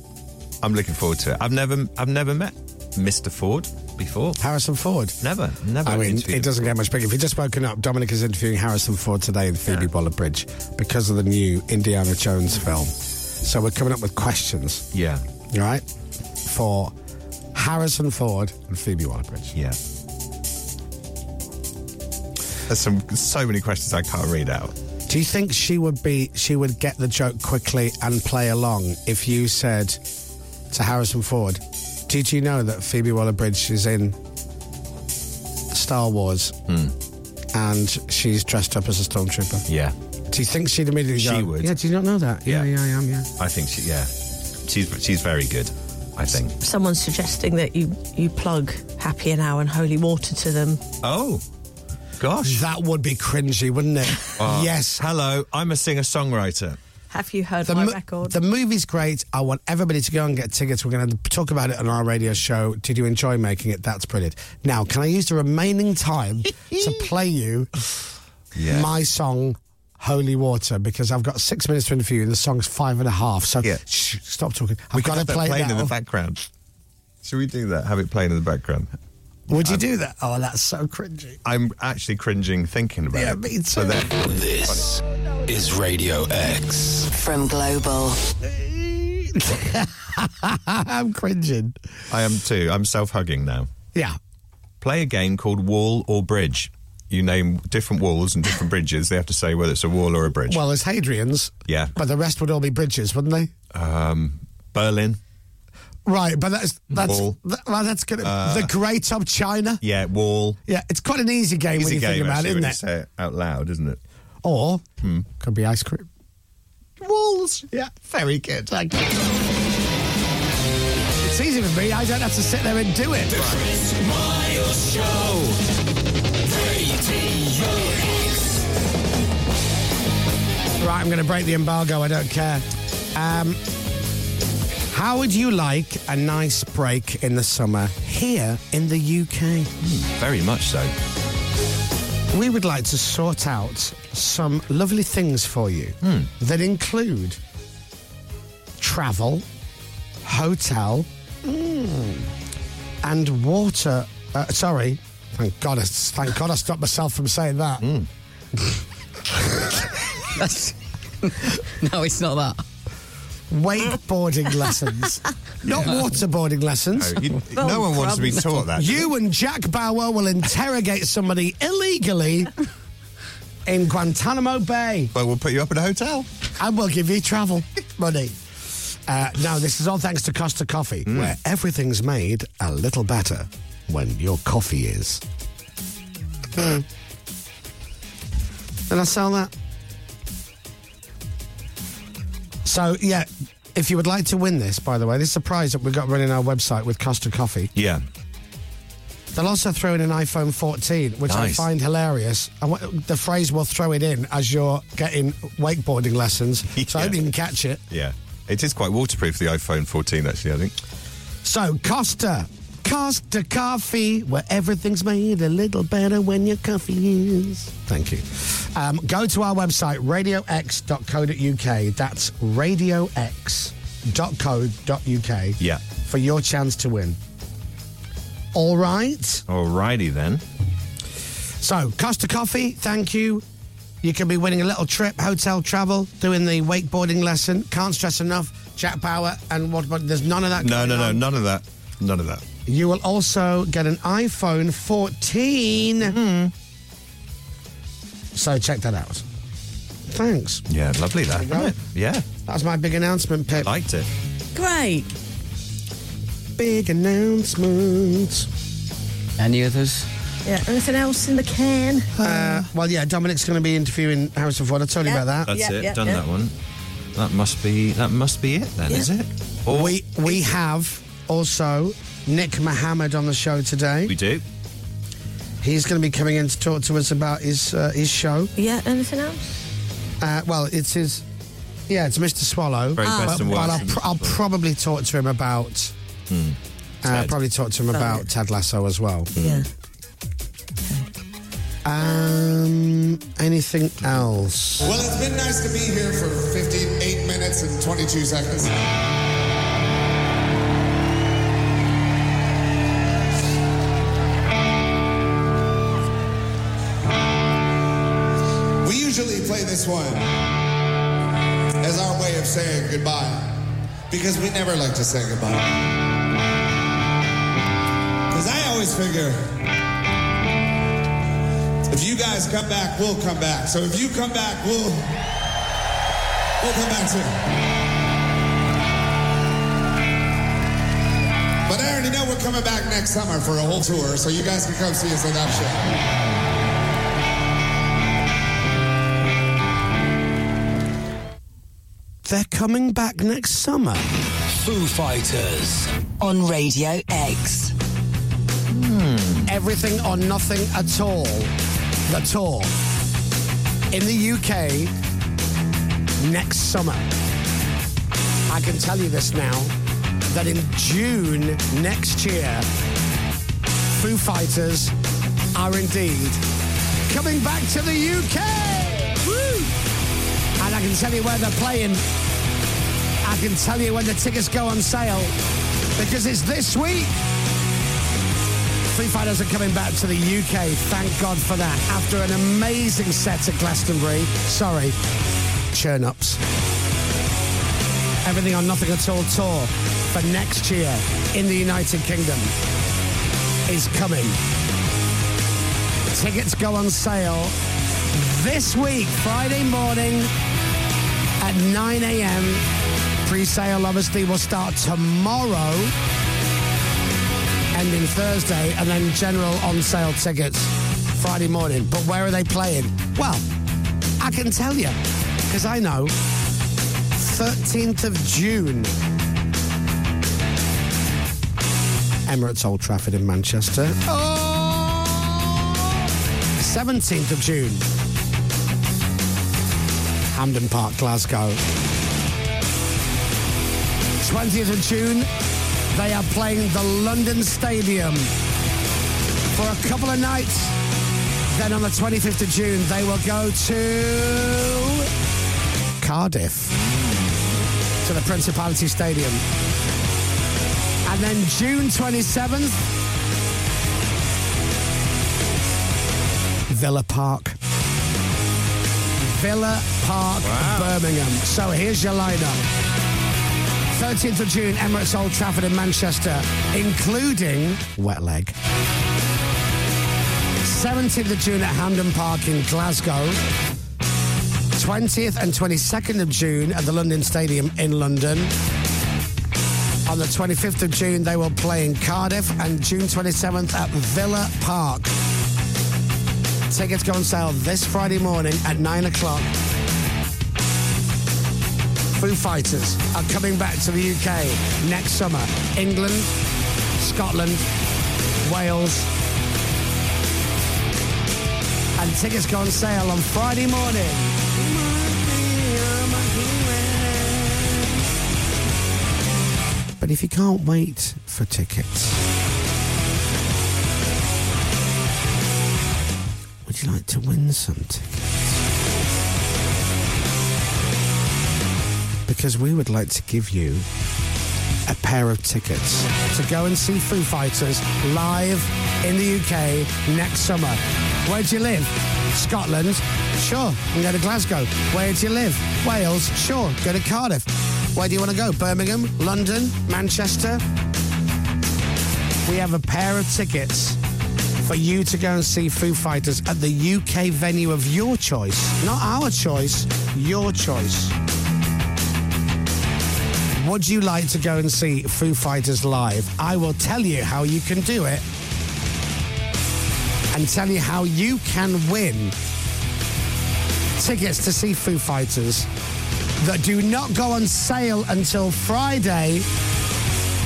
Speaker 7: I'm looking forward to it. I've never, I've never met Mr. Ford before.
Speaker 5: Harrison Ford.
Speaker 7: Never, never.
Speaker 5: I mean,
Speaker 7: interviewed
Speaker 5: it doesn't get much bigger. If you just woken up, Dominic is interviewing Harrison Ford today in Phoebe Waller Bridge because of the new Indiana Jones film. So we're coming up with questions,
Speaker 7: Yeah,
Speaker 5: all right, for Harrison Ford and Phoebe Waller Bridge.
Speaker 7: yeah. There's some so many questions I can't read out.
Speaker 5: Do you think she would be she would get the joke quickly and play along if you said to Harrison Ford, "Did you know that Phoebe Waller-Bridge is in Star Wars
Speaker 7: Hmm.
Speaker 5: and she's dressed up as a stormtrooper?"
Speaker 7: Yeah,
Speaker 5: Do you think she'd immediately
Speaker 7: She
Speaker 5: go,
Speaker 7: would.
Speaker 5: Yeah, do you not know that? Yeah, yeah, I am. Yeah.
Speaker 7: I think she. Yeah, she's she's very good. I think.
Speaker 9: Someone's suggesting that you, you plug Happy and Hour and Holy Water to them.
Speaker 7: Oh, gosh,
Speaker 5: that would be cringy, wouldn't it?
Speaker 7: Oh.
Speaker 5: Yes.
Speaker 7: Hello, I'm a singer songwriter.
Speaker 9: Have you heard
Speaker 5: The,
Speaker 9: my
Speaker 5: mo-
Speaker 9: record?
Speaker 5: the movie's great. I want everybody to go and get tickets. We're going to talk about it on our radio show. Did you enjoy making it? That's brilliant. Now, can I use the remaining time to play you
Speaker 7: Yeah.
Speaker 5: my song, Holy Water? Because I've got six minutes to interview you. The song's five and a half. So shh, stop talking. I've
Speaker 7: we
Speaker 5: got
Speaker 7: can
Speaker 5: to
Speaker 7: have that
Speaker 5: play
Speaker 7: playing
Speaker 5: it
Speaker 7: in
Speaker 5: now.
Speaker 7: the background. Should we do that? Have it playing in the background.
Speaker 5: Would you do that? Oh, that's so cringy.
Speaker 7: I'm actually cringing thinking about
Speaker 5: Yeah,
Speaker 7: it.
Speaker 5: me
Speaker 7: So
Speaker 5: too.
Speaker 7: there-
Speaker 10: This is Radio X.
Speaker 2: From Global.
Speaker 5: I'm cringing.
Speaker 7: I am too. I'm self hugging now.
Speaker 5: Yeah.
Speaker 7: Play a game called Wall or Bridge. You name different walls and different bridges. They have to say whether it's a wall or a bridge.
Speaker 5: Well, it's Hadrian's,
Speaker 7: yeah.
Speaker 5: but the rest would all be bridges, wouldn't they?
Speaker 7: Um, Berlin.
Speaker 5: Right, but that's that's
Speaker 7: Wall.
Speaker 5: that, well, that's good.
Speaker 7: Uh,
Speaker 5: the Great of China.
Speaker 7: Yeah, wall.
Speaker 5: Yeah, it's quite an easy game when
Speaker 7: Easy
Speaker 5: you
Speaker 7: game,
Speaker 5: think about
Speaker 7: actually,
Speaker 5: it,
Speaker 7: when
Speaker 5: isn't
Speaker 7: you
Speaker 5: it?
Speaker 7: say it out loud, isn't it? Hmm.
Speaker 5: Or could be ice cream. Walls. Yeah, very good. Thank you. It's easy for me. I don't have to sit there and do it.
Speaker 10: Chris Miles Show. Radio X.
Speaker 5: Right, I'm going to break the embargo. I don't care. Um, how would you like a nice break in the summer here in the Hmm. UK?
Speaker 7: Very much so.
Speaker 5: We would like to sort out some lovely things for you
Speaker 7: Hmm.
Speaker 5: that include travel, hotel, hmm, and water. Uh, sorry, thank God! I, thank God I stopped myself from saying that.
Speaker 7: Hmm.
Speaker 8: That's, no, it's not that.
Speaker 5: Wakeboarding lessons, not waterboarding lessons.
Speaker 7: No, you- no one wants to be taught that.
Speaker 5: You and Jack Bauer will interrogate somebody illegally in Guantanamo Bay.
Speaker 7: Well, we'll put you up in a hotel.
Speaker 5: and we'll give you travel money. Uh, now, this is all thanks to Costa Coffee,
Speaker 7: Hmm.
Speaker 5: where everything's made a little better when your coffee is. Hmm. Did I sell that? So, yeah, if you would like to win this, by the way, this is a prize that we've got running our website with Costa Coffee.
Speaker 7: Yeah.
Speaker 5: They'll also throw in an iPhone 14, which I
Speaker 7: Nice.
Speaker 5: find hilarious. And what, the phrase will throw it in as you're getting wakeboarding lessons. So I hope
Speaker 7: Yeah.
Speaker 5: you can catch it.
Speaker 7: Yeah. It is quite waterproof, the iPhone 14, actually, I think.
Speaker 5: So, Costa. Costa Coffee, where everything's made a little better when your coffee is. Thank you. Um, go to our website, radiox.co.uk. That's radiox.co.uk
Speaker 7: Yeah.
Speaker 5: for your chance to win. All right.
Speaker 7: Alrighty then.
Speaker 5: So, Costa Coffee, thank you. You can be winning a little trip, hotel travel, doing the wakeboarding lesson. Can't stress enough. Jack Bauer and what? But there's none of that.
Speaker 7: No,
Speaker 5: going
Speaker 7: no, no,
Speaker 5: on.
Speaker 7: none of that. None of that.
Speaker 5: You will also get an iPhone 14.
Speaker 7: Mm-hmm.
Speaker 5: So check that out. Thanks.
Speaker 7: Yeah, lovely that.
Speaker 5: you go.
Speaker 7: isn't it? Yeah.
Speaker 5: That's my big announcement, Pip.
Speaker 7: Liked it.
Speaker 9: Great.
Speaker 5: Big announcement.
Speaker 8: Any others?
Speaker 9: Yeah. Anything else in the can?
Speaker 5: Uh, well, yeah, Dominic's going to be interviewing Harrison Ford. I told you
Speaker 9: Yeah.
Speaker 5: about that.
Speaker 7: That's
Speaker 9: Yeah,
Speaker 7: it.
Speaker 9: yeah,
Speaker 7: Done
Speaker 9: yeah.
Speaker 7: that one. That must be that must be it then, is it? Or
Speaker 5: We we have also Nick Mohammed on the show today.
Speaker 7: we do.
Speaker 5: He's going to be coming in to talk to us about his uh, his show.
Speaker 9: Yeah. Anything else?
Speaker 5: Uh, well, it's his. Yeah, it's Mr. Swallow.
Speaker 7: Very
Speaker 5: but,
Speaker 7: best and
Speaker 5: but
Speaker 7: worst
Speaker 5: I'll,
Speaker 7: of
Speaker 5: pr-
Speaker 7: Mr.
Speaker 5: I'll
Speaker 7: Swallow.
Speaker 5: probably talk to him about. Uh,
Speaker 7: Ted. Hmm.
Speaker 5: probably talk to him about Ted Lasso as well.
Speaker 9: Yeah.
Speaker 5: Um, anything else?
Speaker 16: Well, it's been nice to be here for 58 minutes and 22 seconds. We usually play this one as our way of saying goodbye because we never like to say goodbye. Because I always figure if you guys come back, we'll come back. So if you come back, we'll we'll come back too. But I already know we're coming back next summer for a whole tour, so you guys can come see us on that show.
Speaker 5: They're coming back next summer.
Speaker 10: Foo Fighters.
Speaker 5: On Radio X.
Speaker 2: Hmm.
Speaker 5: Everything or nothing at all. The tour. In the UK next summer. I can tell you this now that in June next year, Foo Fighters are indeed coming back to the UK. Woo! And I can tell you where they're playing. I can tell you when the tickets go on sale because it's this week. Foo Fighters are coming back to the UK. Thank God for that. After an amazing set at Glastonbury. Sorry, churn ups. Everything on Nothing at All tour for next year in the United Kingdom is coming. Tickets go on sale this week, Friday morning at 9 a.m. Pre sale obviously will start tomorrow ending Thursday, and then general on sale tickets Friday morning. But where are they playing? Well, I can tell you because I know 13th of June, Emirates Old Trafford in Manchester. Oh! 17th of June, Hampden Park, Glasgow. 20th of June, they are playing the London Stadium for a couple of nights. Then on the 25th of June, they will go to Cardiff, to the Principality Stadium. And then June 27th, Villa Park. Villa Park, Birmingham. So here's your lineup. 13th of June, Emirates Old Trafford in Manchester, including wet leg. 17th of June at Hampden Park in Glasgow. 20th and 22nd of June at the London Stadium in London. On the 25th of June, they will play in Cardiff and June 27th at Villa Park. Tickets go on sale this Friday morning at 9 o'clock. Foo Fighters are coming back to the UK next summer. England, Scotland, Wales. And tickets go on sale on Friday morning. But if you can't wait for tickets, would you like to win some tickets? because we would like to give you a pair of tickets to go and see Foo Fighters live in the UK next summer. Where do you live? Scotland? Sure, you can go to Glasgow. Where do you live? Wales? Sure, go to Cardiff. Where do you want to go? Birmingham? London? Manchester? We have a pair of tickets for you to go and see Foo Fighters at the UK venue of your choice. Not our choice, your choice. Would you like to go and see Foo Fighters live? I will tell you how you can do it and tell you how you can win tickets to see Foo Fighters that do not go on sale until Friday.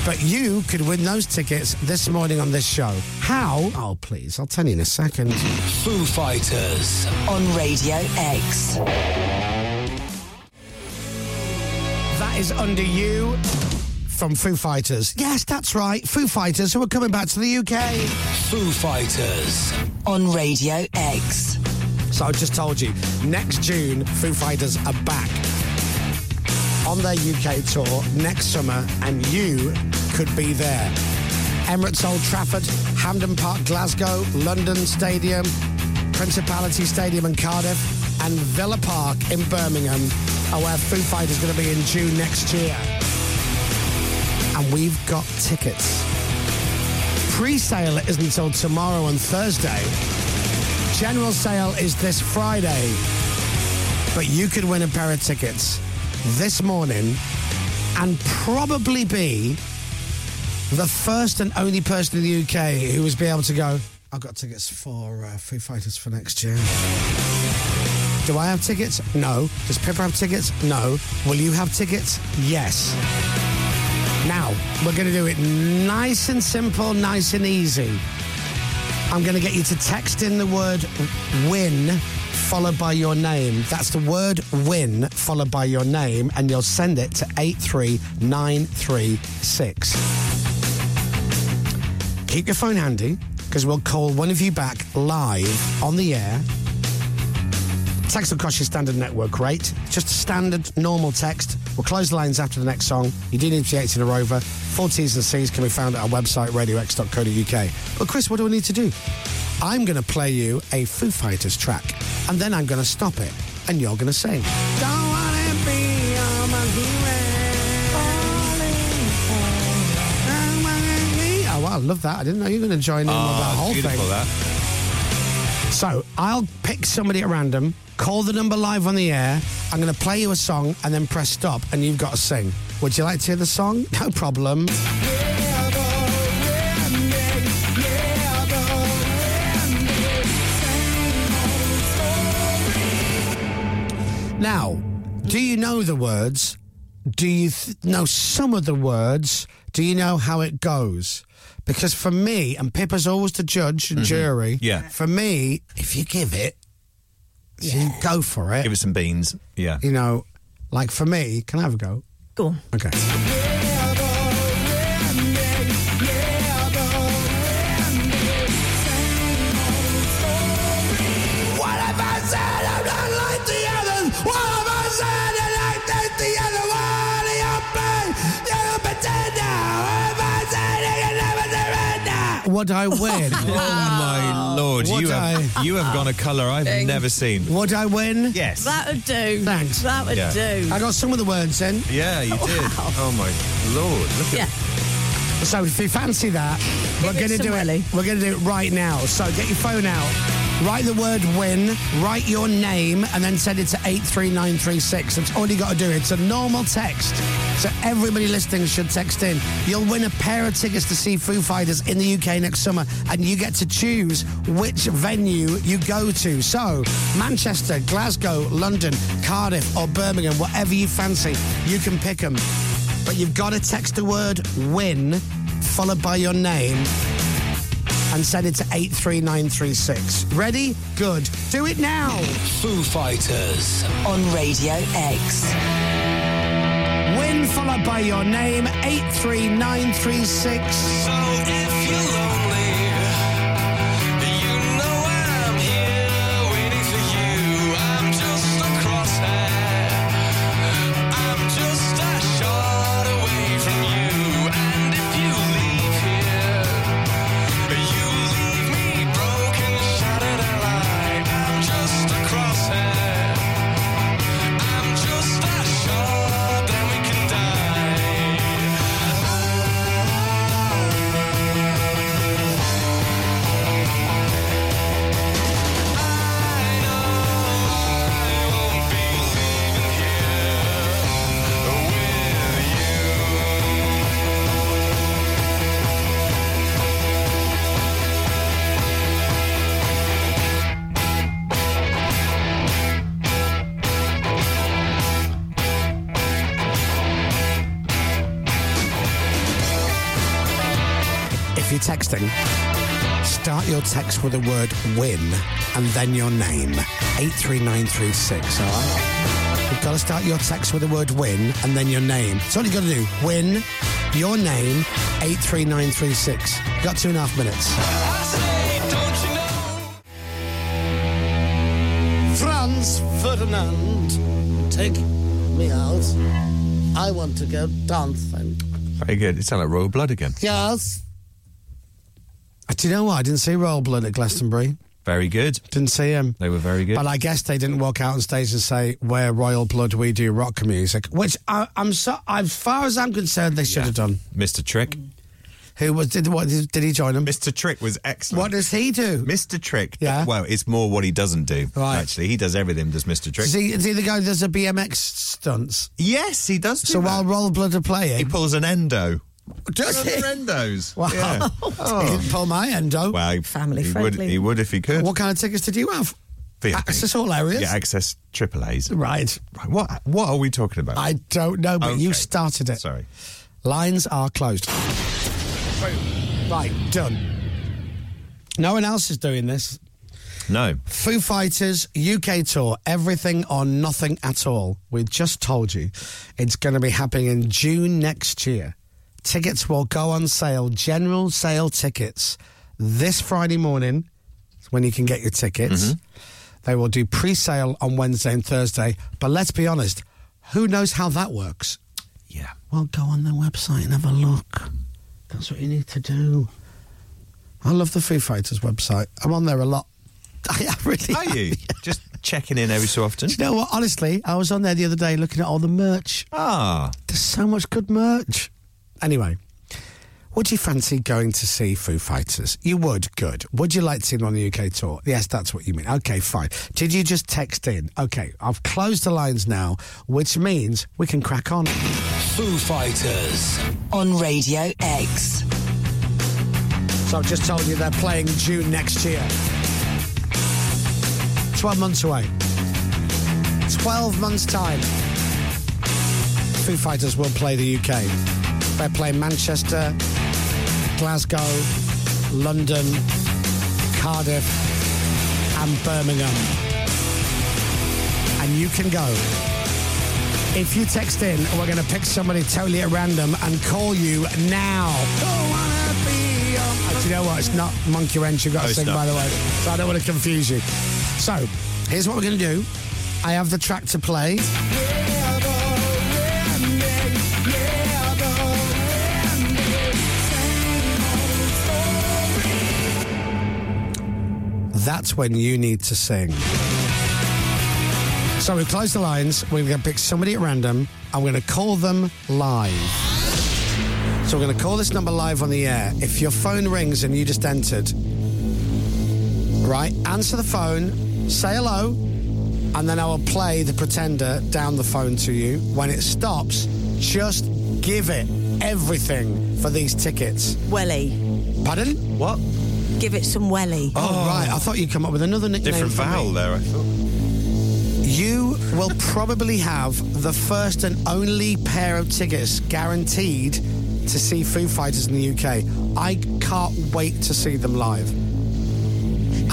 Speaker 5: But you could win those tickets this morning on this show. How? Oh, please, I'll tell you in a second.
Speaker 10: Foo Fighters.
Speaker 2: On Radio X.
Speaker 5: That is under you. from Foo Fighters. Yes, that's right. Foo Fighters who are coming back to the UK.
Speaker 10: Foo Fighters.
Speaker 5: On Radio X. So I just told you, next June, Foo Fighters are back on their UK tour next summer, and you could be there. Emirates Old Trafford, Hampden Park, Glasgow, London Stadium, Principality Stadium in Cardiff, and Villa Park in Birmingham are where Foo Fighters going to be in June next year. And we've got tickets. Pre-sale isn't until tomorrow and Thursday. General sale is this Friday. But you could win a pair of tickets this morning and probably be the first and only person in the UK who was be able to go, I've got tickets for uh, Foo Fighters for next year. Do I have tickets? No. Does Pippa have tickets? No. Will you have tickets? Yes. Now, we're going to do it nice and simple, nice and easy. I'm going to get you to text in the word win followed by your name. That's the word win followed by your name, and you'll send it to 83936. Keep your phone handy because we'll call one of you back live on the air. Text will cost you standard network rate, just a standard normal text. We'll close the lines after the next song. You do need to be 18 or over. Full T's and C's can be found at our website, radiox.co.uk. But Chris, what do I need to do? I'm going to play you a Foo Fighters track, and then I'm going to stop it, and you're going to sing. Don't wanna be a
Speaker 2: Mm-hmm.
Speaker 5: monkey. Oh, wow, I love that. I didn't know you were going to join in with
Speaker 17: Ah,
Speaker 5: that whole
Speaker 7: Ah, beautiful
Speaker 5: thing.
Speaker 7: that.
Speaker 5: So I'll pick somebody at random, call the number live on the air. I'm going to play you a song and then press stop, and you've got to sing. Would you like to hear the song? No problem. Now, do you know the words? Do you th- know some of the words? Do you know how it goes? Because for me, and Pippa's always the judge
Speaker 8: Mm-hmm.
Speaker 5: and
Speaker 7: Mhm.
Speaker 5: jury.
Speaker 7: Yeah.
Speaker 5: For me, if you give it, you go for it.
Speaker 7: Give us some beans. Yeah.
Speaker 5: You know, like for me, can I have a go?
Speaker 9: Go on.
Speaker 5: Okay.
Speaker 13: What have I said? I'm not like the others. What have I said? And I think the other one. You're playing. You're a pretender. What have I said? You can never surrender.
Speaker 5: Would I win?
Speaker 7: Oh my lord,
Speaker 5: Would
Speaker 7: you have
Speaker 5: I-
Speaker 7: you have gone a colour I've
Speaker 5: Thanks.
Speaker 7: never seen.
Speaker 5: Would I win?
Speaker 7: Yes.
Speaker 9: That would do.
Speaker 5: Thanks.
Speaker 9: That would
Speaker 7: Yeah.
Speaker 9: do.
Speaker 5: I got some of the words in.
Speaker 7: Yeah, you did. Oh my lord. Look
Speaker 9: yeah.
Speaker 5: So if you fancy that, we're
Speaker 9: it
Speaker 5: going to
Speaker 9: some
Speaker 5: do it. We're going to do it right now. So get your phone out. Write the word win, write your name, and then send it to 83936. That's all you got to do. It's a normal text. So everybody listening should text in. You'll win a pair of tickets to see Foo Fighters in the UK next summer, and you get to choose which venue you go to. So Manchester, Glasgow, London, Cardiff, or Birmingham, whatever you fancy, you can pick them. But you've got to text the word win followed by your name and send it to 83936. Ready? Good. Do it now.
Speaker 10: Foo Fighters.
Speaker 5: On Radio X. Win followed by your name 83936. So if you're lonely,
Speaker 13: You know I'm here waiting for you. I'm just a crosshair. I'm just a shot away from you. And if you leave here, you leave me broken, shattered alive. I'm just a crosshair. I'm just a shot, then we can die.
Speaker 5: If you're texting, start your text with the word win and then your name 83936. All right? Got to start your text with the word win and then your name. That's all you got to do. Win, your name, 83936. You got two and a half minutes.
Speaker 4: Franz Ferdinand, take me out. I want to go dancing.
Speaker 7: Very good. It sounded like Royal Blood again.
Speaker 4: Yes.
Speaker 5: Uh, Do you know what? I didn't see Royal Blood at Glastonbury.
Speaker 7: Very good.
Speaker 5: Didn't see him.
Speaker 7: They were very good.
Speaker 5: But I guess they didn't walk out on stage and say, "We're Royal Blood, we do rock music," which I, I'm so, as far as I'm concerned, they should have done.
Speaker 7: Mr. Trick.
Speaker 5: Who was did what did, did he join them?
Speaker 7: Mr. Trick was excellent.
Speaker 5: What does he do?
Speaker 7: Mr. Trick.
Speaker 5: Yeah.
Speaker 7: Well, it's more what he doesn't do.
Speaker 5: Right.
Speaker 7: Actually, he does everything. Does Mr. Trick?
Speaker 5: Is he, is he the guy that does the BMX stunts?
Speaker 7: Yes, he does.
Speaker 5: so while Royal Blood are playing, he
Speaker 7: pulls an endo.
Speaker 5: Does he?
Speaker 7: Endos.
Speaker 5: Wow.
Speaker 7: Yeah. Oh.
Speaker 5: He didn't pull my endo.
Speaker 7: Well,
Speaker 5: Family
Speaker 7: he would, he would if he could.
Speaker 5: What kind of tickets did you have?
Speaker 7: VIP.
Speaker 5: Access all areas.
Speaker 7: Yeah, access triple A's.
Speaker 5: Right.
Speaker 7: Right. What What are we talking about?
Speaker 5: I don't know, but you
Speaker 7: Okay.
Speaker 5: started it.
Speaker 7: Sorry.
Speaker 5: Lines are closed. Right, done. No one else is doing this.
Speaker 7: No.
Speaker 5: Foo Fighters UK tour, everything or nothing at all. We just told you it's going to be happening in June next year. Tickets will go on sale, general sale tickets, this Friday morning is when you can get your tickets. They will do pre sale on Wednesday and Thursday. But let's be honest, who knows how that works?
Speaker 7: Yeah.
Speaker 5: Well, go on their website and have a look. That's what you need to do. I love the Foo Fighters website. I'm on there a lot. I really
Speaker 7: Are you just checking in every so often?
Speaker 5: You know what? Honestly, I was on there the other day looking at all the merch.
Speaker 7: Ah.
Speaker 5: There's so much good merch. Anyway, would you fancy going to see Foo Fighters? You would, good. Would you like to see them on the UK tour? Yes, that's what you mean. Okay, fine. Did you just text in? Okay, I've closed the lines now, which means we can crack on.
Speaker 10: Foo Fighters.
Speaker 5: On Radio X. So I've just told you they're playing June next year. 12 months away. 12 months' time. Foo Fighters will play the UK. They play Manchester, Glasgow, London, Cardiff, and Birmingham. And you can go. If you text in, we're going to pick somebody totally at random and call you now. Do you know what? It's not Monkey Wrench you've got
Speaker 7: No,
Speaker 5: to
Speaker 7: it's
Speaker 5: sing,
Speaker 7: not.
Speaker 5: by the way. So I don't want to confuse you. So, here's what we're going to do. I have the track to play. That's when you need to sing. So we've closed the lines. We're going to pick somebody at random. I'm going to call them live. So we're going to call this number live on the air. If your phone rings and you just entered, right, answer the phone, say hello, and then I will play the pretender down the phone to you. When it stops, just give it everything for these tickets.
Speaker 9: Welly.
Speaker 5: Pardon? What?
Speaker 9: Give it some welly.
Speaker 5: Oh, right. I thought you'd come up with another nickname.
Speaker 7: Different
Speaker 5: for me.
Speaker 7: vowel there. I thought.
Speaker 5: You will probably have the first and only pair of tickets guaranteed to see Foo Fighters in the UK. I can't wait to see them live.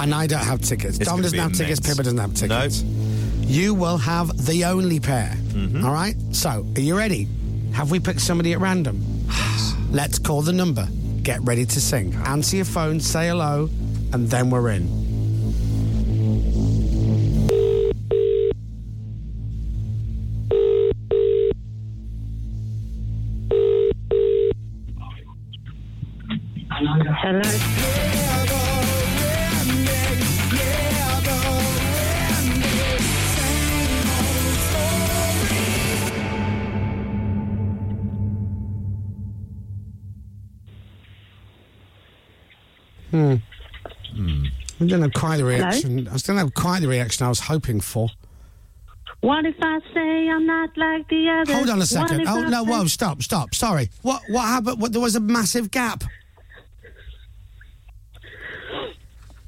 Speaker 5: And I don't have tickets.
Speaker 7: It's
Speaker 5: Dom
Speaker 7: gonna
Speaker 5: doesn't
Speaker 7: be
Speaker 5: have tickets,
Speaker 7: immense.
Speaker 5: Pippa doesn't have tickets. You will have the only pair.
Speaker 7: Mm-hmm.
Speaker 5: All right? So, are you ready? Have we picked somebody at random? Let's call the number. Get ready to sing. Answer your phone, say hello, and then we're in.
Speaker 6: Hello.
Speaker 5: Hmm. I didn't have quite the
Speaker 6: Hello?
Speaker 5: reaction. I still have quite the reaction I was hoping for.
Speaker 6: What if I say I'm not like the others?
Speaker 5: Hold on a
Speaker 6: What
Speaker 5: second.
Speaker 6: if
Speaker 5: Oh
Speaker 6: I
Speaker 5: no!
Speaker 6: say-
Speaker 5: Whoa! Stop! Stop! Sorry. What? What happened? What, there was a massive gap.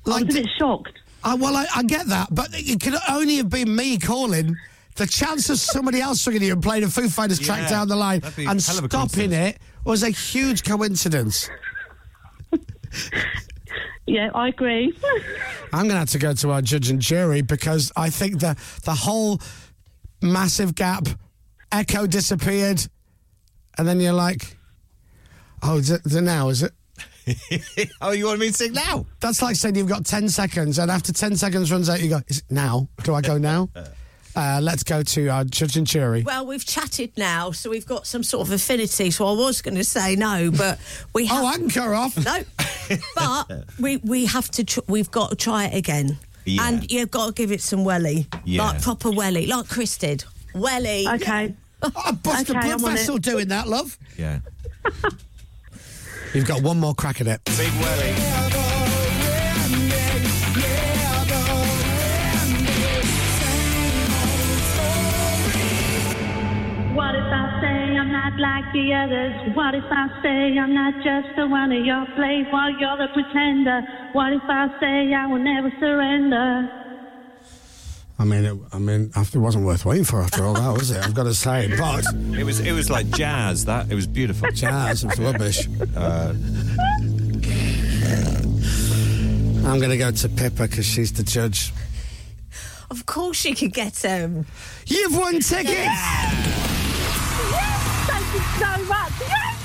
Speaker 5: Like, I was a bit
Speaker 6: shocked.
Speaker 5: I, well, I, I get that, but it could only have been me calling. The chance of somebody else ringing you and playing a Foo Fighters track
Speaker 7: Yeah,
Speaker 5: down the line
Speaker 7: that'd be
Speaker 5: and
Speaker 7: hell of a
Speaker 5: stopping it was a huge coincidence.
Speaker 6: Yeah, I agree.
Speaker 5: I'm going to have to go to our judge and jury because I think the the whole massive gap, Echo disappeared, and then you're like, oh, is it the now, is it?
Speaker 18: oh, you want me to sing now?
Speaker 5: That's like saying you've got 10 seconds, and after 10 seconds runs out, you go, is it now? Do I go now? uh, let's go to our judge and jury.
Speaker 9: Well, we've chatted now, so we've got some sort of affinity. So I was going to say no, but we have. Oh, I
Speaker 5: can cut off.
Speaker 9: No, but we we have to. Tr- we've got to try it again,
Speaker 18: Yeah.
Speaker 9: and you've got to give it some welly,
Speaker 18: Yeah.
Speaker 9: like proper welly, like Chris did. Welly.
Speaker 6: Okay.
Speaker 5: I bust
Speaker 9: Okay,
Speaker 5: a blood
Speaker 9: I'm on
Speaker 5: vessel
Speaker 9: it.
Speaker 5: doing that, love.
Speaker 7: Yeah.
Speaker 5: You've got one more crack at it.
Speaker 18: Big Welly.
Speaker 6: What if I say I'm not like the others? What if I say I'm not just the one of your play while you're the pretender? What if I say I will never surrender?
Speaker 5: I mean, it, I mean, after, it wasn't worth waiting for after all that, was it? I've got to say, but
Speaker 7: It was it was like jazz. That it was beautiful.
Speaker 5: Jazz, it was rubbish.
Speaker 7: Uh,
Speaker 5: I'm going to go to Pippa because she's the judge.
Speaker 9: Of course, you could get them.
Speaker 5: You've won tickets.
Speaker 6: Thank you so much. Yes!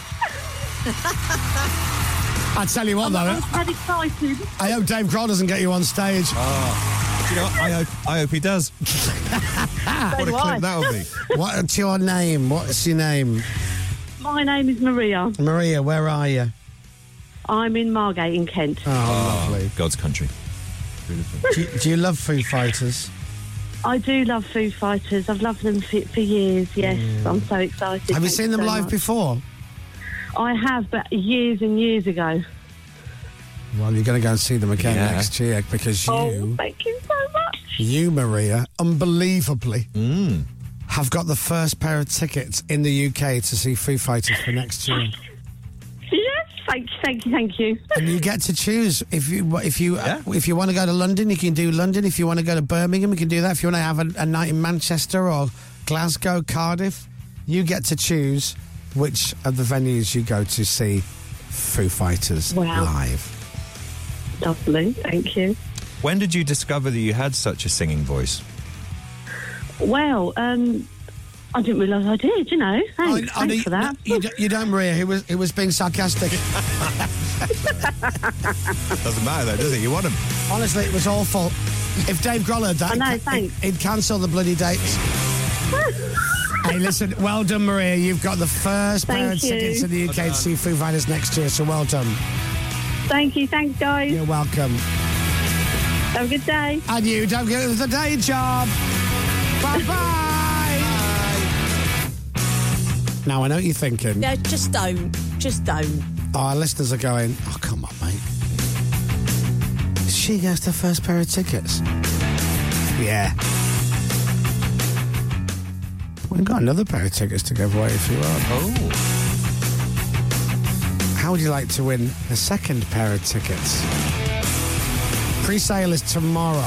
Speaker 5: I tell you what, though,
Speaker 6: I'm excited.
Speaker 5: I hope Dave Grohl doesn't get you on stage.
Speaker 7: Oh, you know, what? I hope, I hope he does.
Speaker 5: Ah,
Speaker 7: what a clip that would be.
Speaker 5: What's your name? What's your name?
Speaker 6: My name is Maria.
Speaker 5: Maria, where are you?
Speaker 6: I'm in Margate in Kent.
Speaker 7: Ah.
Speaker 5: Oh, lovely.
Speaker 7: God's country. Beautiful.
Speaker 5: Do you, do you love Foo Fighters?
Speaker 6: I do love Foo Fighters. I've loved them for, for years. Yes, I'm so excited.
Speaker 5: Have you
Speaker 6: Thanks
Speaker 5: seen them
Speaker 6: so
Speaker 5: live
Speaker 6: much.
Speaker 5: before?
Speaker 6: I have, but years and years ago.
Speaker 5: Well, you're going to go and see them again
Speaker 7: Yeah.
Speaker 5: next year because you,
Speaker 6: Oh, thank you so much.
Speaker 5: you, Maria, unbelievably, have got the first pair of tickets in the UK to see Foo Fighters for next year.
Speaker 6: Yes, thank you, thank you, thank you.
Speaker 5: and you get to choose if you if you if you want to go to London, you can do London. If you want to go to Birmingham, you can do that. If you want to have a, a night in Manchester or Glasgow, Cardiff, you get to choose which of the venues you go to see Foo Fighters
Speaker 6: Wow.
Speaker 5: live.
Speaker 6: Lovely, thank you.
Speaker 7: When did you discover that you had such a singing voice?
Speaker 6: Well, um, I didn't realise I did. You know, thanks,
Speaker 5: I know
Speaker 6: thanks
Speaker 5: you-
Speaker 6: for that.
Speaker 5: You, don't- you don't, Maria. He was he was being sarcastic.
Speaker 7: Doesn't matter though, does it? You want him.
Speaker 5: Honestly, it was awful. If Dave Grohl had that,
Speaker 6: I know,
Speaker 5: he'd-
Speaker 6: thanks.
Speaker 5: he'd cancel the bloody dates. hey, listen, well done, Maria. You've got the first pair
Speaker 6: Thank
Speaker 5: of
Speaker 6: you.
Speaker 5: tickets in the UK to see Foo Fighters next year, so well done.
Speaker 6: Thank you, thanks, guys.
Speaker 5: You're welcome.
Speaker 6: Have a good day.
Speaker 5: And you don't get the day job. Bye bye. Now, I know what you're thinking.
Speaker 9: No, just don't. Just don't.
Speaker 5: Oh, our listeners are going, oh, come on, mate. She gets the first pair of tickets. Yeah. We've got another pair of tickets to give away if you want.
Speaker 7: Oh.
Speaker 5: How would you like to win a second pair of tickets? Pre sale is tomorrow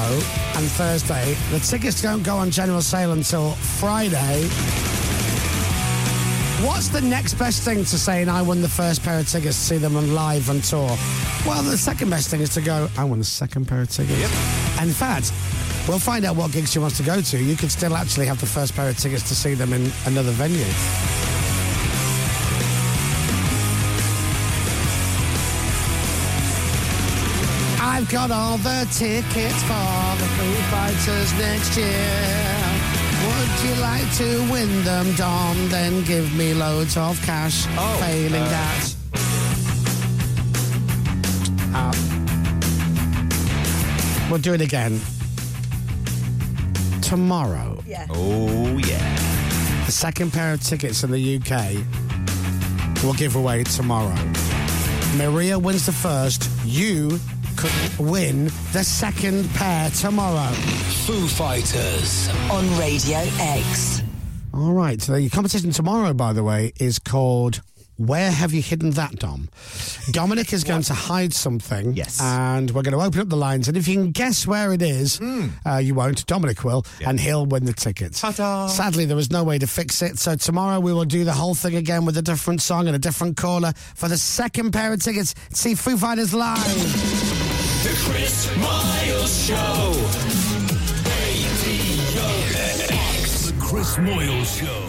Speaker 5: and Thursday. The tickets don't go on general sale until Friday. What's the next best thing to saying I won the first pair of tickets to see them on live on tour? Well, the second best thing is to go, I won the second pair of tickets. And in fact, we'll find out what gigs you want to go to. You could still actually have the first pair of tickets to see them in another venue. I've got all the tickets for the Foo Fighters next year. Would you like to win them, Dom? Then give me loads of cash. failing
Speaker 7: uh,
Speaker 5: that. Uh, we'll do it again. Tomorrow,
Speaker 9: Yeah.
Speaker 7: Oh yeah.
Speaker 5: the second pair of tickets in the UK will give away tomorrow. Maria wins the first. You could win the second pair tomorrow.
Speaker 10: Foo Fighters.
Speaker 2: on Radio X.
Speaker 5: All right. So the competition tomorrow, by the way, is called Where Have You Hidden That, Dom? Dominic is going to hide something. Yes. And we're going to open up the lines. And if you can guess where it is, uh, you won't. Dominic will. And he'll win the tickets. Sadly, there was no way to fix it. So tomorrow we will do the whole thing again with a different song and a different caller for the second pair of tickets. to See Foo Fighters live.
Speaker 10: The Chris Miles Show. Radio X.
Speaker 1: Chris Moyle Show.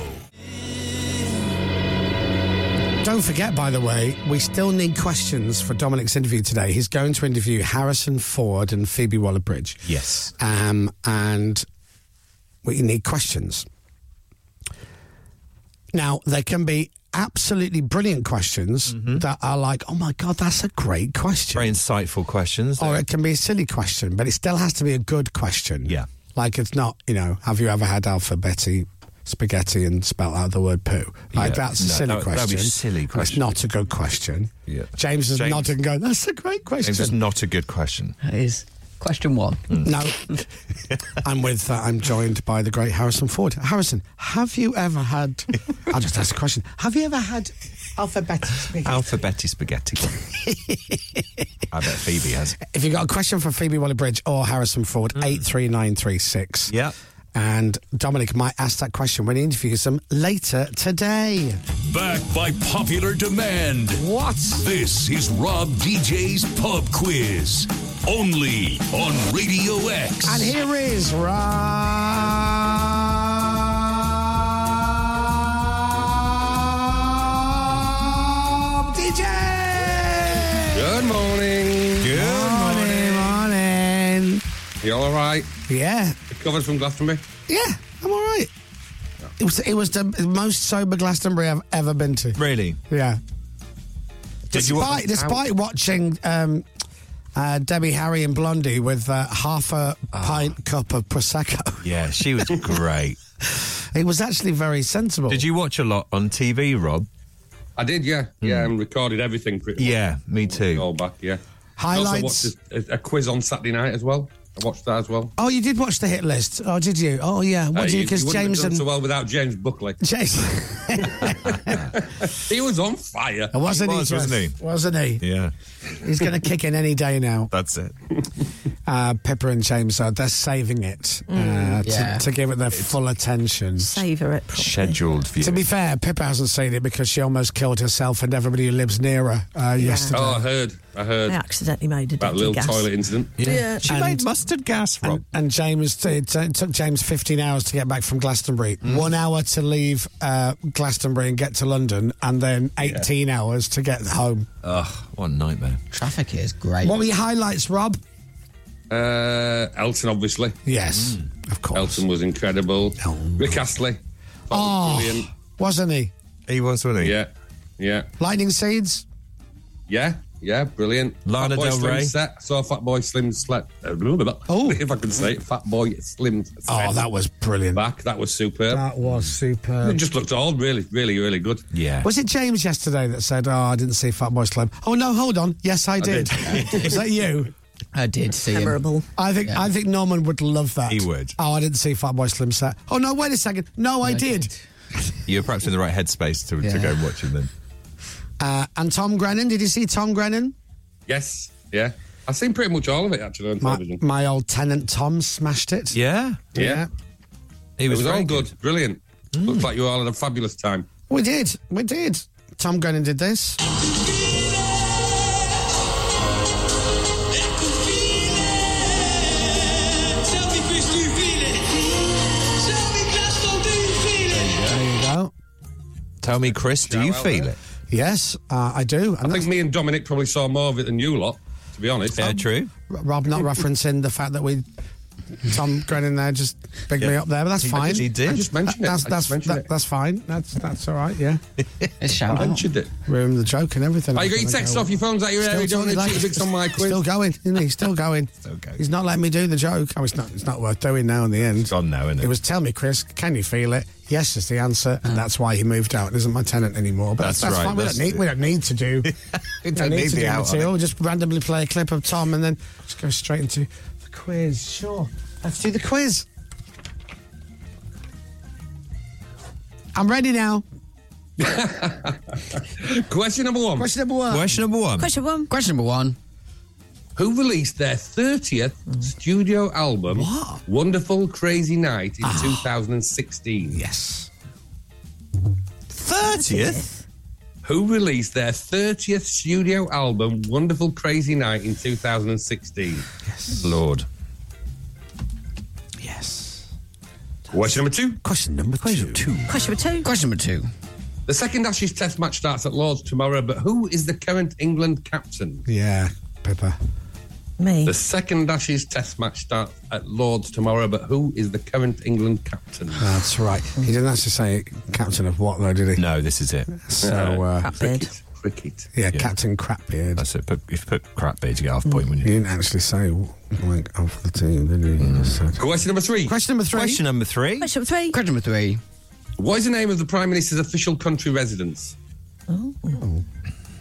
Speaker 5: Don't forget, by the way, we still need questions for Dominic's interview today. He's going to interview Harrison Ford and Phoebe Waller Bridge.
Speaker 18: Yes.
Speaker 5: Um, and we need questions. Now, there can be absolutely brilliant questions that are like, oh my God, that's a great question.
Speaker 7: Mm-hmm. Very insightful questions.
Speaker 5: Or it can be a silly question, but it still has to be a good question. Yeah. Like it's not, you know, have you ever had alphabetti spaghetti and spelt out the word poo? Like
Speaker 7: Yeah,
Speaker 5: that's a
Speaker 7: no,
Speaker 5: silly
Speaker 7: that-
Speaker 5: question.
Speaker 7: that'd be a silly
Speaker 5: And
Speaker 7: question.
Speaker 5: It's not a good question.
Speaker 7: Yeah.
Speaker 5: James is
Speaker 7: James-
Speaker 5: nodding, going, "That's a great question."
Speaker 7: It's just not a good question.
Speaker 8: That is question one.
Speaker 5: No, I'm with that. I'm joined by the great Harrison Ford. Harrison, have you ever had? I'll just ask a question. Have you ever had alphabetti spaghetti?
Speaker 7: Alphabetti spaghetti. I bet Phoebe has.
Speaker 5: If you've got a question for Phoebe Waller Bridge or Harrison Ford, 83936. Yeah. And Dominic might ask that question when he interviews them later today.
Speaker 1: Back by popular demand.
Speaker 5: What?
Speaker 1: This is Rob DJ's Pub Quiz. Only on Radio X.
Speaker 5: And here is Rob DJ.
Speaker 17: Good morning. Good morning.
Speaker 5: Morning.
Speaker 17: You all right?
Speaker 5: Yeah.
Speaker 17: Recovered from Glastonbury?
Speaker 5: Yeah, I'm all right. It was, it was the most sober Glastonbury I've ever been to.
Speaker 7: Really?
Speaker 5: Yeah.
Speaker 7: Did you
Speaker 5: Despite, despite watching um, uh, Debbie Harry and Blondie with uh, half a pint cup of prosecco,
Speaker 7: Yeah, she was great.
Speaker 5: it was actually very sensible.
Speaker 7: Did you watch a lot on TV, Rob? Hmm.
Speaker 17: I did, yeah. Yeah, and recorded everything pretty much.
Speaker 7: Yeah, me too.
Speaker 17: All back, yeah. I
Speaker 5: Highlights.
Speaker 17: also watched a, a quiz on Saturday night as well. I watched that as well.
Speaker 5: Oh, you did watch the hit list. Oh, did you? Oh, yeah. What
Speaker 17: Uh,
Speaker 5: did you?
Speaker 17: you-
Speaker 5: Because
Speaker 17: you wouldn't have
Speaker 5: James
Speaker 17: done
Speaker 5: and
Speaker 17: so well without James Buckley.
Speaker 5: James.
Speaker 17: he was on fire.
Speaker 5: wasn't he? Jess? Wasn't he?
Speaker 7: Yeah.
Speaker 5: He's going to kick in any day now.
Speaker 7: That's it.
Speaker 5: Uh, Pippa and James are. They're saving it
Speaker 9: Mm.
Speaker 5: uh, to,
Speaker 9: Yeah.
Speaker 5: to give it their full attention.
Speaker 9: Savour it.
Speaker 7: Scheduled view.
Speaker 5: To be fair, Pippa hasn't seen it because she almost killed herself and everybody who lives near her uh, yesterday.
Speaker 17: Oh, I heard. I heard.
Speaker 9: I accidentally made a
Speaker 17: That
Speaker 9: dodgy
Speaker 17: little
Speaker 9: gas.
Speaker 17: toilet incident.
Speaker 7: mustard gas,
Speaker 5: Rob. And, and James, it, it took James 15 hours to get back from Glastonbury, one hour to leave uh, Glastonbury and get to London, and then 18 hours to get home.
Speaker 7: Ugh, what a nightmare.
Speaker 8: Traffic is great.
Speaker 5: What were your highlights, Rob?
Speaker 17: Uh, Elton, obviously.
Speaker 5: Yes,
Speaker 7: Mm.
Speaker 5: of course.
Speaker 17: Elton was incredible. Rick Astley. That was
Speaker 5: Oh,
Speaker 17: brilliant.
Speaker 5: wasn't he?
Speaker 7: He was, wasn't
Speaker 17: Yeah, yeah,
Speaker 5: Lightning Seeds?
Speaker 17: yeah, yeah. Brilliant.
Speaker 7: Lana
Speaker 17: Fat Boy
Speaker 7: Del
Speaker 17: Slim
Speaker 7: Rey.
Speaker 17: Set. Saw Fat Boy Slim Set. Oh, if I can say it, Fat Boy Slim. Set.
Speaker 5: Oh, that was brilliant.
Speaker 17: Back. That was superb.
Speaker 5: was
Speaker 17: it
Speaker 5: superb.
Speaker 17: just looked all really, really, really good.
Speaker 7: Yeah.
Speaker 5: Was it James yesterday that said, "Oh, I didn't see Fatboy Slim"? Oh no, hold on. Yes, I did. Was that you?
Speaker 8: I did see
Speaker 9: Memorable.
Speaker 5: I think I think Norman would love that.
Speaker 7: He would.
Speaker 5: Oh, I didn't see Fatboy Slim set. Oh no, wait a second. No, I did.
Speaker 7: You're perhaps in the right headspace to, to go and watch him then.
Speaker 5: Uh, and Tom Grennan. Did you see Tom Grennan?
Speaker 17: Yes. Yeah. I've seen pretty much all of it actually on
Speaker 5: My,
Speaker 17: television.
Speaker 5: my old tenant Tom smashed it.
Speaker 7: Yeah.
Speaker 17: Yeah.
Speaker 7: He
Speaker 17: It
Speaker 7: was
Speaker 17: was, all
Speaker 7: very Mm.
Speaker 17: good. Brilliant. Looks like you all had a fabulous time.
Speaker 5: We did. We did. Tom Grennan did this. There you go.
Speaker 7: Tell me, Chris, do
Speaker 17: Shout
Speaker 7: you
Speaker 17: out
Speaker 7: feel
Speaker 17: there.
Speaker 7: it?
Speaker 5: Yes, uh, I do.
Speaker 17: I think me and Dominic probably saw more of it than you lot, to be honest.
Speaker 7: Yeah, true.
Speaker 5: R- Rob not referencing the fact that we Tom Grennan there just big me
Speaker 17: Yeah.
Speaker 5: up there, but that's
Speaker 17: He
Speaker 5: fine.
Speaker 17: did- he did. I just mentioned it.
Speaker 5: That's
Speaker 17: I
Speaker 5: that's
Speaker 17: just mentioned
Speaker 5: that-
Speaker 17: it.
Speaker 5: that's fine. That's that's all right. Yeah,
Speaker 8: It's
Speaker 17: I
Speaker 8: shout out.
Speaker 17: mentioned it.
Speaker 5: room the joke and everything.
Speaker 17: Oh, you got
Speaker 5: I'm
Speaker 17: your
Speaker 5: gonna
Speaker 17: text
Speaker 5: go-
Speaker 17: off your phones out your area,
Speaker 5: Still
Speaker 17: Dominic.
Speaker 5: doing
Speaker 17: Cheat
Speaker 5: that.
Speaker 17: Big on my quiz.
Speaker 5: Still going, isn't he? Still going.
Speaker 7: going.
Speaker 5: He's not letting me do the joke. Oh, it's not. It's not worth doing now. In the end,
Speaker 7: Gone now, isn't it?
Speaker 5: it was tell me, Chris, can you feel it? Yes is the answer, and that's why he moved out. It isn't my tenant anymore. But that's,
Speaker 7: That's right,
Speaker 5: fine. We
Speaker 7: that's
Speaker 5: don't need.
Speaker 7: it.
Speaker 5: We don't need to do. we
Speaker 7: don't need
Speaker 5: to
Speaker 7: the
Speaker 5: do
Speaker 7: out on
Speaker 5: material. We'll just randomly play a clip of Tom, and then just go straight into the quiz. Sure, let's do the quiz. I'm ready now.
Speaker 17: Question number one.
Speaker 5: Question number one.
Speaker 7: Question number one.
Speaker 9: Question one.
Speaker 8: Question number one.
Speaker 17: Who released their 30th studio album, Wonderful Crazy Night, in
Speaker 7: Ah.
Speaker 17: 2016?
Speaker 5: Yes.
Speaker 7: 30th?
Speaker 17: Who released their 30th studio album, Wonderful Crazy Night, in 2016?
Speaker 7: Lord.
Speaker 5: Yes.
Speaker 17: Question number two.
Speaker 5: Question number two.
Speaker 9: Question number two.
Speaker 8: Question number two.
Speaker 17: The second Ashes Test match starts at Lords tomorrow, but who is the current England captain?
Speaker 5: Yeah, Pippa.
Speaker 9: Me.
Speaker 17: The second Ashes Test match starts at Lords tomorrow, but who is the current England captain?
Speaker 5: That's right. He didn't actually say captain of what, though, did he?
Speaker 7: No, this is it.
Speaker 5: So, uh,
Speaker 17: cricket. cricket.
Speaker 5: Yeah, Captain Crapbeard.
Speaker 7: That's it. But if you put Crapbeard, you get half point, wouldn't
Speaker 5: you? didn't actually say like off the team, did you? You just
Speaker 9: Mm.
Speaker 5: said-
Speaker 17: Question number three.
Speaker 5: Question number three.
Speaker 7: Question number three.
Speaker 9: Question number three.
Speaker 8: Question number three.
Speaker 17: What is the name of the Prime Minister's official country residence?
Speaker 5: Oh.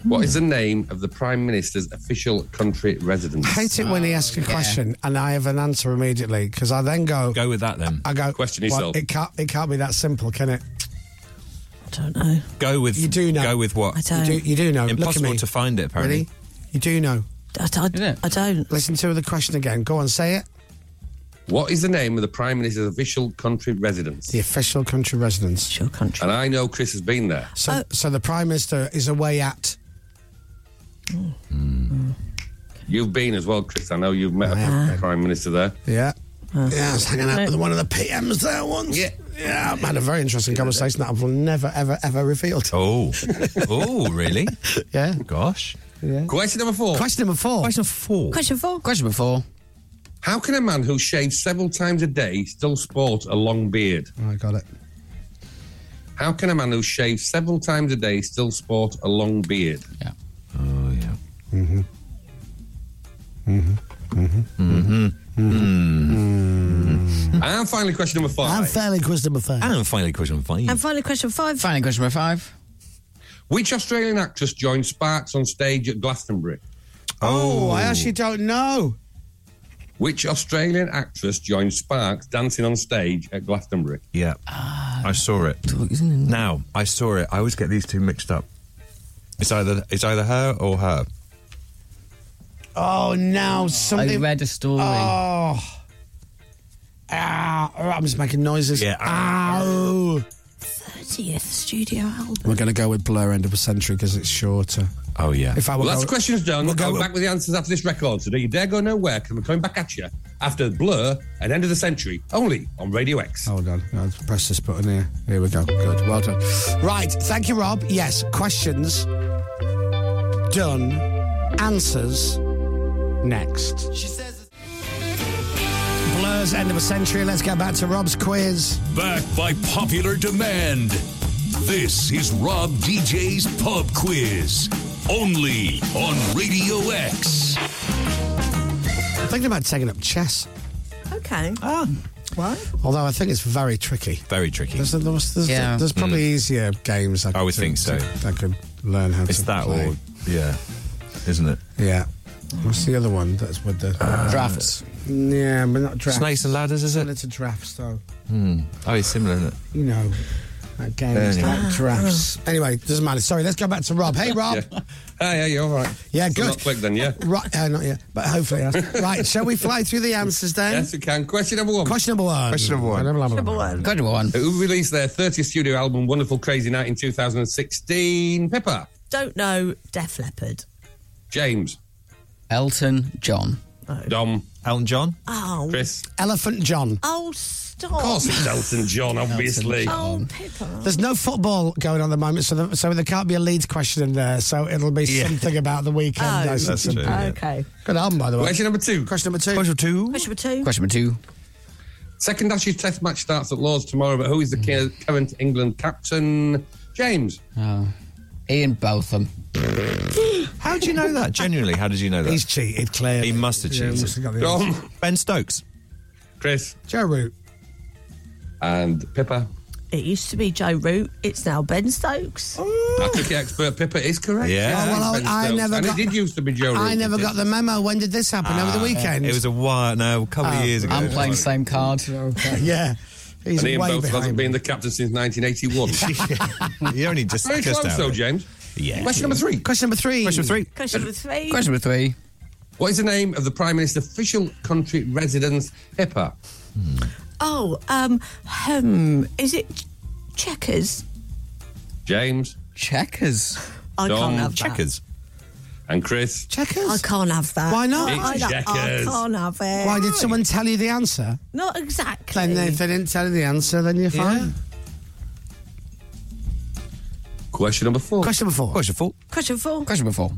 Speaker 17: What is the name of the Prime Minister's official country residence?
Speaker 5: I hate it when he asks a question and I have an answer immediately because I then go.
Speaker 7: Go with that then.
Speaker 5: I go.
Speaker 7: Question
Speaker 5: well,
Speaker 7: yourself.
Speaker 5: it can't. It can't be that simple, can it?
Speaker 9: I don't know.
Speaker 7: Go with
Speaker 5: You do know.
Speaker 7: Go with what?
Speaker 5: I don't. You do- you do know. Look at
Speaker 7: Impossible
Speaker 5: me.
Speaker 7: to find it apparently.
Speaker 5: Really? You do know.
Speaker 9: I, don't. I don't.
Speaker 5: Listen to the question again. Go on, say it.
Speaker 17: What is the name of the Prime Minister's official country residence?
Speaker 5: The official country residence.
Speaker 9: Sure country.
Speaker 17: And I know Chris has been there.
Speaker 5: So,
Speaker 9: Oh.
Speaker 5: so the prime minister is away at.
Speaker 17: You've been as well, Chris. I know you've met a Prime Minister there.
Speaker 5: Yeah. yeah, I was hanging out with one of the PMs there once. Yeah. Yeah, I had a very interesting conversation that I've never, ever, ever revealed.
Speaker 7: Oh. oh, really?
Speaker 5: Yeah.
Speaker 7: Gosh.
Speaker 5: Yeah.
Speaker 17: Question number four.
Speaker 5: Question number four. Question
Speaker 7: four.
Speaker 9: Question four.
Speaker 8: Question number four.
Speaker 17: How can a man who shaves several times a day still sport a long beard?
Speaker 5: Oh, I got it.
Speaker 17: How can a man who shaves several times a day still sport a long beard?
Speaker 8: Yeah.
Speaker 7: Oh yeah.
Speaker 5: Mm-hmm. Mm-hmm. Mm-hmm. Mm-hmm. Mm-hmm.
Speaker 17: And finally, question number five.
Speaker 5: And finally, question number five.
Speaker 7: And finally, question number five.
Speaker 9: And finally, question five.
Speaker 8: Finally, question number five.
Speaker 17: Which Australian actress joined Sparks on stage at Glastonbury?
Speaker 5: Oh, I actually don't know.
Speaker 17: Which Australian actress joined Sparks dancing on stage at Glastonbury?
Speaker 7: Yeah.
Speaker 5: Ah.
Speaker 7: I saw it. Now I saw it. I always get these two mixed up. It's either it's either her or her.
Speaker 5: Oh, now something.
Speaker 8: I read a story.
Speaker 5: Oh. Ah, I'm just making noises.
Speaker 7: Yeah.
Speaker 5: Ow.
Speaker 9: 30th studio album.
Speaker 5: We're going to go with Blur End of a Century because it's shorter.
Speaker 7: Oh yeah.
Speaker 5: If I were
Speaker 17: Well, that's
Speaker 5: go-
Speaker 17: the questions done. We'll
Speaker 5: We'll go
Speaker 17: go back with the answers after this record. So don't you dare go nowhere because we're coming back at you after Blur and End of the Century only on Radio X.
Speaker 5: Hold on. I'll press this button here. Here we go. Good. Well done. Right. Thank you, Rob. Yes. Questions done. Answers next. Blur's end of a century. Let's get back to Rob's quiz.
Speaker 1: Back by popular demand. This is Rob DJ's Pub Quiz. Only on Radio X.
Speaker 5: I'm thinking about taking up chess,
Speaker 9: Okay.
Speaker 7: Oh.
Speaker 9: What?
Speaker 5: although I think it's very tricky.
Speaker 7: Very tricky. Mm.
Speaker 5: There's, there's, there's,
Speaker 8: Yeah.
Speaker 5: there's probably easier games. I,
Speaker 7: I would
Speaker 5: could-
Speaker 7: think so.
Speaker 5: I could learn how
Speaker 7: It's
Speaker 5: to
Speaker 7: that
Speaker 5: play.
Speaker 7: or yeah, isn't it?
Speaker 5: Yeah. What's the other one that's with the
Speaker 8: Drafts.
Speaker 5: Yeah, but not drafts.
Speaker 7: Snakes Ah. and ladders, is it?
Speaker 5: Similar to drafts, though.
Speaker 7: Hmm. Oh, it's similar, isn't it?
Speaker 5: You know, that game is
Speaker 7: Anyway.
Speaker 5: like drafts. Anyway, doesn't matter. Sorry, let's go back to Rob. Hey, Rob.
Speaker 17: Yeah. Ah, yeah, you're all right.
Speaker 5: Yeah,
Speaker 17: So
Speaker 5: good.
Speaker 17: Not quick then, yeah.
Speaker 5: Right, uh, not yet, but hopefully. yes. right, shall we fly through the answers then?
Speaker 17: Yes, you can. Question number one.
Speaker 5: Question number one.
Speaker 7: Question number one.
Speaker 5: Blah, blah, blah, blah.
Speaker 8: Question number one.
Speaker 17: Who released their 30th studio album, Wonderful Crazy Night, in 2016? Pippa.
Speaker 9: Don't know Def Leppard.
Speaker 17: James.
Speaker 8: Elton John.
Speaker 17: Dom.
Speaker 7: Elton John.
Speaker 9: Oh.
Speaker 17: Chris.
Speaker 5: Elephant John.
Speaker 9: Oh, stop.
Speaker 17: Of course, it's Elton John, obviously.
Speaker 9: Oh, Pippa.
Speaker 5: There's no football going on at the moment, so, there- so there can't be a Leeds question in there. So it'll be
Speaker 7: Yeah.
Speaker 5: something about the weekend.
Speaker 9: Oh.
Speaker 5: I
Speaker 9: That's
Speaker 5: suspect.
Speaker 7: true. Yeah.
Speaker 9: Okay.
Speaker 5: Good album, by the way.
Speaker 17: Question number two.
Speaker 5: Question number two.
Speaker 7: Question two.
Speaker 9: Question number two.
Speaker 8: Question number two.
Speaker 17: Second Ashes Test match starts at Lords tomorrow, but who is the cu- current England captain? James.
Speaker 8: Hmm. Oh. Ian Botham.
Speaker 7: How did you know that? Genuinely, how did you know that?
Speaker 5: He's cheated, clearly.
Speaker 7: He must have
Speaker 5: Yeah,
Speaker 7: cheated.
Speaker 5: must have got the answer.
Speaker 17: Dom.
Speaker 7: ben Stokes.
Speaker 17: Chris.
Speaker 5: Joe Root.
Speaker 17: And Pippa.
Speaker 9: It used to be Joe Root. It's now Ben Stokes.
Speaker 17: Our cricket expert Pippa is correct.
Speaker 7: Yeah.
Speaker 5: Oh, well,
Speaker 17: Ben
Speaker 5: I- I
Speaker 17: Stokes.
Speaker 5: never
Speaker 17: and
Speaker 5: got-
Speaker 17: it did used to be Joe Root.
Speaker 5: I never
Speaker 17: didn't
Speaker 5: got
Speaker 17: it?
Speaker 5: the memo. When did this happen? Over the weekend?
Speaker 7: It was a while, no, a couple
Speaker 5: Oh.
Speaker 7: of years ago.
Speaker 8: I'm playing the same card.
Speaker 5: yeah. He's
Speaker 17: And
Speaker 5: way
Speaker 17: Ian Botham
Speaker 5: behind.
Speaker 17: hasn't been the captain since 1981.
Speaker 7: you only just
Speaker 17: Very
Speaker 7: just
Speaker 17: close,
Speaker 7: out
Speaker 17: though,
Speaker 7: of it.
Speaker 17: James.
Speaker 7: Yeah.
Speaker 17: Question number three.
Speaker 5: Question number three.
Speaker 7: Question three.
Speaker 9: Question number three.
Speaker 8: Question number three.
Speaker 17: What is the name of the Prime Minister's official country residence, Pippa?
Speaker 9: Oh, um, hmm. Is it Checkers?
Speaker 17: James.
Speaker 8: Checkers.
Speaker 9: I
Speaker 17: Dom
Speaker 9: can't have that.
Speaker 7: Checkers.
Speaker 17: and Chris.
Speaker 5: Checkers?
Speaker 9: I can't have that. Oh,
Speaker 5: Why not?
Speaker 9: I,
Speaker 17: It's
Speaker 9: don't- I
Speaker 17: checkers.
Speaker 9: can't have it.
Speaker 5: Why did someone tell you the answer?
Speaker 9: Not exactly.
Speaker 5: Then they- if they didn't tell you the answer, then you're fine.
Speaker 17: Question number four.
Speaker 5: Question number four.
Speaker 17: Question four.
Speaker 9: Question four.
Speaker 17: Question number four.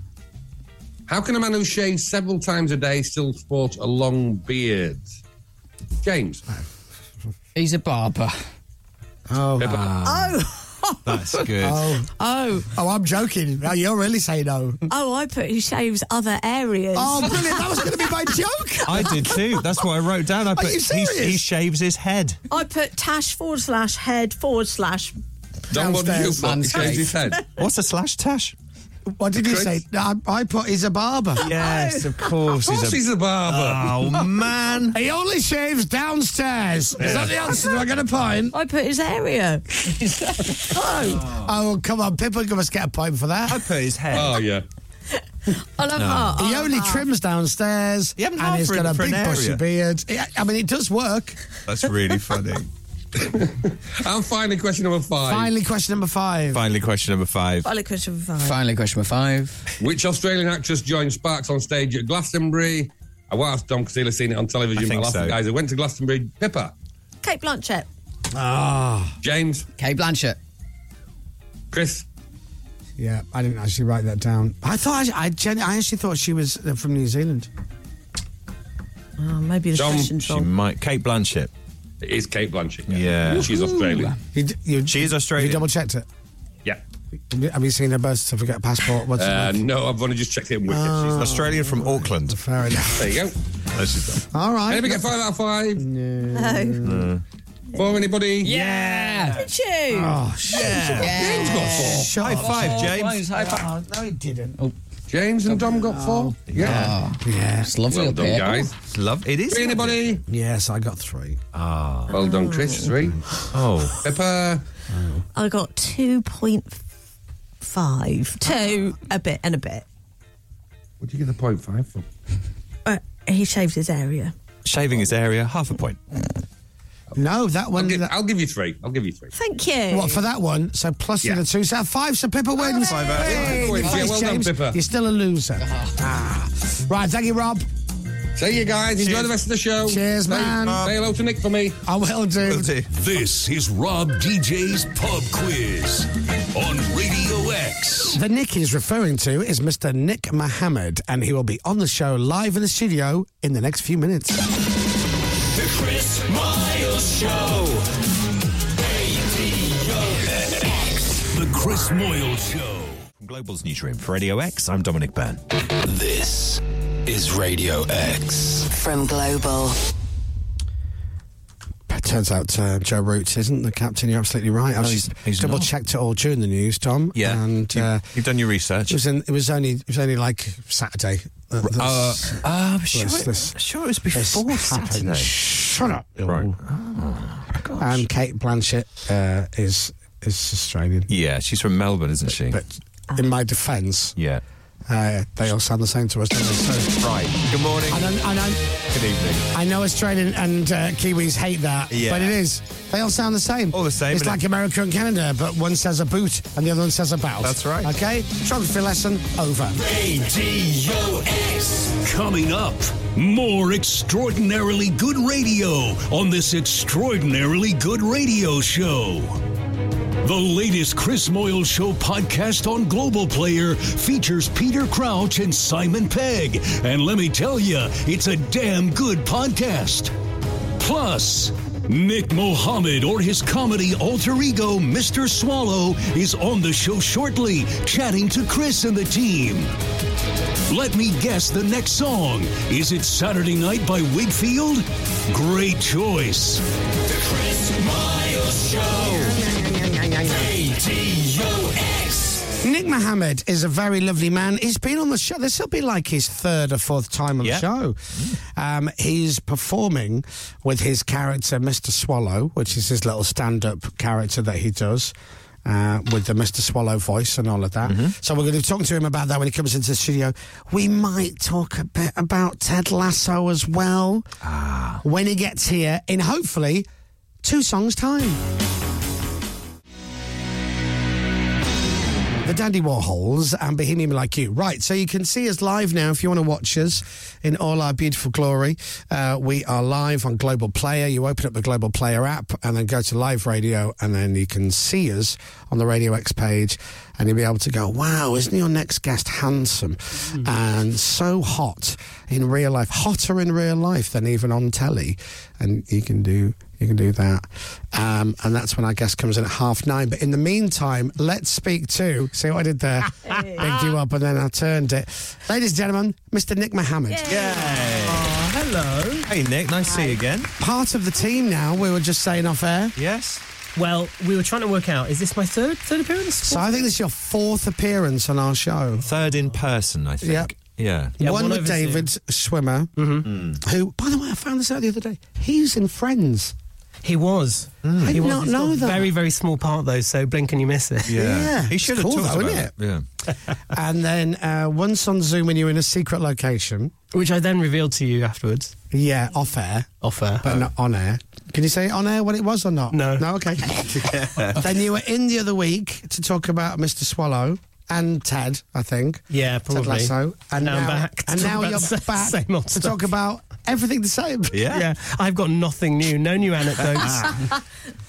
Speaker 17: How can a man who shaves several times a day still sport a long beard? James.
Speaker 8: He's a barber.
Speaker 5: Oh,
Speaker 9: Oh.
Speaker 5: Oh.
Speaker 9: Oh.
Speaker 5: Oh, I'm joking. Oh, You're really saying no.
Speaker 9: Oh, I put he shaves other areas.
Speaker 5: Oh, brilliant. That was going to be my joke.
Speaker 7: I did too. That's what I wrote down. I
Speaker 9: Are
Speaker 7: put
Speaker 9: you
Speaker 7: he,
Speaker 9: serious?
Speaker 7: he shaves his head.
Speaker 9: I put Tash forward slash head forward slash.
Speaker 17: Don, what did you put? He shaves his head.
Speaker 7: What's a slash tash?
Speaker 5: What did you
Speaker 17: Chris?
Speaker 5: say? No, I, I put he's a barber.
Speaker 7: Yes, of course.
Speaker 5: Of
Speaker 17: course he's a barber.
Speaker 7: Oh, man.
Speaker 5: He only shaves downstairs. Is that the answer? Do I get a point?
Speaker 9: I put his area.
Speaker 5: oh. oh, come on. People must get a point for that. I
Speaker 7: put his head.
Speaker 17: Oh, yeah.
Speaker 9: I love Oh. that.
Speaker 5: He
Speaker 9: I love
Speaker 5: only
Speaker 9: that.
Speaker 5: trims downstairs,
Speaker 9: You haven't
Speaker 5: and he's
Speaker 9: half
Speaker 5: got a
Speaker 9: for an
Speaker 5: big
Speaker 9: area.
Speaker 5: bushy beard. Yeah, I mean, it does work.
Speaker 7: That's really funny.
Speaker 17: And finally, question number five.
Speaker 5: Finally, question number five.
Speaker 7: Finally, question number five.
Speaker 9: Finally, question five.
Speaker 8: Finally, question number five.
Speaker 17: Which Australian actress joined Sparks on stage at Glastonbury? I will ask Dom because he'll have seen it on television.
Speaker 7: I think
Speaker 17: but I'll ask
Speaker 7: so.
Speaker 17: the guys who went to Glastonbury. Pippa.
Speaker 9: Kate Blanchett.
Speaker 5: Ah.
Speaker 17: James.
Speaker 8: Kate Blanchett.
Speaker 17: Chris.
Speaker 5: Yeah, I didn't actually write that down. I thought I, I, gen- I actually thought she was uh, from New Zealand.
Speaker 9: Oh, maybe the question's
Speaker 7: she
Speaker 9: wrong.
Speaker 7: might. Kate Blanchett.
Speaker 17: It is Kate Blanchett.
Speaker 7: Yeah.
Speaker 17: She's Australian.
Speaker 5: You, d- you,
Speaker 7: She's Australian.
Speaker 5: You double checked it.
Speaker 17: Yeah.
Speaker 5: Have you seen her birth certificate, passport? What's
Speaker 17: Uh,
Speaker 5: it like?
Speaker 17: no, I've only just checked it in Wicked.
Speaker 5: Oh.
Speaker 17: She's
Speaker 7: Australian from Auckland.
Speaker 5: Fair enough.
Speaker 17: There you go.
Speaker 5: All right.
Speaker 17: Anybody get five out of five?
Speaker 9: No.
Speaker 17: Four, anybody?
Speaker 8: Yeah.
Speaker 9: Did you? Oh,
Speaker 5: Oh, shit.
Speaker 17: James got four.
Speaker 5: Shut
Speaker 7: High
Speaker 5: up.
Speaker 7: five, James.
Speaker 8: high five.
Speaker 5: Oh, no, he didn't.
Speaker 17: James and Dom got four. Yeah.
Speaker 5: Oh.
Speaker 9: Oh.
Speaker 19: Oh.
Speaker 5: Yeah.
Speaker 8: It's lovely
Speaker 17: Well
Speaker 8: up
Speaker 17: done,
Speaker 8: here.
Speaker 17: guys.
Speaker 7: It's love. It is.
Speaker 17: Three, anybody?
Speaker 5: Yes, I got three.
Speaker 7: Ah.
Speaker 17: Well done, Chris. Three.
Speaker 7: Oh.
Speaker 17: Pippa.
Speaker 9: I got two point five, two a bit and a bit.
Speaker 17: What do you get the point five for?
Speaker 9: Uh, he shaved his area.
Speaker 7: Shaving his area, half a point.
Speaker 5: No, that
Speaker 17: I'll
Speaker 5: one.
Speaker 17: give, I'll give you three. I'll give you three.
Speaker 9: Thank you.
Speaker 5: What for that one? So plus
Speaker 17: Yeah.
Speaker 5: the two, so five. So Pippa wins.
Speaker 7: Five out of
Speaker 5: Hey,
Speaker 17: five.
Speaker 5: thanks,
Speaker 17: Yeah, well done,
Speaker 5: James.
Speaker 17: Pippa.
Speaker 5: You're still a loser. Ah. Right, thank you, Rob.
Speaker 17: See you guys. Enjoy
Speaker 7: Cheers.
Speaker 17: the rest of the show.
Speaker 5: Cheers,
Speaker 17: Say-
Speaker 5: man.
Speaker 17: Say hello to Nick for me.
Speaker 5: I will do.
Speaker 1: This is Rob DJ's Pub Quiz on Radio X.
Speaker 5: The Nick he's referring to is Mr. Nick Mohammed, and he will be on the show live in the studio in the next few minutes.
Speaker 10: The Chris Miles Show. Radio X.
Speaker 1: The Chris Moyle Show.
Speaker 7: From Global's newsroom for Radio X, I'm Dominic Byrne.
Speaker 10: This is Radio X.
Speaker 2: From Global.
Speaker 5: It turns out uh, Joe Root isn't the captain. You're absolutely right. I
Speaker 7: No,
Speaker 5: was
Speaker 7: he's-
Speaker 5: just
Speaker 7: he's
Speaker 5: double
Speaker 7: not.
Speaker 5: checked it all during the news, Tom.
Speaker 7: Yeah.
Speaker 5: and
Speaker 7: You-
Speaker 5: uh,
Speaker 7: You've done your research.
Speaker 5: it was in, it was only it was only like Saturday. Uh,
Speaker 7: Uh,
Speaker 5: this-
Speaker 7: uh, I'm sure,
Speaker 5: this-
Speaker 7: it,
Speaker 5: this-
Speaker 7: sure it was
Speaker 5: this
Speaker 7: before
Speaker 5: happened.
Speaker 7: Saturday. Oh,
Speaker 5: Shut up.
Speaker 7: Right.
Speaker 5: And Kate Blanchett uh, is is Australian.
Speaker 7: Yeah, she's from Melbourne, isn't she?
Speaker 5: But in my defence,
Speaker 7: yeah.
Speaker 5: uh, they all sound the same to us. Don't they? So,
Speaker 7: Right. Good morning.
Speaker 5: and I, and I,
Speaker 7: Good evening.
Speaker 5: I know Australian and uh, Kiwis hate that,
Speaker 7: Yeah.
Speaker 5: but it is. They all sound the same.
Speaker 7: All the same,
Speaker 5: It's
Speaker 7: isn't
Speaker 5: like
Speaker 7: it?
Speaker 5: America and Canada, but one says a boot and the other one says a bout.
Speaker 7: That's right.
Speaker 5: Okay? Geography lesson over.
Speaker 10: Radio X.
Speaker 1: Coming up, more extraordinarily good radio on this extraordinarily good radio show. The latest Chris Moyle Show podcast on Global Player features Peter Crouch and Simon Pegg. And let me tell you, it's a damn good podcast. Plus, Nick Mohammed or his comedy alter ego, Mr. Swallow, is on the show shortly, chatting to Chris and the team. Let me guess the next song. Is it Saturday Night by Wigfield? Great choice.
Speaker 10: The Chris Miles Show. Radio X.
Speaker 5: Nick Mohammed is a very lovely man. He's been on the show. This will be like his third or fourth time on
Speaker 7: Yeah.
Speaker 5: the show. Um, he's performing with his character, Mr. Swallow, which is his little stand up character that he does. Uh, with the Mr. Swallow voice and all of that. So, we're going to talk to him about that when he comes into the studio. We might talk a bit about Ted Lasso as well when he gets here in hopefully two songs' time. the Dandy Warhols and Bohemian Like You. Right, so you can see us live now if you want to watch us in all our beautiful glory. Uh, we are live on Global Player. You open up the Global Player app and then go to live radio, and then you can see us on the Radio X page. And you'll be able to go, wow, isn't your next guest handsome and so hot in real life? Hotter in real life than even on telly. And you can do you can do that. Um, and that's when our guest comes in at half nine. But in the meantime, let's speak to. See what I did there? Picked you up and then I turned it. Ladies and gentlemen, Mr. Nick Mohammed.
Speaker 7: hello. Hey, Nick. Nice to see you again.
Speaker 5: Part of the team now, we were just saying off air.
Speaker 7: Yes.
Speaker 19: Well, we were trying to work out is this my third third appearance?
Speaker 5: So I think this is your fourth appearance on our show.
Speaker 7: Third in person, I think.
Speaker 5: Yep.
Speaker 7: Yeah.
Speaker 5: one, with David Schwimmer,
Speaker 19: Mm-hmm.
Speaker 5: who, by the way, I found this out the other day. He's in Friends.
Speaker 19: He was.
Speaker 5: I
Speaker 19: He
Speaker 5: did
Speaker 19: was.
Speaker 5: not
Speaker 19: He's got
Speaker 5: know
Speaker 19: a
Speaker 5: that.
Speaker 19: Very very small part though. So blink and you miss it.
Speaker 5: Yeah. Yeah. He should It's have cool, talked though, about isn't
Speaker 7: Yeah.
Speaker 5: and then uh, once on Zoom when you were in a secret location.
Speaker 19: Which I then revealed to you afterwards.
Speaker 5: Yeah, off air.
Speaker 19: Off air. Oh.
Speaker 5: But not on air. Can you say on air what it was or not? No. No, okay. then you were in the other week to talk about Mr. Swallow and Ted, I think.
Speaker 19: Yeah,
Speaker 5: Ted
Speaker 19: probably.
Speaker 5: Lasso. And
Speaker 19: Now
Speaker 5: now,
Speaker 19: I'm back to
Speaker 5: and
Speaker 19: talk
Speaker 5: now
Speaker 19: about
Speaker 5: you're
Speaker 19: the
Speaker 5: back
Speaker 19: same old
Speaker 5: to
Speaker 19: stuff.
Speaker 5: talk about everything the same.
Speaker 19: yeah. I've got nothing new. No new anecdotes.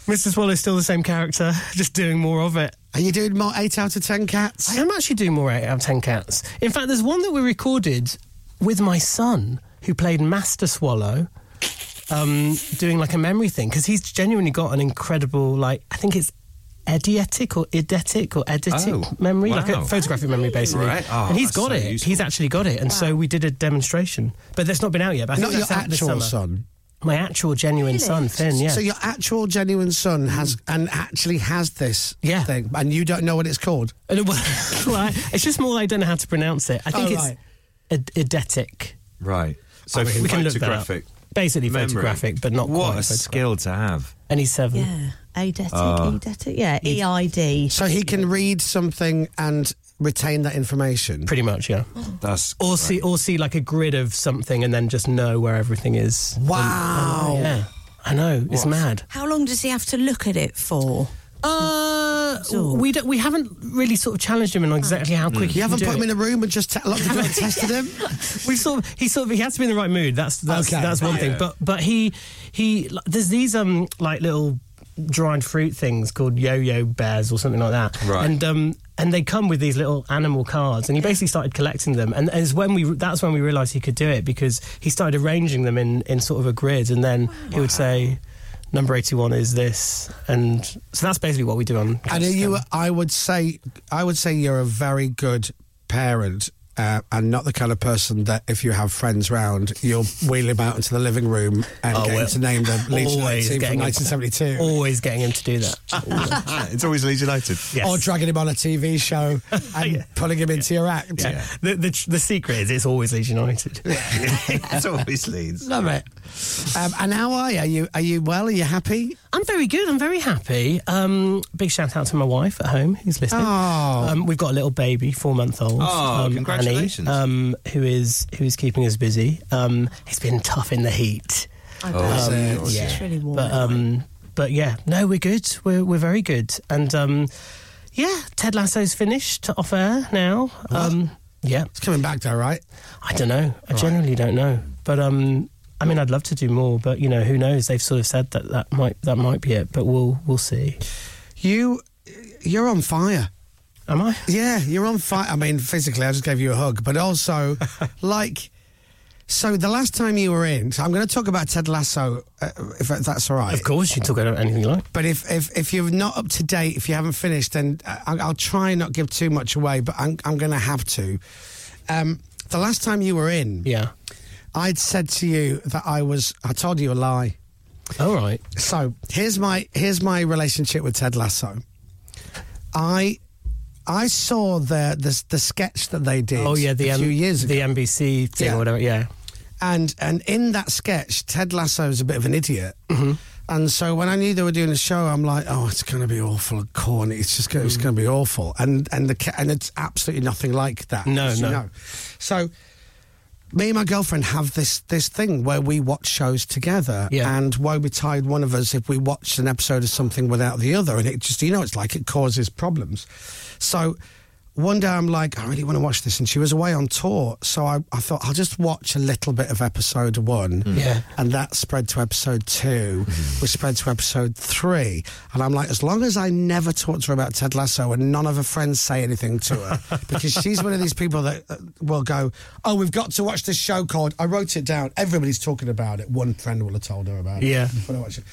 Speaker 19: Mr. Swallow's still the same character, just doing more of it.
Speaker 5: Are you doing more 8 out of 10 cats?
Speaker 19: I am actually doing more 8 out of 10 cats. In fact, there's one that we recorded with my son, who played Master Swallow, um, doing like a memory thing, because he's genuinely got an incredible, like, I think it's eidetic or eidetic or eidetic
Speaker 8: Oh,
Speaker 19: memory, like
Speaker 8: wow.
Speaker 19: a photographic memory, basically.
Speaker 8: Right. Oh,
Speaker 19: and he's
Speaker 8: that's
Speaker 19: got
Speaker 8: so
Speaker 19: it. He's actually got it. And so we did a demonstration, but that's not been out yet. But I
Speaker 5: Not
Speaker 19: think
Speaker 5: your
Speaker 19: that's out this
Speaker 5: actual
Speaker 19: summer.
Speaker 5: son.
Speaker 19: My actual genuine son, Finn, yeah.
Speaker 5: So your actual genuine son has and actually has this thing, and you don't know what it's called.
Speaker 19: And it- well, I- it's just more I don't know how to pronounce it. I think
Speaker 5: Oh,
Speaker 19: it's
Speaker 5: right.
Speaker 19: ed- eidetic.
Speaker 7: Right. So
Speaker 19: I mean, we can look that up.
Speaker 7: photographic.
Speaker 19: Basically
Speaker 7: memory.
Speaker 19: photographic, but not
Speaker 7: What
Speaker 19: quite
Speaker 7: a
Speaker 19: photographic.
Speaker 7: skill to have.
Speaker 19: And he's seven.
Speaker 9: Yeah.
Speaker 19: E
Speaker 9: Eidetic,
Speaker 5: Ah,
Speaker 19: Ah.
Speaker 7: Oh.
Speaker 9: eidetic, yeah, EID.
Speaker 5: So he can read something and retain that information.
Speaker 19: Pretty much, yeah.
Speaker 7: That's
Speaker 19: Or see, or see like a grid of something, and then just know where everything is. Um, oh,
Speaker 5: Wow.
Speaker 19: yeah, I know. It's
Speaker 9: What?
Speaker 19: mad.
Speaker 9: How long does he have to look at it for?
Speaker 19: Uh, we don't, we haven't really sort of challenged him on exactly how quick.
Speaker 5: Mm. You haven't put him in a room and just t- locked the door and tested him.
Speaker 19: We sort of, he sort of, he has to be in the right mood. That's that's
Speaker 5: Okay.
Speaker 19: that's one
Speaker 5: Yeah.
Speaker 19: thing. But but he he like, there's these um like little dried fruit things called yo-yo bears or something like that.
Speaker 13: Right.
Speaker 19: And um and they come with these little animal cards, and he basically started collecting them. And as when we that's when we realised he could do it because he started arranging them in in sort of a grid, and then he would say. Number eighty-one is this, and so that's basically what we do on.
Speaker 5: And are you, I would say, I would say you're a very good parent. Uh, and not the kind of person that if you have friends round, you'll wheel him out into the living room and
Speaker 19: Oh,
Speaker 5: get him
Speaker 19: well,
Speaker 5: to name the Leeds United
Speaker 19: always
Speaker 5: team from
Speaker 19: getting him-
Speaker 5: 1972.
Speaker 19: Always getting him to do that.
Speaker 7: it's always Leeds United.
Speaker 5: Or dragging him on a TV show and pulling him into your act.
Speaker 19: Yeah. The, the the secret is it's always Leeds United.
Speaker 7: it's always Leeds.
Speaker 5: Love it. Um, and how are you? Are you are you well? Are you happy?
Speaker 19: I'm very good. I'm very happy. Um, big shout out to my wife at home who's listening.
Speaker 5: Oh.
Speaker 19: Um, we've got a little baby, four month old.
Speaker 5: Oh,
Speaker 19: um,
Speaker 5: congratulations.
Speaker 19: Annie, um, who is who is keeping us busy. Um, it's been tough in the heat.
Speaker 9: I bet. Oh,
Speaker 19: um,
Speaker 9: it's- it's really warm
Speaker 19: But, um, but yeah, no, we're good. We're we're very good. And um, yeah, Ted Lasso's finished off air now. Um, yeah, it's
Speaker 5: coming back though, right?
Speaker 19: I don't know. I generally don't know. But um, I mean, I'd love to do more. But you know, who knows? They've sort of said that that might that might be it. But we'll we'll see.
Speaker 5: You you're on fire.
Speaker 19: Am I?
Speaker 5: Yeah, you're on fire. I mean, physically, I just gave you a hug, but also, like, so the last time you were in, so I'm going to talk about Ted Lasso, uh, if that's all right. Of
Speaker 19: course, you can talk about anything you like.
Speaker 5: But if, if if you're not up to date, if you haven't finished, then I, I'll try and not give too much away, but I'm I'm going to have to. Um, the last time you were in,
Speaker 19: yeah,
Speaker 5: I'd said to you that I was. I told you a lie.
Speaker 19: All right.
Speaker 5: So here's my here's my relationship with Ted Lasso. I I saw the the, the sketch that they did.
Speaker 19: Oh yeah, the
Speaker 5: a
Speaker 19: M-
Speaker 5: few years
Speaker 19: the NBC thing
Speaker 5: Yeah.
Speaker 19: or whatever. Yeah.
Speaker 5: and and in that sketch, Ted Lasso is a bit of an idiot.
Speaker 19: Mm-hmm.
Speaker 5: And so when I knew they were doing a show, I'm like, oh, it's going to be awful and corny. It's just going, it's
Speaker 19: Mm.
Speaker 5: going to be awful. And and the ca- and it's absolutely nothing like that.
Speaker 19: No,
Speaker 5: as you
Speaker 19: no.
Speaker 5: know. So me and my girlfriend have this this thing where we watch shows together,
Speaker 19: Yeah.
Speaker 5: and woe betide one of us if we watched an episode of something without the other, and it just you know it's like it causes problems. So one day I'm like, I really want to watch this, and she was away on tour, so I, I thought I'll just watch a little bit of episode one,
Speaker 19: Mm. Yeah.
Speaker 5: and that spread to episode two, which spread to episode three, and I'm like, as long as I never talk to her about Ted Lasso and none of her friends say anything to her, because she's one of these people that uh, will go, oh, we've got to watch this show called. I wrote it down. Everybody's talking about it. One friend will have told her about it.
Speaker 19: Yeah.
Speaker 5: before I watch it.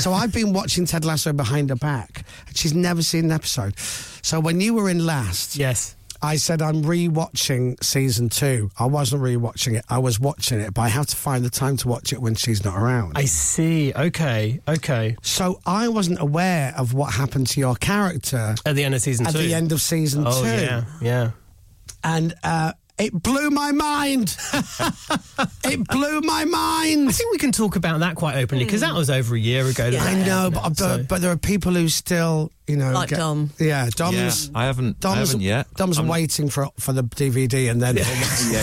Speaker 5: So I've been watching Ted Lasso behind her back. and She's never seen an episode. So when you were in last,
Speaker 19: yes,
Speaker 5: I said I'm rewatching season two. I wasn't rewatching it. I was watching it, but I have to find the time to watch it when she's not around.
Speaker 19: I see. Okay, okay.
Speaker 5: So I wasn't aware of what happened to your character
Speaker 19: At the end of season
Speaker 5: at
Speaker 19: two.
Speaker 5: the end of season
Speaker 19: oh,
Speaker 5: two
Speaker 19: yeah, yeah.
Speaker 5: and uh, it blew my mind. it blew my mind. I
Speaker 19: think we can talk about that quite openly because that was over a year ago. that
Speaker 5: I
Speaker 19: that
Speaker 5: know,
Speaker 19: happened,
Speaker 5: but, but,
Speaker 19: so-
Speaker 5: but there are people who still, you know,
Speaker 19: Like Dom.
Speaker 5: Yeah, Dom's.
Speaker 7: Yeah, I haven't- I
Speaker 5: Dom's,
Speaker 7: haven't yet.
Speaker 5: Dom's
Speaker 7: I'm-
Speaker 5: waiting for for the DVD and then.
Speaker 7: Yeah,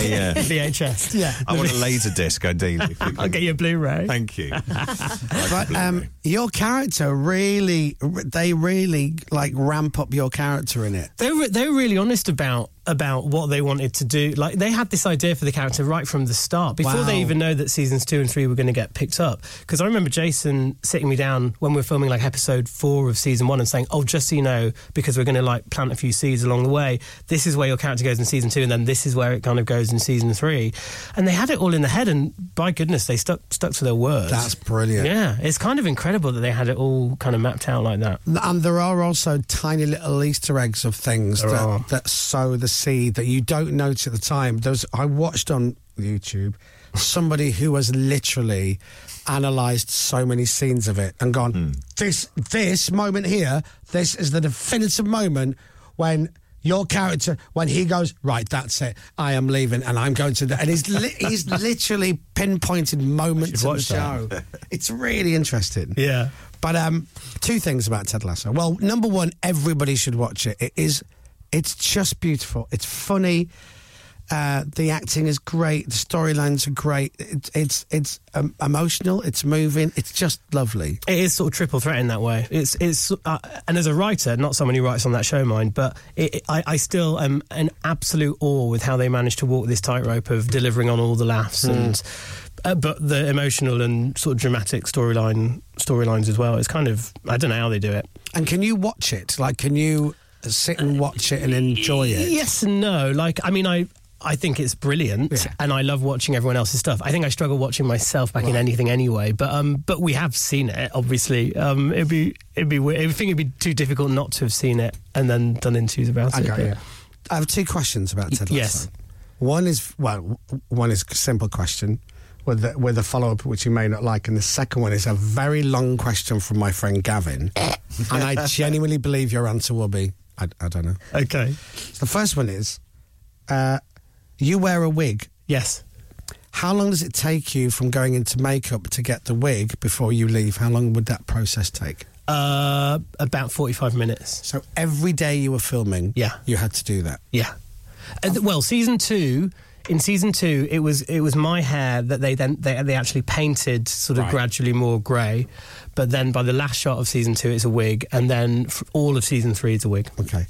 Speaker 7: yeah.
Speaker 19: VHS. Yeah.
Speaker 7: I want a laser disc, ideally.
Speaker 19: I'll get you a Blu-ray.
Speaker 7: Thank you.
Speaker 5: But um, your character really, they really like ramp up your character in it.
Speaker 19: They were they were really honest about about what they wanted to do. Like they had this idea for the character right from the start before
Speaker 5: Wow.
Speaker 19: they even know that seasons two and three were going to get picked up. Because I remember Jason sitting me down when we were filming like episode four of season one and saying, "Oh, just so you know, because we're going to like plant a few seeds along the way. This is where your character goes in season two, and then this is where it kind of goes in season three. And they had it all in the head, and by goodness, they stuck stuck to their words.
Speaker 5: That's brilliant.
Speaker 19: Yeah, it's kind of incredible that they had it all kind of mapped out like that.
Speaker 5: And there are also tiny little Easter eggs of things
Speaker 19: There
Speaker 5: that,
Speaker 19: are.
Speaker 5: that sow the seed that you don't notice at the time. There's, I watched on YouTube somebody who has literally analysed so many scenes of it and
Speaker 19: Hmm.
Speaker 5: gone, this this moment here, this is the definitive moment when your character, when he goes, right, that's it, I am leaving and I'm going to the, and he's, li- he's literally pinpointed moments of the
Speaker 19: watch
Speaker 5: show.
Speaker 19: that.
Speaker 5: It's really interesting.
Speaker 19: Yeah.
Speaker 5: But um, two things about Ted Lasso. Well, number one, everybody should watch it. It is, it's just beautiful. It's funny. Uh, the acting is great. The storylines are great. It, it's it's um, emotional. It's moving. It's just lovely.
Speaker 19: It is sort of triple threat in that way. It's it's uh, and as a writer, not someone who writes on that show mind, but it, it- I, I still am in absolute awe with how they managed to walk this tightrope of delivering on all the laughs
Speaker 5: Mm.
Speaker 19: and uh, but the emotional and sort of dramatic storyline storylines as well. It's kind of I don't know how they do it.
Speaker 5: And can you watch it? Like, can you sit and watch it and enjoy it?
Speaker 19: Yes and no. Like, I mean, I. I think it's brilliant, and I love watching everyone else's stuff. I think I struggle watching myself back in anything anyway. But um, but we have seen it, obviously. Um, it'd be it'd be weird. I think it'd be too difficult not to have seen it and then done interviews about it.
Speaker 5: Okay,
Speaker 19: but-
Speaker 5: yeah. I have two questions about Ted Lasso.
Speaker 19: Yes.
Speaker 5: One is well, w- one is a simple question with the, with a follow up which you may not like, and the second one is a very long question from my friend Gavin, and I genuinely believe your answer will be I, I don't know.
Speaker 19: Okay.
Speaker 5: The first one is, uh, you wear a wig.
Speaker 19: Yes.
Speaker 5: How long does it take you from going into makeup to get the wig before you leave? How long would that process take?
Speaker 19: Uh, about forty-five minutes.
Speaker 5: So every day you were filming,
Speaker 19: yeah,
Speaker 5: you had to do that.
Speaker 19: Yeah. Uh, th- well, season two. In season two, it was it was my hair that they then they, they actually painted sort of
Speaker 5: Right.
Speaker 19: gradually more grey, but then by the last shot of season two, it's a wig, and then f- all of season three is a wig.
Speaker 5: Okay.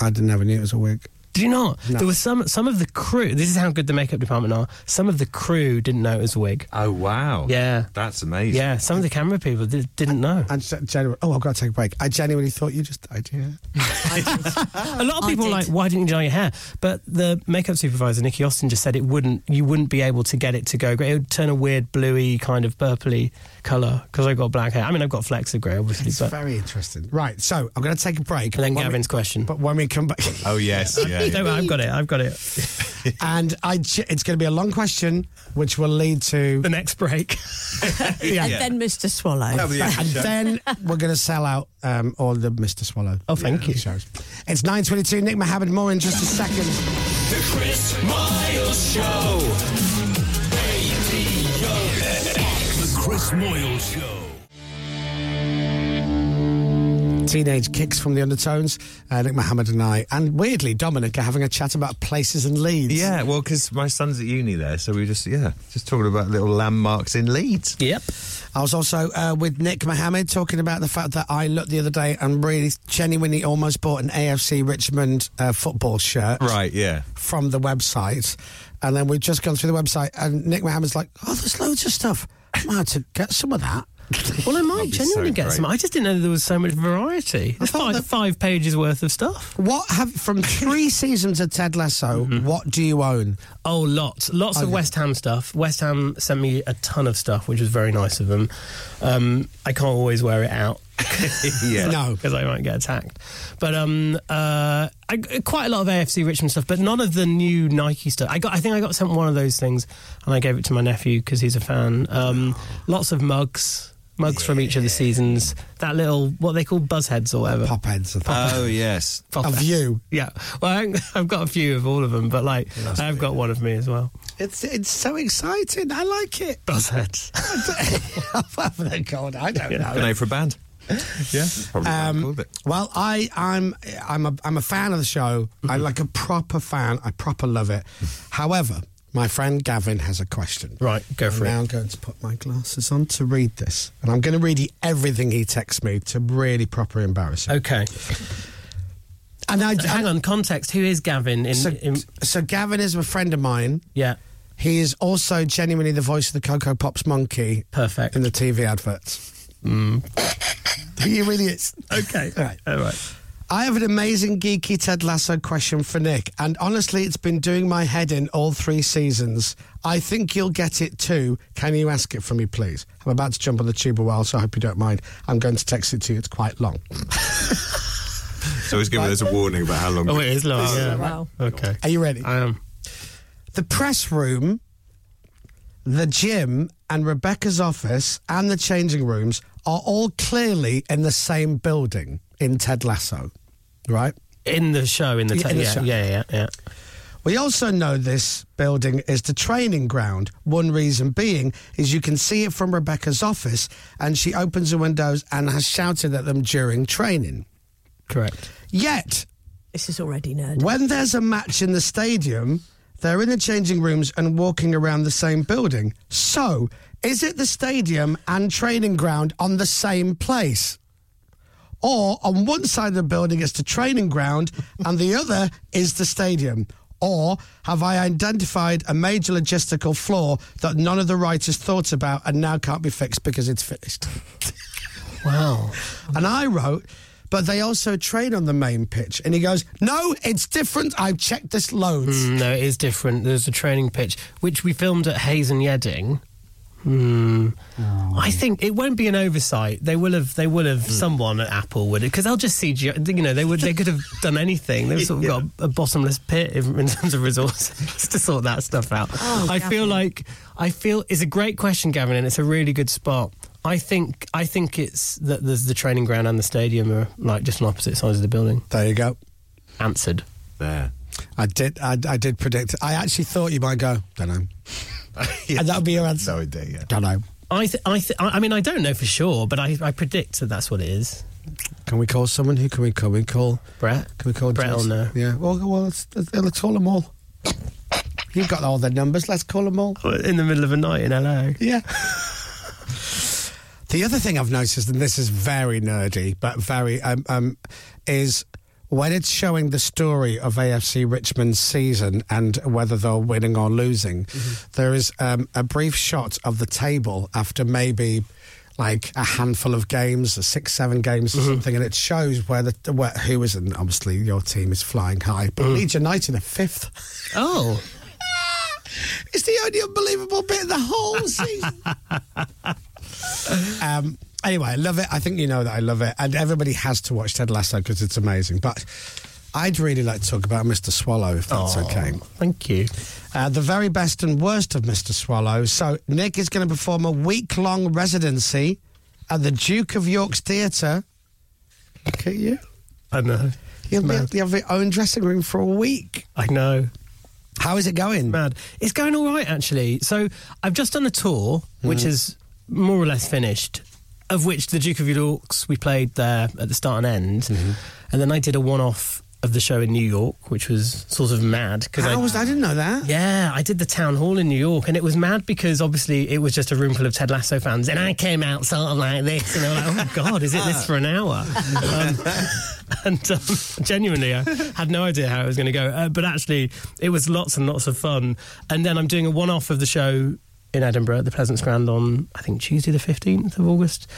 Speaker 5: I didn't ever knew it was a wig.
Speaker 19: Did you not?
Speaker 5: No.
Speaker 19: There was some some of the crew. This is how good the makeup department are. Some of the crew didn't know it was a wig.
Speaker 7: Oh, wow.
Speaker 19: Yeah.
Speaker 7: That's amazing.
Speaker 19: Yeah, some of the camera people did, didn't know.
Speaker 5: And so- genu- oh, I've got to take a break. I genuinely thought you just died here.
Speaker 19: a lot of people are like, why didn't you dye your hair? But the makeup supervisor, Nikki Austin, just said it wouldn't, you wouldn't be able to get it to go grey. It would turn a weird bluey kind of purpley colour because I've got black hair. I mean, I've got flecks of grey, obviously,
Speaker 5: It's
Speaker 19: but.
Speaker 5: very interesting. Right, so I'm going to take a break.
Speaker 19: and then
Speaker 5: When we-
Speaker 19: Gavin's question.
Speaker 5: But when we come back.
Speaker 7: Oh, yes. Yeah. yeah.
Speaker 19: No, I've got it. I've got it.
Speaker 5: and I ge- it's going to be a long question, which will lead to.
Speaker 19: The next break.
Speaker 5: yeah.
Speaker 9: And then Mr. Swallow.
Speaker 5: and then we're going to sell out um, all the Mr. Swallow.
Speaker 19: Oh, thank you.
Speaker 5: Shows. It's 9.22. Nick Mohammed, more in just a second.
Speaker 13: The Chris Miles Show.
Speaker 1: The Chris Moyle Show.
Speaker 5: Teenage Kicks from the Undertones, uh, Nick Mohammed and I, and weirdly, Dominic are having a chat about places and Leeds.
Speaker 7: Yeah, well, because my son's at uni there, so we just yeah, just talking about little landmarks in Leeds.
Speaker 5: Yep. I was also uh, with Nick Mohammed talking about the fact that I looked the other day and really genuinely almost bought an AFC Richmond uh, football shirt.
Speaker 7: Right, yeah.
Speaker 5: From the website. And then we've just gone through the website, and Nick Mohammed's like, oh, there's loads of stuff. I might have to get some of that.
Speaker 19: Well, I might
Speaker 5: That'd be
Speaker 19: genuinely
Speaker 5: so
Speaker 19: get
Speaker 5: great.
Speaker 19: some. I just didn't know there was so much variety. It's five, five pages worth of stuff. Mm-hmm.
Speaker 5: What have from three seasons of Ted Lasso? What do you own?
Speaker 19: Oh, lots, lots of
Speaker 5: Okay.
Speaker 19: West Ham stuff. West Ham sent me a ton of stuff, which was very nice of them. Um, I can't always wear it out.
Speaker 7: Yeah.
Speaker 19: no, because I might get attacked. But um, uh, I, quite a lot of AFC Richmond stuff, but none of the new Nike stuff. I got, I think I got sent one of those things, and I gave it to my nephew because he's a fan. Um, lots of mugs. Mugs from each of the seasons. That little, what are they call buzzheads or whatever. Pop
Speaker 5: heads.
Speaker 7: Oh, yes.
Speaker 19: Pop
Speaker 5: A view.
Speaker 19: Yeah. Well, I, I've got a few of all of them, but like, I've got one of me as well.
Speaker 5: It's it's so exciting. I like it.
Speaker 19: Buzzheads.
Speaker 5: Whatever they're called, I don't
Speaker 7: Yeah.
Speaker 5: know.
Speaker 7: Name for a band. Yeah, probably
Speaker 5: Um, well, I, I'm I'm a I'm a fan of the show. I'm like a proper fan. I proper love it. However, my friend Gavin has a question.
Speaker 19: Right, go for
Speaker 5: I'm Now
Speaker 19: it.
Speaker 5: going to put my glasses on to read this, and I'm going to read you everything he texts me to really proper embarrass him.
Speaker 19: Okay.
Speaker 5: And I,
Speaker 19: hang on, context. Who is Gavin? In,
Speaker 5: so,
Speaker 19: in
Speaker 5: so Gavin is a friend of mine.
Speaker 19: Yeah.
Speaker 5: He is also genuinely the voice of the Coco Pops monkey.
Speaker 19: Perfect. Mm.
Speaker 5: In the TV adverts. he really is.
Speaker 19: Okay.
Speaker 5: All right.
Speaker 19: All right.
Speaker 5: I have an amazing geeky Ted Lasso question for Nick, and honestly, it's been doing my head in all three seasons. I think you'll get it too. Can you ask it for me, please? I'm about to jump on the tube a while, so I hope you don't mind. I'm going to text it to you. It's quite long.
Speaker 7: So he's giving us a warning about how long.
Speaker 19: Oh, it is long. yeah.
Speaker 5: Wow.
Speaker 19: Okay.
Speaker 5: Are you ready? I
Speaker 19: am.
Speaker 5: The press room, the gym, and Rebecca's office and the changing rooms are all clearly in the same building in Ted Lasso, right?
Speaker 19: In the show, in the,
Speaker 5: Yeah,
Speaker 19: te-
Speaker 5: in the
Speaker 19: yeah,
Speaker 5: show.
Speaker 19: yeah, yeah, yeah.
Speaker 5: We also know this building is the training ground. One reason being is you can see it from Rebecca's office, and she opens the windows and has shouted at them during training.
Speaker 19: Correct.
Speaker 5: Yet,
Speaker 9: This is already nerd.
Speaker 5: when there's a match in the stadium, they're in the changing rooms and walking around the same building. So, is it the stadium and training ground on the same place? Or on one side of the building is the training ground and the other is the stadium? Or have I identified a major logistical flaw that none of the writers thought about and now can't be fixed because it's finished?
Speaker 19: Wow.
Speaker 5: And I wrote, but they also train on the main pitch. And he goes, no, it's different. I've checked this loads.
Speaker 19: Mm, no, it is different. There's a training pitch, which we filmed at Hayes and Yedding. Hmm.
Speaker 8: Oh.
Speaker 19: I think it won't be an oversight. They will have. They will have
Speaker 8: Mm.
Speaker 19: someone at Apple would because they'll just see. You know, they would. They could have done anything. They've sort of got a bottomless pit in, in terms of resources to sort that stuff out.
Speaker 8: Oh,
Speaker 19: I feel
Speaker 8: Gavin.
Speaker 19: like I feel it's a great question, Gavin, and it's a really good spot. I think I think it's that there's the training ground and the stadium are like just on opposite sides of the building.
Speaker 5: There you go.
Speaker 19: Answered.
Speaker 7: There.
Speaker 5: I did. I, I did predict. I actually thought you might go. Don't know. And that would be your answer.
Speaker 7: No idea. Yeah.
Speaker 5: Don't know.
Speaker 19: I th- I th- I I mean I don't know for sure, but I, I predict that that's what it is.
Speaker 5: Can we call someone? Who can we call? We call
Speaker 19: Brett.
Speaker 5: Can we call
Speaker 19: Brett will
Speaker 5: Jason?
Speaker 19: know.
Speaker 5: Yeah. Well, well, let's, let's call them all. You've got all the numbers. Let's call them all.
Speaker 19: In the middle of a night in LA.
Speaker 5: Yeah. The other thing I've noticed, and this is very nerdy, but very, um, um, is when it's showing the story of AFC Richmond's season and whether they're winning or losing, there is um, a brief shot of the table after maybe like a handful of games, six, seven games or
Speaker 19: Mm-hmm.
Speaker 5: something, and it shows where the where, who is, and obviously your team is flying high, but
Speaker 19: Mm.
Speaker 5: Leeds United are fifth.
Speaker 19: Oh.
Speaker 5: It's the only unbelievable bit of the whole season. um, anyway, I love it. I think you know that I love it, and everybody has to watch Ted Lasso because it's amazing. But I'd really like to talk about Mr. Swallow, if that's
Speaker 19: Aw,
Speaker 5: okay.
Speaker 19: Thank you.
Speaker 5: Uh, the very best and worst of Mr. Swallow. So Nick is going to perform a week-long residency at the Duke of York's Theatre. Look at you.
Speaker 19: I know.
Speaker 5: You'll be able to have your own dressing room for a week.
Speaker 19: I know.
Speaker 5: How is it going?
Speaker 19: Mad. It's
Speaker 5: Mm.
Speaker 19: going all right actually. So I've just done a tour, which is more or less finished. of which the Duke of York's we played there at the start and end,
Speaker 5: Mm-hmm.
Speaker 19: and then I did a one-off of the show in New York, which was sort of mad because
Speaker 5: How was- I didn't know that.
Speaker 19: Yeah, I did the town hall in New York, and it was mad because obviously it was just a room full of Ted Lasso fans, and I came out sort of like this, and they were like, "Oh my God, is it this for an hour?" Um, and um, genuinely, I had no idea how it was going to go. Uh, but actually, it was lots and lots of fun. And then I'm doing a one off of the show in Edinburgh at the Pleasance Grand on, I think, Tuesday, the 15th of August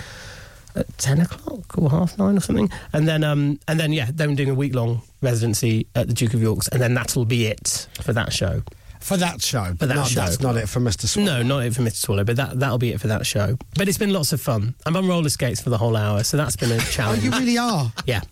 Speaker 19: at 10 o'clock or half nine or something. And then, um, and then yeah, then I'm doing a week long residency at the Duke of York's. And then that'll be it for that show.
Speaker 5: For that show,
Speaker 19: for that
Speaker 5: not-
Speaker 19: show.
Speaker 5: that's not it for Mr.
Speaker 19: No,
Speaker 5: Swallow.
Speaker 19: not it for Mr. Swallow, but that, that'll be it for that show. But it's been lots of fun. I'm on roller skates for the whole hour, so that's been a challenge.
Speaker 5: Oh, You really are.
Speaker 19: Yeah.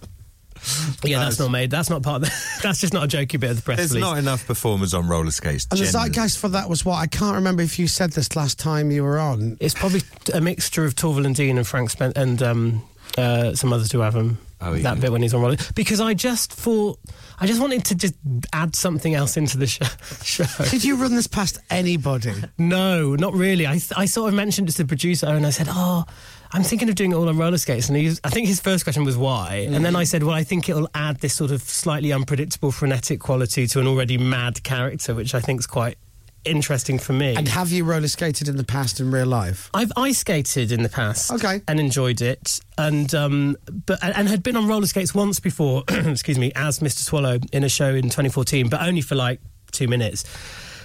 Speaker 19: Yeah, that's not made. That's not part of the, That's just not a jokey bit of the press
Speaker 7: There's
Speaker 19: release.
Speaker 7: not enough performers on roller skates.
Speaker 5: And the
Speaker 7: generally.
Speaker 5: zeitgeist for that was what? I can't remember if you said this last time you were on.
Speaker 19: It's probably a mixture of Torval and Dean and Frank Spence and um, uh, some others who have him.
Speaker 7: Oh, yeah.
Speaker 19: That bit when he's on roller because I just thought I just wanted to just add something else into the show. show.
Speaker 5: Did you run this past anybody?
Speaker 19: No, not really. I, I sort of mentioned it to the producer, and I said, "Oh, I'm thinking of doing it all on roller skates." And he was, I think his first question was why, and then I said, "Well, I think it'll add this sort of slightly unpredictable, frenetic quality to an already mad character, which I think's quite interesting for me."
Speaker 5: And have you roller skated in the past in real life?
Speaker 19: I've ice skated in the past, okay, and enjoyed it, and um, but and, and had been on roller skates once before, excuse me, as Mr. Swallow in a show in 2014, but only for like two minutes.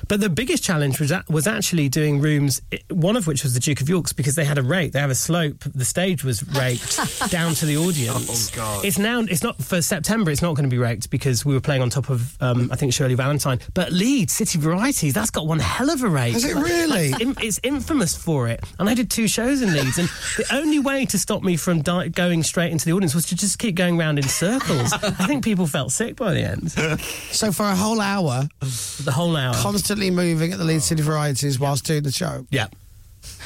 Speaker 19: But the biggest challenge was a- was actually doing rooms, i- one of which was the Duke of York's because they had a rake, they have a slope, the stage was raked down to the audience.
Speaker 13: Oh, God.
Speaker 19: It's now it's not for September. It's not going to be raked because we were playing on top of um, I think Shirley Valentine. But Leeds City Varieties that's got one hell of a rake.
Speaker 5: Has it really?
Speaker 19: It's, im- it's infamous for it. And I did two shows in Leeds, and the only way to stop me from di- going straight into the audience was to just keep going round in circles. I think people felt sick by the end.
Speaker 5: So for a whole hour,
Speaker 19: the whole hour,
Speaker 5: constantly moving at the Leeds City Varieties whilst doing the show.
Speaker 19: Yeah,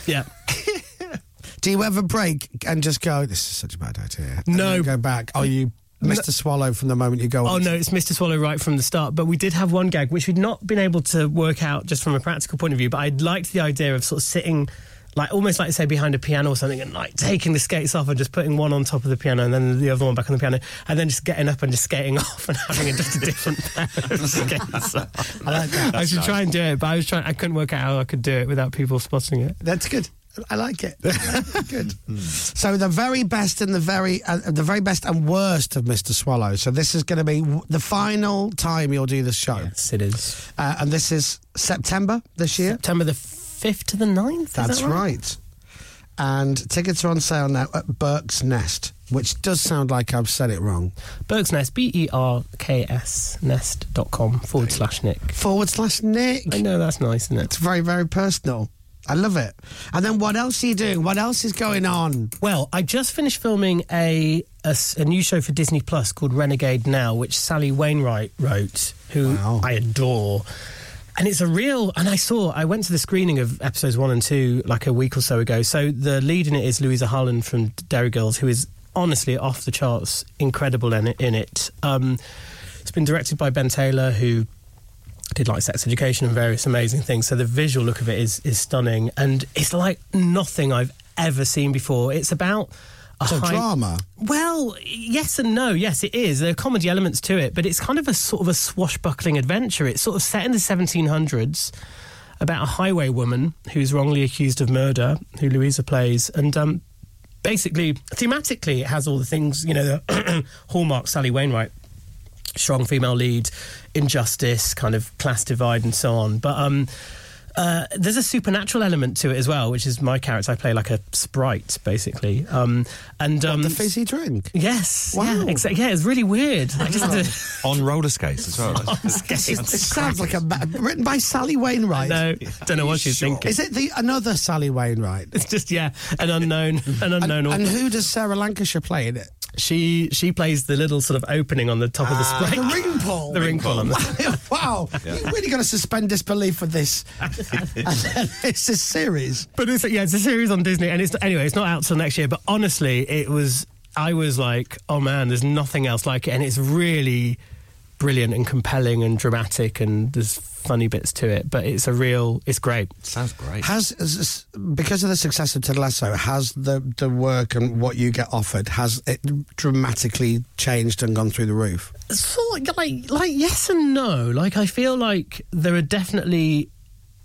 Speaker 19: yeah.
Speaker 5: Do you ever break and just go? This is such a bad idea. and
Speaker 19: No.
Speaker 5: then go back. Are you Mr. Swallow from the moment you go?
Speaker 19: Oh
Speaker 5: on?
Speaker 19: no, it's Mr. Swallow right from the start. But we did have one gag which we'd not been able to work out just from a practical point of view. But I liked the idea of sort of sitting, like almost like say behind a piano or something, and like taking the skates off and just putting one on top of the piano and then the other one back on the piano, and then just getting up and just skating off and having a, just a different pair of skates. on. I like that. I
Speaker 5: That's
Speaker 19: should
Speaker 5: nice.
Speaker 19: try and do it, but I was trying. I couldn't work out how I could do it without people spotting it.
Speaker 5: That's good. I like it. good. So the very best and the very uh, the very best and worst of Mr. Swallow. So this is going to be w- the final time you'll do this show. Yes,
Speaker 19: it is.
Speaker 5: Uh, and this is September this year.
Speaker 19: September the fifth to the 9th. is
Speaker 5: That's
Speaker 19: that
Speaker 5: right?
Speaker 19: right?
Speaker 5: And tickets are on sale now at Burke's Nest, which does sound like I've said it wrong.
Speaker 19: Burke's Nest, B E R K S nest.com forward slash Nick.
Speaker 5: Forward slash Nick. I
Speaker 19: know that's nice, isn't it?
Speaker 5: It's very very personal. I love it. And then what else are you doing? What else is going on?
Speaker 19: Well, I just finished filming a, a s- a new show for Disney Plus called Renegade Now, which Sally Wainwright wrote, who I adore. And it's a real. And I saw. I went to the screening of episodes one and two like a week or so ago. So the lead in it is Louisa Harland from Dairy Girls, who is honestly off the charts, incredible in it. In it. Um, it's been directed by Ben Taylor, who did like sex education and various amazing things. So the visual look of it is is stunning, and it's like nothing I've ever seen before. It's about a
Speaker 5: So
Speaker 19: high-
Speaker 5: drama?
Speaker 19: Well, yes and no. Yes, it is. There are comedy elements to it, but it's kind of a sort of a swashbuckling adventure. It's sort of set in the 1700s about a highway woman who's wrongly accused of murder, who Louisa plays, and um, basically thematically it has all the things you know the hallmark Sally Wainwright strong female lead, injustice, kind of class divide, and so on. But um, uh, there's a supernatural element to it as well, which is my character. I play like a sprite, basically. Um, and um, the
Speaker 5: fizzy drink.
Speaker 19: Yes. Yeah. Exactly. Yeah. It's really weird. I just had to-
Speaker 7: on roller skates as well.
Speaker 19: On skates.
Speaker 5: It sounds like a ma- written by Sally Wainwright.
Speaker 19: No, don't know what she's thinking.
Speaker 5: Is it the another Sally Wainwright?
Speaker 19: It's just yeah, an unknown, an unknown.
Speaker 5: And
Speaker 19: author.
Speaker 5: who does Sarah Lancashire play in it?
Speaker 19: She she plays the little sort of opening on the top of the
Speaker 5: Ah,
Speaker 19: sprite.
Speaker 5: the ring pole.
Speaker 19: The ring pole. on the-
Speaker 5: wow, you really got to suspend disbelief with this. it's a series,
Speaker 19: but it's yeah, it's a series on Disney, and it's anyway, it's not out till next year. But honestly, it was I was like, oh man, there's nothing else like it, and it's really brilliant and compelling and dramatic, and there's funny bits to it. But it's a real, it's great. Sounds great.
Speaker 5: Has is this- because of the success of Ted Lasso, has the the work and what you get offered has it dramatically changed and gone through the roof?
Speaker 19: sort of like like yes and no. Like I feel like there are definitely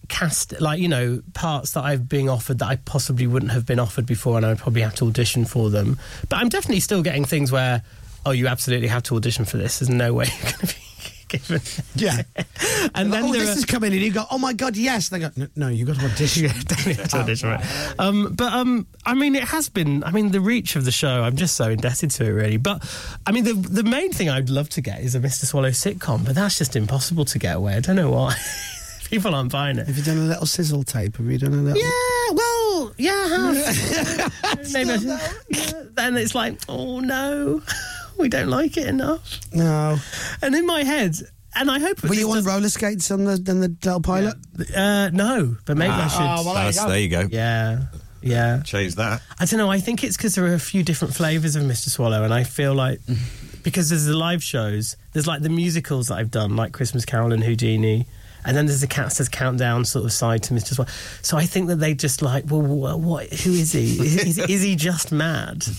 Speaker 19: cast like you know parts that I've been offered that I possibly wouldn't have been offered before, and I would probably have to audition for them. But I'm definitely still getting things where oh, you absolutely have to audition for this. There's no way you're going to be given.
Speaker 5: Yeah,
Speaker 19: and then
Speaker 5: oh,
Speaker 19: there
Speaker 5: this
Speaker 19: are-
Speaker 5: has come in, and you go, "Oh my god, yes!" They go, "No, no you got to audition."
Speaker 19: to audition, right. Um, but um, I mean, it has been. I mean, the reach of the show. I'm just so indebted to it, really. But I mean, the the main thing I'd love to get is a Mr. Swallow sitcom, but that's just impossible to get away. I don't know why. People aren't buying it. Have
Speaker 5: you done a little sizzle tape? Have you done a little?
Speaker 19: Yeah. Well, yeah, I have. Maybe. I- then it's like, oh no, we don't like it enough.
Speaker 5: No.
Speaker 19: And in my head. And I hope.
Speaker 5: Were you on roller skates on the on the Del Pilot?
Speaker 19: Uh, no, but maybe I should.
Speaker 18: That's- Ah. there you go.
Speaker 19: Yeah. Yeah.
Speaker 18: Change that.
Speaker 19: I don't know. I think it's because there are a few different flavors of Mr. Swallow, and I feel like because there's the live shows, there's like the musicals that I've done, like Christmas Carol and Houdini, and then there's the Cat Says Countdown sort of side to Mr. Swallow. So I think that they just like, well, what? what who is he? Is, is, is he just mad?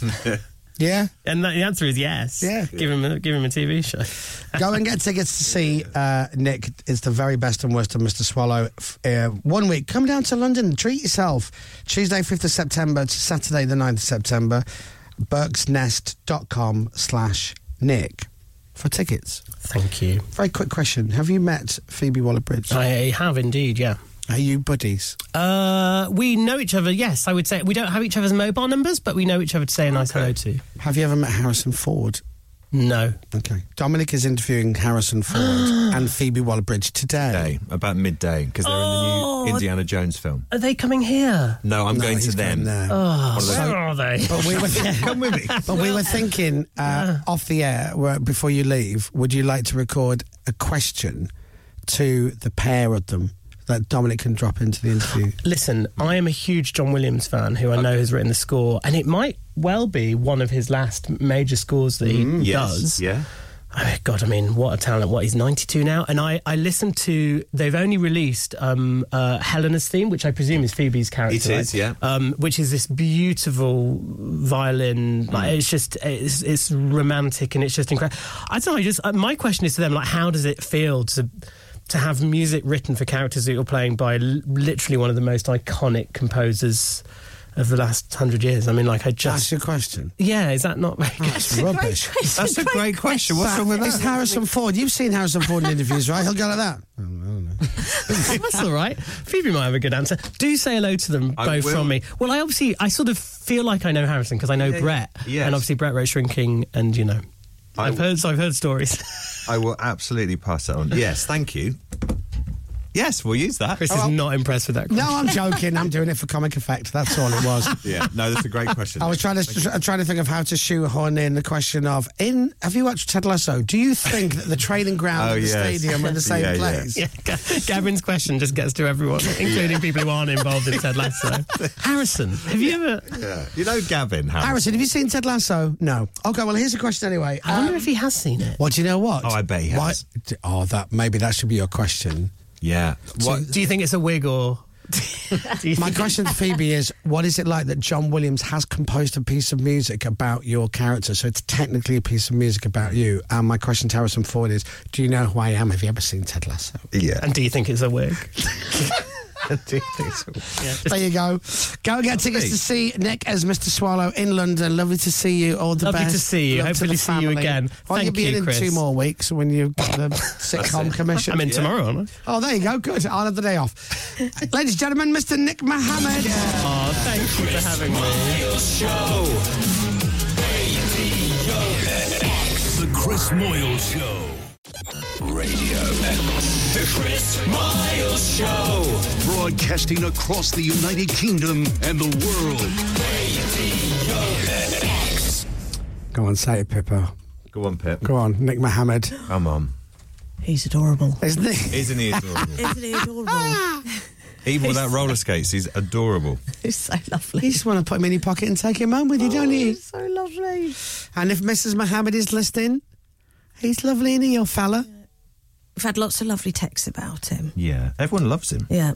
Speaker 5: Yeah.
Speaker 19: And the answer is yes.
Speaker 5: Yeah.
Speaker 19: Give him a, give him a TV show.
Speaker 5: Go and get tickets to see uh, Nick. It's the very best and worst of Mr. Swallow. F- Uh, one week. Come down to London. and Treat yourself. Tuesday, 5th of September to Saturday, the 9th of September. Burksnest.com slash Nick for tickets.
Speaker 19: Thank you.
Speaker 5: Very quick question. Have you met Phoebe Waller-Bridge?
Speaker 19: I have indeed, yeah.
Speaker 5: Are you buddies?
Speaker 19: Uh, we know each other. Yes, I would say we don't have each other's mobile numbers, but we know each other to say a nice hello to.
Speaker 5: Have you ever met Harrison Ford?
Speaker 19: No.
Speaker 5: Okay. Dominic is interviewing Harrison Ford and Phoebe Waller-Bridge today.
Speaker 18: Day, about midday, because they're in the new Indiana Jones film.
Speaker 19: Are they coming here?
Speaker 18: No, I'm going to them.
Speaker 19: Oh,
Speaker 18: One of those-
Speaker 19: where are they?
Speaker 5: But we were,
Speaker 18: Come with me.
Speaker 5: But we were thinking uh, off the air where- before you leave. Would you like to record a question to the pair of them that Dominic can drop into the interview?
Speaker 19: Listen, I am a huge John Williams fan who I know has written the score, and it might well be one of his last major scores that he
Speaker 18: Mm, yes,
Speaker 19: does.
Speaker 18: yeah.
Speaker 19: Oh, God, I mean, what a talent. What, he's 92 now? And I, I listened to, they've only released um, uh, Helena's theme, which I presume is Phoebe's character.
Speaker 18: It is,
Speaker 19: right?
Speaker 18: yeah.
Speaker 19: Um, which is this beautiful violin. Like, it's just, it's, it's romantic and it's just incredible. I don't know, I just, uh, my question is to them, like, how does it feel to, to have music written for characters that you're playing by l- literally one of the most iconic composers of the last hundred years? I mean, like, I just.
Speaker 5: That's your question.
Speaker 19: Yeah, is that not very good?
Speaker 5: That's rubbish.
Speaker 18: That's a great question. What's wrong with
Speaker 5: It's
Speaker 18: that?
Speaker 5: Harrison Ford. You've seen Harrison Ford in interviews, right? He'll go like that.
Speaker 19: That's all right. Phoebe might have a good answer. Do say hello to them
Speaker 18: I
Speaker 19: both
Speaker 18: will.
Speaker 19: from me. Well, I obviously, I sort of feel like I know Harrison because I know
Speaker 18: Yeah,
Speaker 19: Brett,
Speaker 18: yes.
Speaker 19: and obviously Brett wrote Shrinking, and you know,
Speaker 18: I
Speaker 19: I've heard, I've heard stories.
Speaker 18: I will absolutely pass that on. Yes, thank you. Yes, we'll use that. Oh,
Speaker 19: Chris is not impressed with that.
Speaker 5: No, I'm joking. I'm doing it for comic effect. That's all it was.
Speaker 18: Yeah, no, that's a great question.
Speaker 5: I was trying to I'm trying to think of how to shoehorn in the question of in. Have you watched Ted Lasso? Do you think that the training ground
Speaker 18: Oh,
Speaker 5: and the
Speaker 18: yes.
Speaker 5: stadium are the same
Speaker 18: Yeah, yeah.
Speaker 5: place?
Speaker 19: Yeah, Ga- Gavin's question just gets to everyone, including people who aren't involved in Ted Lasso. Harrison, have you ever?
Speaker 18: Yeah. You know Gavin, Harris.
Speaker 5: Harrison, have you seen Ted Lasso? No. Okay, well, here's a question anyway. Um,
Speaker 19: I wonder if he has seen it.
Speaker 5: Well, do you know what?
Speaker 18: Oh, I bet he has.
Speaker 5: d- Oh, that maybe that should be your question.
Speaker 18: Yeah. What?
Speaker 19: Do you think it's a wig or? do you
Speaker 5: My
Speaker 19: think-
Speaker 5: question to Phoebe is: What is it like that John Williams has composed a piece of music about your character? So it's technically a piece of music about you. And my question to Harrison Ford is: Do you know who I am? Have you ever seen Ted Lasso?
Speaker 18: Yeah.
Speaker 19: And do you think it's a wig?
Speaker 18: Do you think so?
Speaker 5: There you go. Go and get tickets to see Nick as Mr. Swallow in London. Lovely to see you. All the
Speaker 19: Lovely
Speaker 5: best.
Speaker 19: to see you.
Speaker 5: Love
Speaker 19: Hopefully
Speaker 5: the
Speaker 19: see you
Speaker 5: family.
Speaker 19: again.
Speaker 5: Well,
Speaker 19: Thank
Speaker 5: you'll be
Speaker 19: you,
Speaker 5: in in
Speaker 19: Chris.
Speaker 5: two more weeks when you get the sitcom commission.
Speaker 19: I'm in tomorrow, aren't I?
Speaker 5: Oh, there you go. Good. I'll have the day off. Ladies and gentlemen, Mr. Nick Mohammed.
Speaker 19: Oh, thank you for having me.
Speaker 1: The Chris Moyle Show.
Speaker 10: Radio X. The Chris Miles Show.
Speaker 1: Broadcasting across the United Kingdom and the world.
Speaker 10: Radio X.
Speaker 5: Go on, say it, Pippo.
Speaker 18: Go on, Pip.
Speaker 5: Go on, Nick Mohammed.
Speaker 18: Come on.
Speaker 9: He's adorable.
Speaker 5: Isn't he?
Speaker 18: Isn't he adorable?
Speaker 9: Isn't he
Speaker 5: Oh,
Speaker 9: adorable?
Speaker 18: Even without roller skates, he's adorable.
Speaker 9: He's so lovely.
Speaker 5: You just want to put him in your pocket and take him home with you, don't you?
Speaker 9: So lovely.
Speaker 5: And if Mrs. Mohammed is listening, He's lovely, isn't he, your fella?
Speaker 9: We've had lots of lovely texts about him.
Speaker 7: Yeah, everyone loves him.
Speaker 9: Yeah.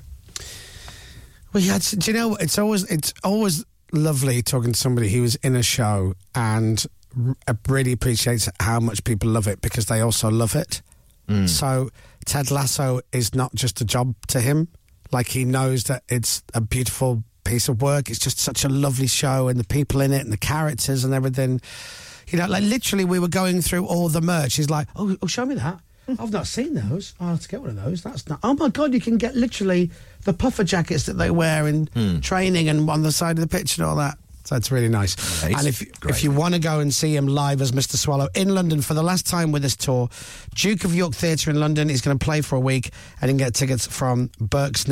Speaker 5: Well, yeah. it's- Do you know? It's always it's always lovely talking to somebody who was in a show and r- really appreciates how much people love it because they also love it.
Speaker 6: Mm.
Speaker 5: So Ted Lasso is not just a job to him; like he knows that it's a beautiful piece of work. It's just such a lovely show, and the people in it, and the characters, and everything. You know, like literally, we were going through all the merch. He's like, "Oh, oh show me that." I've not seen those. I'll have to get one of those. That's not. Oh my god, you can get literally the puffer jackets that they wear in
Speaker 18: Hmm.
Speaker 5: training and on the side of the pitch and all that. So it's really nice.
Speaker 18: Nice.
Speaker 5: And if
Speaker 18: Great.
Speaker 5: if you want to go and see him live as Mr. Swallow in London for the last time with this tour, Duke of York Theatre in London is going to play for a week, and you can get tickets from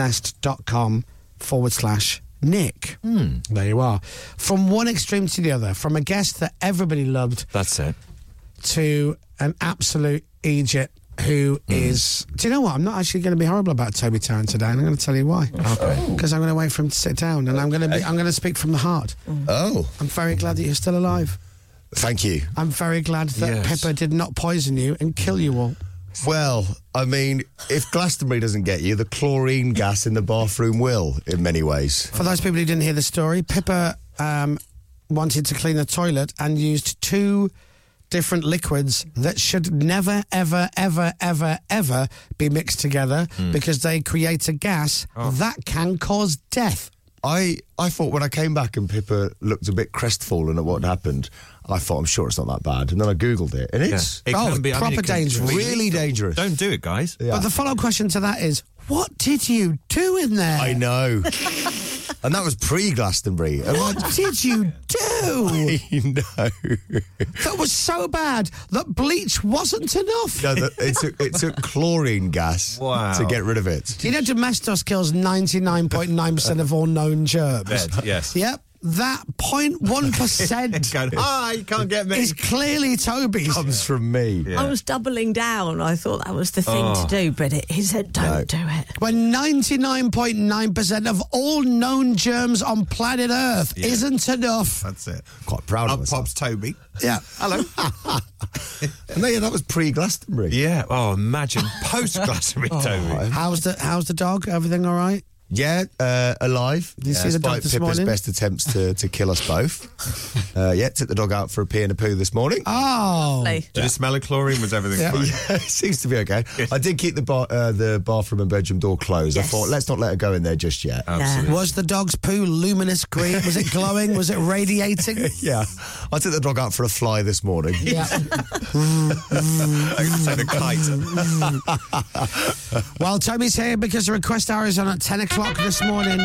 Speaker 5: burksnest.com forward slash Nick. There you are. From one extreme to the other, from a guest that everybody loved
Speaker 7: That's it.
Speaker 5: to an absolute Egypt who
Speaker 15: Mm.
Speaker 5: is. Do you know what? I'm not actually going to be horrible about Toby Town today, and I'm going to tell you why. Okay. Because I'm going to wait for him to sit down, and I'm going to be. I'm going to speak from the heart.
Speaker 15: Oh.
Speaker 5: I'm very glad that you're still alive.
Speaker 15: Thank you.
Speaker 5: I'm very glad that
Speaker 15: Yes.
Speaker 5: Pippa did not poison you and kill you all.
Speaker 15: Well, I mean, if Glastonbury doesn't get you, the chlorine gas in the bathroom will, in many ways.
Speaker 5: For those people who didn't hear the story, Pippa um, wanted to clean the toilet and used two different liquids that should never, ever, ever, ever, ever be mixed together
Speaker 15: Hmm.
Speaker 5: because they create a gas
Speaker 15: Oh.
Speaker 5: that can cause death.
Speaker 15: I, I thought when I came back and Pippa looked a bit crestfallen at what happened, I thought, I'm sure it's not that bad. And then I Googled it, and it's
Speaker 7: Yeah. It
Speaker 15: oh,
Speaker 7: can be- I mean,
Speaker 15: proper
Speaker 7: it can-
Speaker 15: dangerous. Really dangerous.
Speaker 7: Don't do it, guys.
Speaker 5: But the follow up question to that is what did you do in there?
Speaker 15: I know. and that was pre Glastonbury.
Speaker 5: What did you do?
Speaker 15: I know.
Speaker 5: That was so bad that bleach wasn't enough.
Speaker 15: No, the, it, took, it took chlorine gas
Speaker 7: Wow.
Speaker 15: to get rid of it.
Speaker 5: Do you know Domestos kills 99.9% of all known germs?
Speaker 15: Dead, yes.
Speaker 5: Yep. That 0.1%
Speaker 15: Ah, you can't get me.
Speaker 5: is clearly Toby's.
Speaker 15: Comes from me.
Speaker 9: I was doubling down. I thought that was the thing
Speaker 5: Oh.
Speaker 9: to do, but it, he said, don't do it.
Speaker 5: When 99.9% of all known germs on planet Earth isn't enough.
Speaker 15: That's it. Quite proud of myself. pops Toby.
Speaker 5: Yeah.
Speaker 15: Hello. and yeah, that was pre Glastonbury.
Speaker 7: Yeah. Oh, imagine post Glastonbury,
Speaker 5: Oh,
Speaker 7: Toby.
Speaker 5: How's the how's the dog? Everything all right?
Speaker 15: Yeah, uh, alive.
Speaker 5: Did you see the
Speaker 15: despite
Speaker 5: dog this
Speaker 15: Pippa's
Speaker 5: morning?
Speaker 15: best attempts to, to kill us both. uh, yeah, took the dog out for a pee and a poo this morning.
Speaker 5: Oh.
Speaker 15: Did it smell of chlorine? Was everything
Speaker 5: Yeah. fine?
Speaker 15: it seems to be okay. I did keep the bar, uh, the bathroom and bedroom door closed. I
Speaker 5: Yes.
Speaker 15: thought, let's not let her go in there just yet.
Speaker 5: Was the dog's poo luminous green? Was it glowing? was it radiating?
Speaker 15: Yeah, I took the dog out for a fly this morning.
Speaker 5: Yeah. well, Toby's here because the request hour is on at 10 o'clock this morning.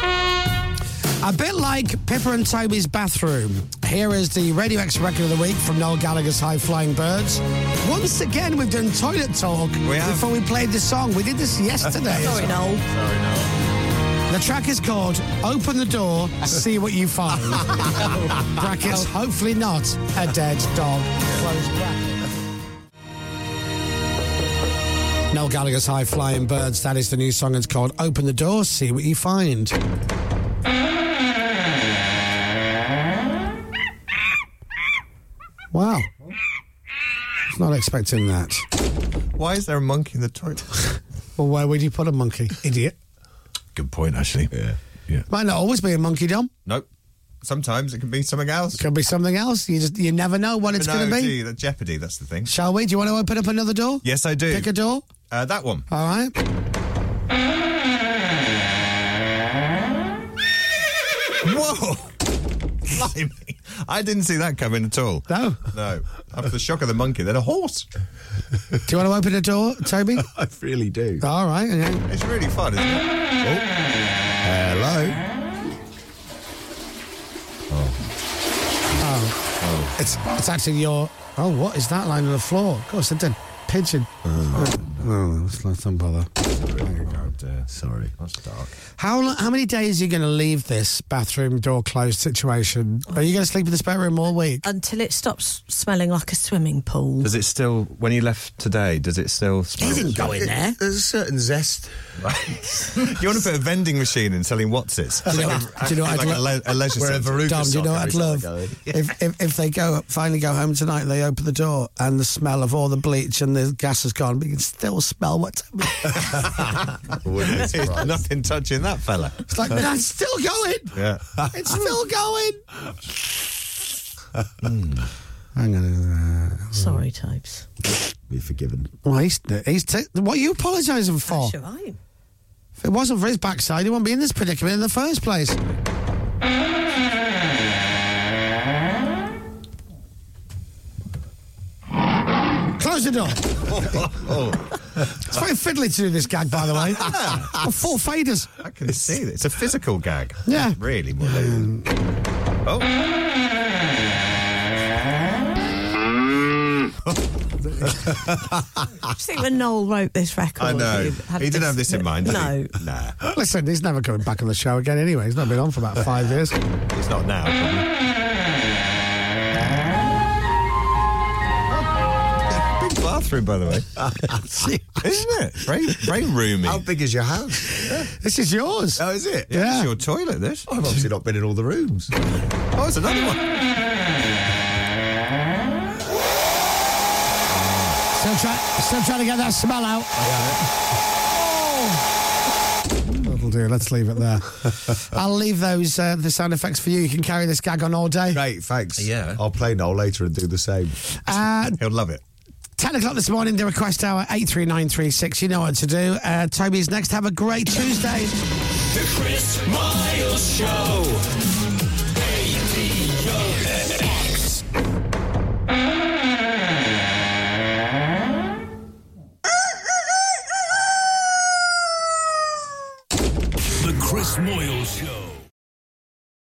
Speaker 5: A bit like Pippa and Toby's bathroom. Here is the Radio X record of the week from Noel Gallagher's High Flying Birds. Once again, we've done toilet talk before we played the song. We did this yesterday.
Speaker 9: Sorry, Noel.
Speaker 5: Sorry, Noel. The track is called Open the Door, See What You Find. Brackets, hopefully not a dead dog. Close brackets. Noel Gallagher's High Flying Birds. That is the new song. It's called Open the Door, See What You Find. Wow. I was not expecting that.
Speaker 18: Why is there a monkey in the toilet?
Speaker 5: Well, where would you put a monkey? Idiot.
Speaker 18: Good point, actually. Yeah.
Speaker 5: Might not always be a monkey, Dom.
Speaker 18: Nope. Sometimes it can be something else.
Speaker 5: Could be something else. You just you never know what it's
Speaker 18: No,
Speaker 5: going to
Speaker 18: gee,
Speaker 5: be.
Speaker 18: that Jeopardy, that's the thing.
Speaker 5: Shall we? Do you want to open up another door?
Speaker 18: Yes, I do.
Speaker 5: Pick a door.
Speaker 18: Uh, that one.
Speaker 5: All right.
Speaker 18: Whoa! Blimey. I didn't see that coming at all.
Speaker 5: No.
Speaker 18: No. After the shock of the monkey, then a horse.
Speaker 5: Do you want to open a door, Toby?
Speaker 18: I really do.
Speaker 5: All right. Okay.
Speaker 18: It's really fun, isn't it?
Speaker 15: Hello.
Speaker 5: Oh. It's it's actually your. Oh, what is that lying on the Uh-huh. floor? Of course, a dead pigeon. Oh, let's not bother.
Speaker 18: Oh, dear.
Speaker 15: Sorry, that's dark.
Speaker 5: How lo- how many days are you going to leave this bathroom door closed situation? Are you going to sleep in this bedroom all week?
Speaker 9: Until it stops smelling like a swimming pool.
Speaker 7: Does it still, when you left today, does it still smell?
Speaker 9: there.
Speaker 15: There's a certain zest.
Speaker 7: you want to put a vending machine in selling what's it?
Speaker 5: Do you know, do you know what I'd love? Dom, do you know what I'd love? If, if, if they go finally go home tonight and they open the door and the smell of all the bleach and the gas is gone, but you can still smell what's
Speaker 7: There's Nothing touching that fella.
Speaker 5: It's like, but I'm still going.
Speaker 7: Yeah.
Speaker 5: It's still going. Hmm. I'm gonna.
Speaker 9: Sorry, types.
Speaker 15: Be forgiven.
Speaker 5: Well, he's, he's t- what are you apologising for?
Speaker 9: Should I?
Speaker 5: If it wasn't for his backside, he wouldn't be in this predicament in the first place. Close the door. It's very fiddly to do this gag, by the way. Got Four faders.
Speaker 7: I can see that. It's a physical gag.
Speaker 5: Yeah.
Speaker 7: Really, more than- Oh.
Speaker 9: Do you think when Noel wrote this record?
Speaker 7: I know.
Speaker 9: he'd
Speaker 7: He didn't have this in mind, did
Speaker 9: no.
Speaker 7: he? Nah.
Speaker 5: Listen, he's never coming back on the show again anyway. He's not been on for about five years.
Speaker 7: It's not now. probably. Big bathroom, by the way.
Speaker 5: Isn't
Speaker 7: it? Very, very roomy. How
Speaker 15: big is your house?
Speaker 5: This is yours.
Speaker 7: Oh, is it? Yeah. It's your toilet, this.
Speaker 15: I've obviously not been in all the rooms.
Speaker 7: Oh, it's another one.
Speaker 5: Oh, Still, try, still trying to get that smell out.
Speaker 15: Oh.
Speaker 5: That'll do. Oh, Let's leave it there. I'll leave those uh, the sound effects for you. You can carry this gag on all day.
Speaker 15: Great, thanks. Yeah. I'll play Noel later and do the same.
Speaker 5: Uh,
Speaker 15: He'll love it.
Speaker 5: 10 o'clock this morning, the request hour 83936. You know what to do. Uh, Toby's next. Have a great Tuesday.
Speaker 13: The Chris Miles Show. AVOX.
Speaker 1: The Chris Moyle Show.